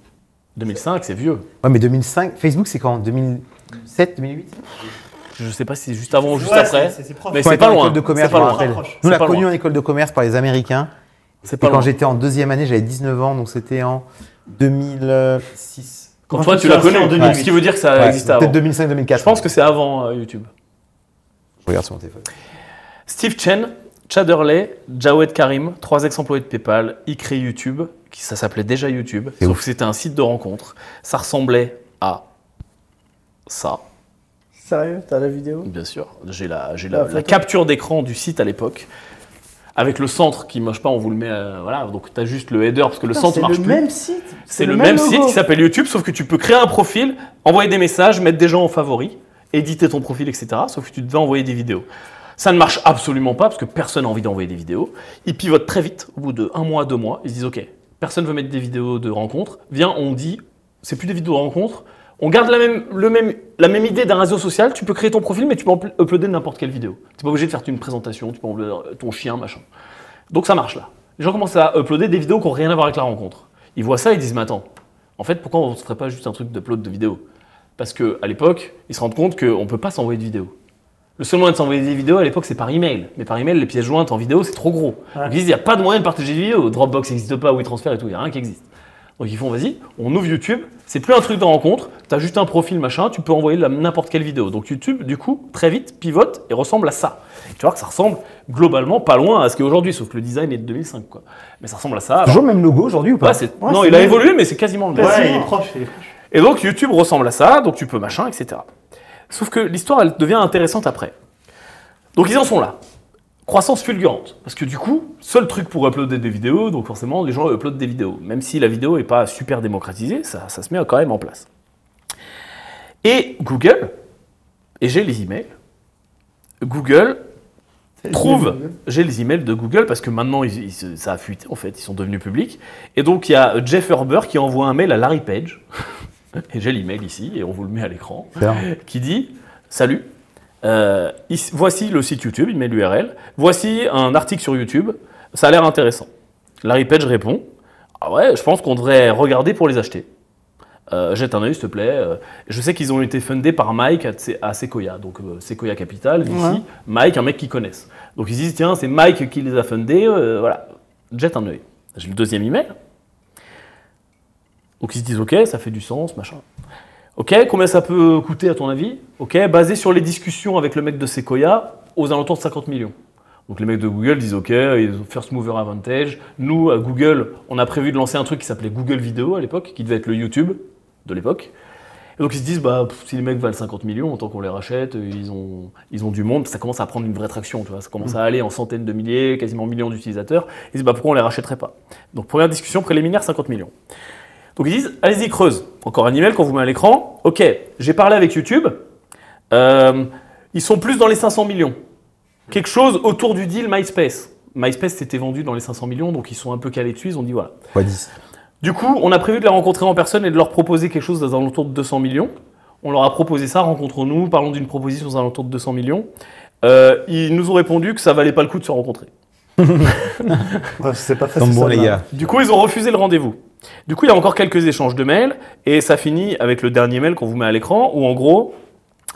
2005, c'est vieux.
Ouais, mais 2005, Facebook, c'est quand 2007, 2008
Je sais pas si c'est juste avant ou juste
Ouais,
après.
c'est- c'est proche.
Mais
Quand
c'est
j'étais
pas
en
loin.
école de commerce,
C'est pas
je me
loin.
rappelle.
C'est
Nous, on l'a
pas
connu
loin.
en école de commerce par les Américains.
C'est
Et
pas
quand
loin.
j'étais en deuxième année, j'avais 19 ans, donc c'était en 2006.
Quand
Moi,
toi,
je
tu
me
l'as
suis inscrit
connu en
en
2008.
2008.
Ce qui veut dire que ça
Ouais,
existait avant.
Peut-être 2005-2004.
Je pense que c'est avant euh, YouTube.
Je regarde sur mon téléphone.
Steve Chen, Chad Hurley, Jawed Karim, trois ex-employés de PayPal, ils créent YouTube, qui ça s'appelait déjà YouTube,
C'est
sauf
ouf.
que c'était un site de rencontre. Ça ressemblait à ça,
Sérieux, t'as la vidéo
bien sûr. J'ai la, j'ai la-
La
la
photo.
capture d'écran du site à l'époque. Avec le centre qui ne marche pas, on vous le met. euh, voilà, donc tu as juste le header parce que le
Putain,
centre
C'est
marche
le
plus.
même site.
C'est le même, site
logo.
qui s'appelle YouTube, sauf que tu peux créer un profil, envoyer des messages, mettre des gens en favoris, éditer ton profil, etc. Sauf que tu devais envoyer des vidéos. Ça ne marche absolument pas parce que personne n'a envie d'envoyer des vidéos. Ils pivotent très vite, au bout de un mois, deux mois. Ils se disent Ok, personne veut mettre des vidéos de rencontres. Viens, on dit C'est plus des vidéos de rencontres. On garde la même, le même, la même idée d'un réseau social. Tu peux créer ton profil, mais tu peux upl- uploader n'importe quelle vidéo. Tu n'es pas obligé de faire une présentation, tu peux uploader euh, ton chien, machin. Donc ça marche là. Les gens commencent à uploader des vidéos qui n'ont rien à voir avec la rencontre. Ils voient ça, ils disent Mais attends, en fait, pourquoi on ne se ferait pas juste un truc d'upload de vidéos Parce que à l'époque, ils se rendent compte qu'on ne peut pas s'envoyer de vidéos. Le seul moyen de s'envoyer des vidéos à l'époque, c'est par email. Mais par email, les pièces jointes en vidéo, c'est trop gros.
Ouais.
Donc ils disent Il n'y a pas de moyen de partager des vidéos. Dropbox n'existe pas, WeTransfer et tout, il n'y a rien qui existe. Donc ils font Vas-y, on ouvre YouTube, c'est plus un truc de rencontre, tu as juste un profil machin, tu peux envoyer la- n'importe quelle vidéo. Donc YouTube, du coup, très vite, pivote et ressemble à ça. Tu vois que ça ressemble globalement pas loin à ce qu'est aujourd'hui, sauf que le design est de 2005. Quoi. Mais ça ressemble à ça.
Toujours le même logo aujourd'hui ou
Alors,
pas
ouais, c'est-
Ouais,
non,
c'est
il a
même.
évolué, mais c'est quasiment le même.
Ouais, il est proche, il est proche.
Et donc YouTube ressemble à ça, donc tu peux machin, etc. Sauf que l'histoire, elle devient intéressante après. Donc ils en sont là. Croissance fulgurante. Parce que du coup, seul truc pour uploader des vidéos, donc forcément les gens uploadent des vidéos. Même si la vidéo n'est pas super démocratisée, ça, ça se met quand même en place. Et Google, et j'ai les emails, Google trouve, j'ai les emails de Google parce que maintenant ils- ils se- ça a fuité en fait, ils sont devenus publics. Et donc il y a Jeff Herber qui envoie un mail à Larry Page, *laughs* et j'ai l'email ici, et on vous le met à l'écran, qui dit Salut, euh, ici- voici le site YouTube, il met l'URL, voici un article sur YouTube, ça a l'air intéressant. Larry Page répond Ah ouais, je pense qu'on devrait regarder pour les acheter. Euh, jette un œil, s'il te plaît. Euh, je sais qu'ils ont été fundés par Mike à, Tse- à Sequoia, donc euh, Sequoia Capital, ici.
Ouais.
Mike, un mec qu'ils connaissent. Donc ils disent Tiens, c'est Mike qui les a fundés, euh, voilà, jette un œil. J'ai le deuxième email. Donc ils se disent Ok, ça fait du sens, machin. Ok, combien ça peut coûter à ton avis Ok, basé sur les discussions avec le mec de Sequoia, aux alentours de 50 millions. Donc les mecs de Google disent ok, ils ont first mover advantage. Nous à Google, on a prévu de lancer un truc qui s'appelait Google Vidéo à l'époque, qui devait être le YouTube de l'époque. Et donc ils se disent bah pff, si les mecs valent 50 millions, autant qu'on les rachète, ils ont ils ont du monde, ça commence à prendre une vraie traction, tu vois, ça commence à aller en centaines de milliers, quasiment millions d'utilisateurs. Ils disent bah pourquoi on les rachèterait pas Donc première discussion préliminaire 50 millions. Donc ils disent, allez-y, creuse. Encore un email qu'on vous met à l'écran. Ok, j'ai parlé avec YouTube. Euh, ils sont plus dans les 500 millions. Quelque chose autour du deal MySpace. MySpace s'était vendu dans les 500 millions, donc ils sont un peu calés dessus. Ils ont dit voilà.
Fois 10.
Du coup, on a prévu de les rencontrer en personne et de leur proposer quelque chose dans un alentour de 200 millions. On leur a proposé ça, rencontrons-nous, parlons d'une proposition dans un alentour de 200 millions. Euh, ils nous ont répondu que ça valait pas le coup de se rencontrer.
Bref, c'est pas
Comme
facile.
bon,
ça,
les
là.
gars.
Du coup, ils ont refusé le rendez-vous. Du coup, il y a encore quelques échanges de mails et ça finit avec le dernier mail qu'on vous met à l'écran où en gros,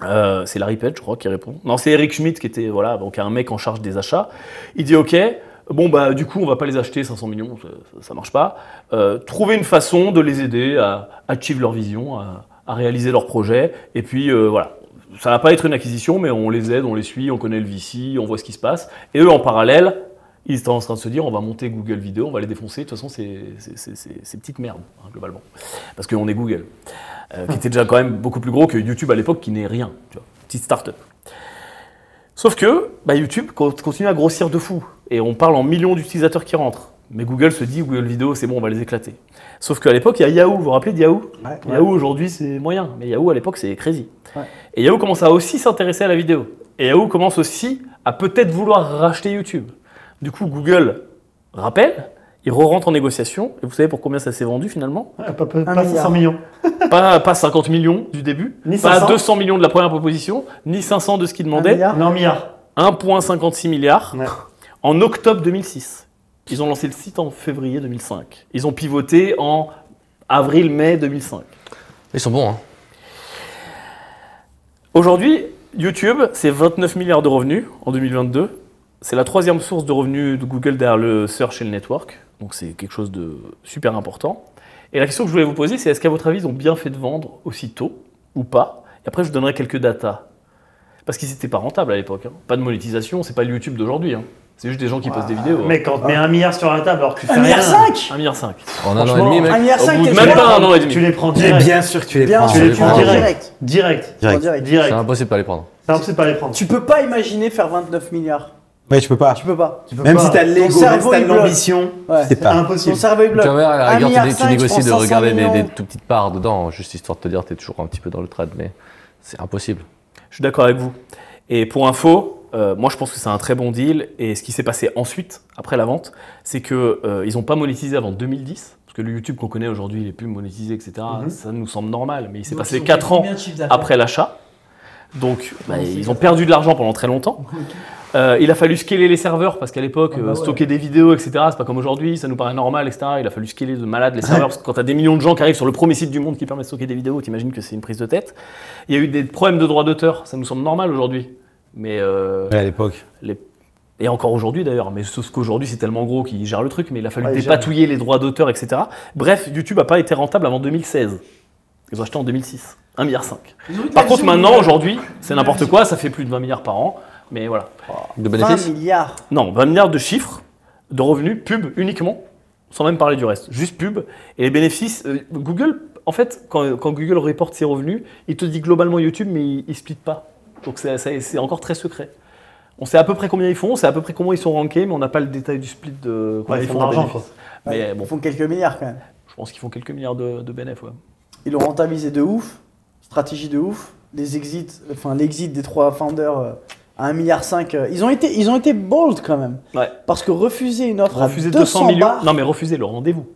euh, c'est Larry Page, je crois, qui répond. Non, c'est Eric Schmidt qui était voilà, donc un mec en charge des achats. Il dit OK, Bon, bah, du coup, on va pas les acheter, 500 millions, ça, ça- ça marche pas. Euh, trouver une façon de les aider à achieve leur vision, à, à réaliser leur projet. Et puis, euh, voilà. Ça va pas être une acquisition, mais on les aide, on les suit, on connaît le VC, on voit ce qui se passe. Et eux, en parallèle, ils étaient en train de se dire on va monter Google Vidéo, on va les défoncer. De toute façon, c'est c'est- c'est- c'est- c'est petite merde, hein, globalement. Parce qu'on est Google, euh,
Hmm.
qui était déjà quand même beaucoup plus gros que YouTube à l'époque, qui n'est rien. Tu vois, petite start-up. Sauf que bah, YouTube co- continue à grossir de fou. Et on parle en millions d'utilisateurs qui rentrent. Mais Google se dit, Google Vidéo, c'est bon, on va les éclater. Sauf qu'à l'époque, il y a Yahoo. Vous vous rappelez de Yahoo
Ouais.
Yahoo, aujourd'hui, c'est moyen. Mais Yahoo, à l'époque, c'est crazy.
Ouais.
Et Yahoo commence à aussi s'intéresser à la vidéo. Et Yahoo commence aussi à peut-être vouloir racheter YouTube. Du coup, Google rappelle, il re-rentre en négociation. Et vous savez pour combien ça s'est vendu finalement
Ah, Pas, pas,
Un
pas
milliard.
500 millions.
pas, pas 50 millions du début,
Ni
pas
500.
200 millions de la première proposition, ni 500 de ce qu'il
Un
demandait.
milliard
Non, milliard.
1,56 milliard
Ouais.
en octobre 2006. Ils ont lancé le site en février 2005. Ils ont pivoté en avril-mai 2005.
Ils sont bons, hein.
Aujourd'hui, YouTube, c'est 29 milliards de revenus en 2022. C'est la troisième source de revenus de Google derrière le search et le network. Donc c'est quelque chose de super important. Et la question que je voulais vous poser, c'est est-ce qu'à votre avis, ils ont bien fait de vendre aussitôt ou pas Et après, je vous donnerai quelques datas. Parce qu'ils n'étaient pas rentables à l'époque. hein. Pas de monétisation, c'est pas le YouTube d'aujourd'hui. hein. C'est juste des gens qui postent des vidéos.
Mec, quand on te met un milliard sur la table alors que tu fais
Un milliard
rien,
5
1,5 milliard. cinq.
En un an et
Franchement,
demi, mec.
Un milliard
Au
cinq,
bout de
quelqu'un
même
l'a-
pas un an et demi.
tu les prends
Mais
direct.
bien sûr que tu les
Bien
prends.
sûr,
les
tu
prends
en
direct.
direct.
Direct.
En
Direct.
direct.
C'est
Direct.
impossible de pas les prendre.
C'est impossible de pas les prendre.
Tu peux pas imaginer faire 29 milliards.
Ouais, tu peux pas.
Tu peux pas.
Tu peux
Même
pas.
si t'as le
Ton
l'ego, même si
cerveau,
t'as
il
de
bloque.
l'ambition,
Ouais.
c'est pas.
Ton
impossible.
cerveau il
Ta
bloque.
mère, à la
Un
rigueur, tu
milliard
dé- tu
cinq, je
négocies
pense
de
500
regarder des,
millions.
des tout petites parts dedans, juste histoire de te dire, t'es toujours un petit peu dans le trad, mais c'est impossible.
Je suis d'accord avec vous. Et pour info, euh, moi je pense que c'est un très bon deal. Et ce qui s'est passé ensuite, après la vente, c'est qu'ils n'ont pas monétisé avant 2010. Parce que le YouTube qu'on connaît aujourd'hui, il est plus monétisé, etc.
Mhm.
Ça nous semble normal. Mais il s'est
Donc,
passé
ils ont
4
fait
ans
combien de chiffres d'affaires
après l'achat. Donc bah,
Ouais, c'est
ils
ça.
ont perdu de l'argent pendant très longtemps. Euh, il a fallu scaler les serveurs parce qu'à l'époque,
Ah bah
euh, stocker des vidéos, etc., c'est pas comme aujourd'hui, ça nous paraît normal, etc. Il a fallu scaler de malade les serveurs parce que quand t'as des millions de gens qui arrivent sur le premier site du monde qui permet de stocker des vidéos, t'imagines que c'est une prise de tête. Il y a eu des problèmes de droit d'auteur, ça nous semble normal aujourd'hui. Mais euh,
Ouais, à l'époque.
les- Et encore aujourd'hui d'ailleurs, mais sauf qu'aujourd'hui c'est tellement gros qu'ils gèrent le truc, mais il a fallu
Ouais, ils
dépatouiller les droits d'auteur, etc. Bref, YouTube a pas été rentable avant 2016. Ils ont acheté en 2006, 1,5 milliard.
Ils ont eu de la
Par contre
vision,
maintenant,
mais-
aujourd'hui, c'est n'importe quoi, ça fait plus de 20 milliards par an, mais voilà.
De
20
bénéfices
milliards.
Non, 20 milliards de chiffres, de revenus, pub uniquement, sans même parler du reste, juste pub. Et les bénéfices, euh, Google, en fait, quand, quand Google reporte ses revenus, il te dit globalement YouTube, mais il ne split pas. Donc c'est- c'est c'est encore très secret. On sait à peu près combien ils font, on sait à peu près comment ils sont rankés, mais on n'a pas le détail du split de combien
Ouais,
ils
ils
font
font
de
d'argent, quoi.
bénéfices.
Ouais,
Mais bon,
Ils font quelques milliards quand même.
je pense qu'ils font quelques milliards de, de bénéfices. ouais.
Ils l'ont rentabilisé de ouf, stratégie de ouf, les exits, enfin l'exit des trois founders euh, à 1,5 milliard. euh, Ils ont été, ils ont été bold quand même.
Ouais.
Parce que refuser une offre
Refuser
à 200
200 millions.
bars,
Non, mais refuser le rendez-vous.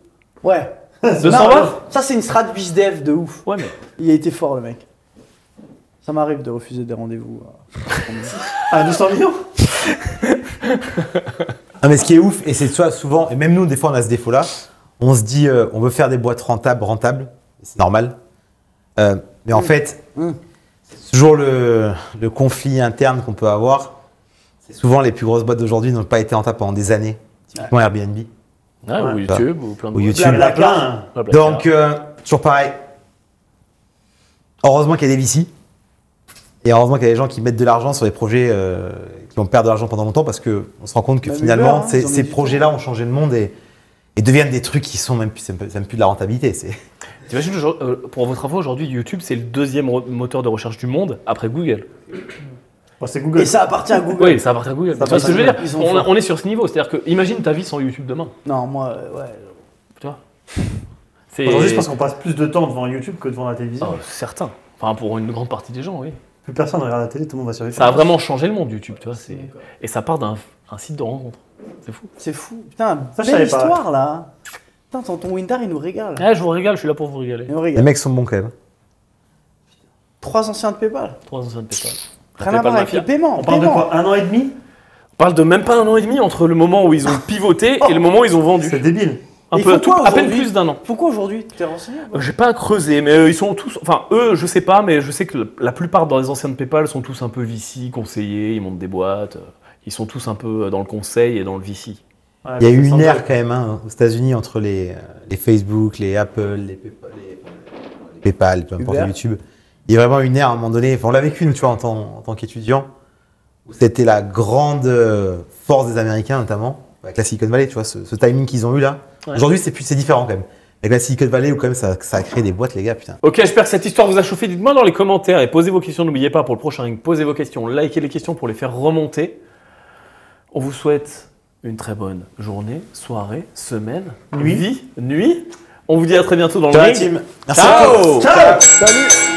ouais.
*laughs* 200
Non,
bars
Ça c'est une strat bizdev de ouf.
Ouais, mais
Il a été fort le mec. Ça m'arrive de refuser des rendez-vous. euh, *laughs*
Ah, 200 millions
Non, Ah, mais ce qui est ouf, et c'est soit souvent, et même nous, des fois, on a ce défaut-là, on se dit, euh, on veut faire des boîtes rentables, rentables, c'est normal. Euh, mais en fait,
Mmh.
c'est toujours le, le conflit interne qu'on peut avoir. C'est souvent les plus grosses boîtes d'aujourd'hui n'ont pas été rentables pendant des années, typiquement Airbnb
Ouais, ou YouTube, ou plein de
ou YouTube.
Il y en a plein.
Blabla.
Donc, euh, toujours pareil. Heureusement qu'il y a des VC. Et heureusement qu'il y a des gens qui mettent de l'argent sur des projets euh, qui vont perdre de l'argent pendant longtemps parce qu'on se rend compte que
Même
finalement,
Uber, hein,
ces,
ils ont
ces
mis du
projets-là ont changé le monde et, et deviennent des trucs qui sont même plus, c'est même c'est même plus de la rentabilité.
*laughs*
C'est
T'imagines, aujourd'hui- euh, pour votre info, aujourd'hui, YouTube, c'est le deuxième re- moteur de recherche du monde après Google.
Bon, c'est
Et
Google.
ça appartient à Google.
Oui, ça appartient à Google.
Ça
Tu vois ce que je veux dire
appartient à Google. Ils sont
on,
forts.
on est sur ce niveau. C'est-à-dire que, imagine ta vie sans YouTube demain.
Non moi, euh, ouais.
Tu vois C'est
Aujourd'hui, je pense qu'on passe plus de temps devant YouTube que devant la télévision.
Oh, certain. Enfin, pour une grande partie des gens, oui.
Plus personne ne regarde la télé, tout le monde va sur YouTube.
Ça a vraiment changé le monde, YouTube. Tu vois, c'est- Et ça part d'un un site de rencontre. C'est fou.
C'est fou. Putain,
Ça, je savais
belle
pas.
histoire là. Putain, tonton Winter il nous régale.
Ah, je vous régale, je suis là pour vous régaler.
Il nous
les
régale.
mecs sont bons quand même.
Trois anciens de PayPal.
Trois anciens de PayPal.
Rien à voir avec le paiement.
On parle de
paiement.
quoi Un an et demi
On parle de même pas un an et demi entre le moment où ils ont pivoté et le moment où ils ont
C'est
vendu.
débile.
Un
Oh. Ils
peu,
font quoi
tout- à peine
aujourd'hui
plus d'un an.
Pourquoi aujourd'hui T'es renseigné ou pas
Euh, J'ai pas creusé, mais euh, ils sont tous. Enfin, eux, je sais pas, mais je sais que le- la plupart dans les anciens de PayPal sont tous un peu VC, conseillers, ils montent des boîtes. euh, Ils sont tous un peu euh, dans le conseil et dans le VC.
Ouais,
Il y a
c'est
eu une
sympa.
ère quand même hein, aux États-Unis entre les, euh, les Facebook, les Apple, les PayPal, les, les PayPal, peu importe
Uber.
YouTube. Il y a vraiment une ère à un moment donné. Enfin, on l'a vécu, nous, tu vois, en tant, en tant qu'étudiant, où c'était la grande euh, force des Américains, notamment, avec la Silicon Valley, tu vois, ce, ce timing qu'ils ont eu là.
Ouais.
Aujourd'hui, c'est plus, c'est différent quand même. Avec la Silicon Valley, où quand même ça, ça a créé des boîtes, les gars, putain.
Ok, j'espère que cette histoire vous a chauffé. Dites-moi dans les commentaires et posez vos questions. N'oubliez pas pour le prochain ring, posez vos questions, likez les questions pour les faire remonter. On vous souhaite une très bonne journée, soirée, semaine, nuit, vie, nuit. On vous dit à très bientôt dans le
Ciao, la
ring.
team. Merci
Ciao.
beaucoup.
Ciao Salut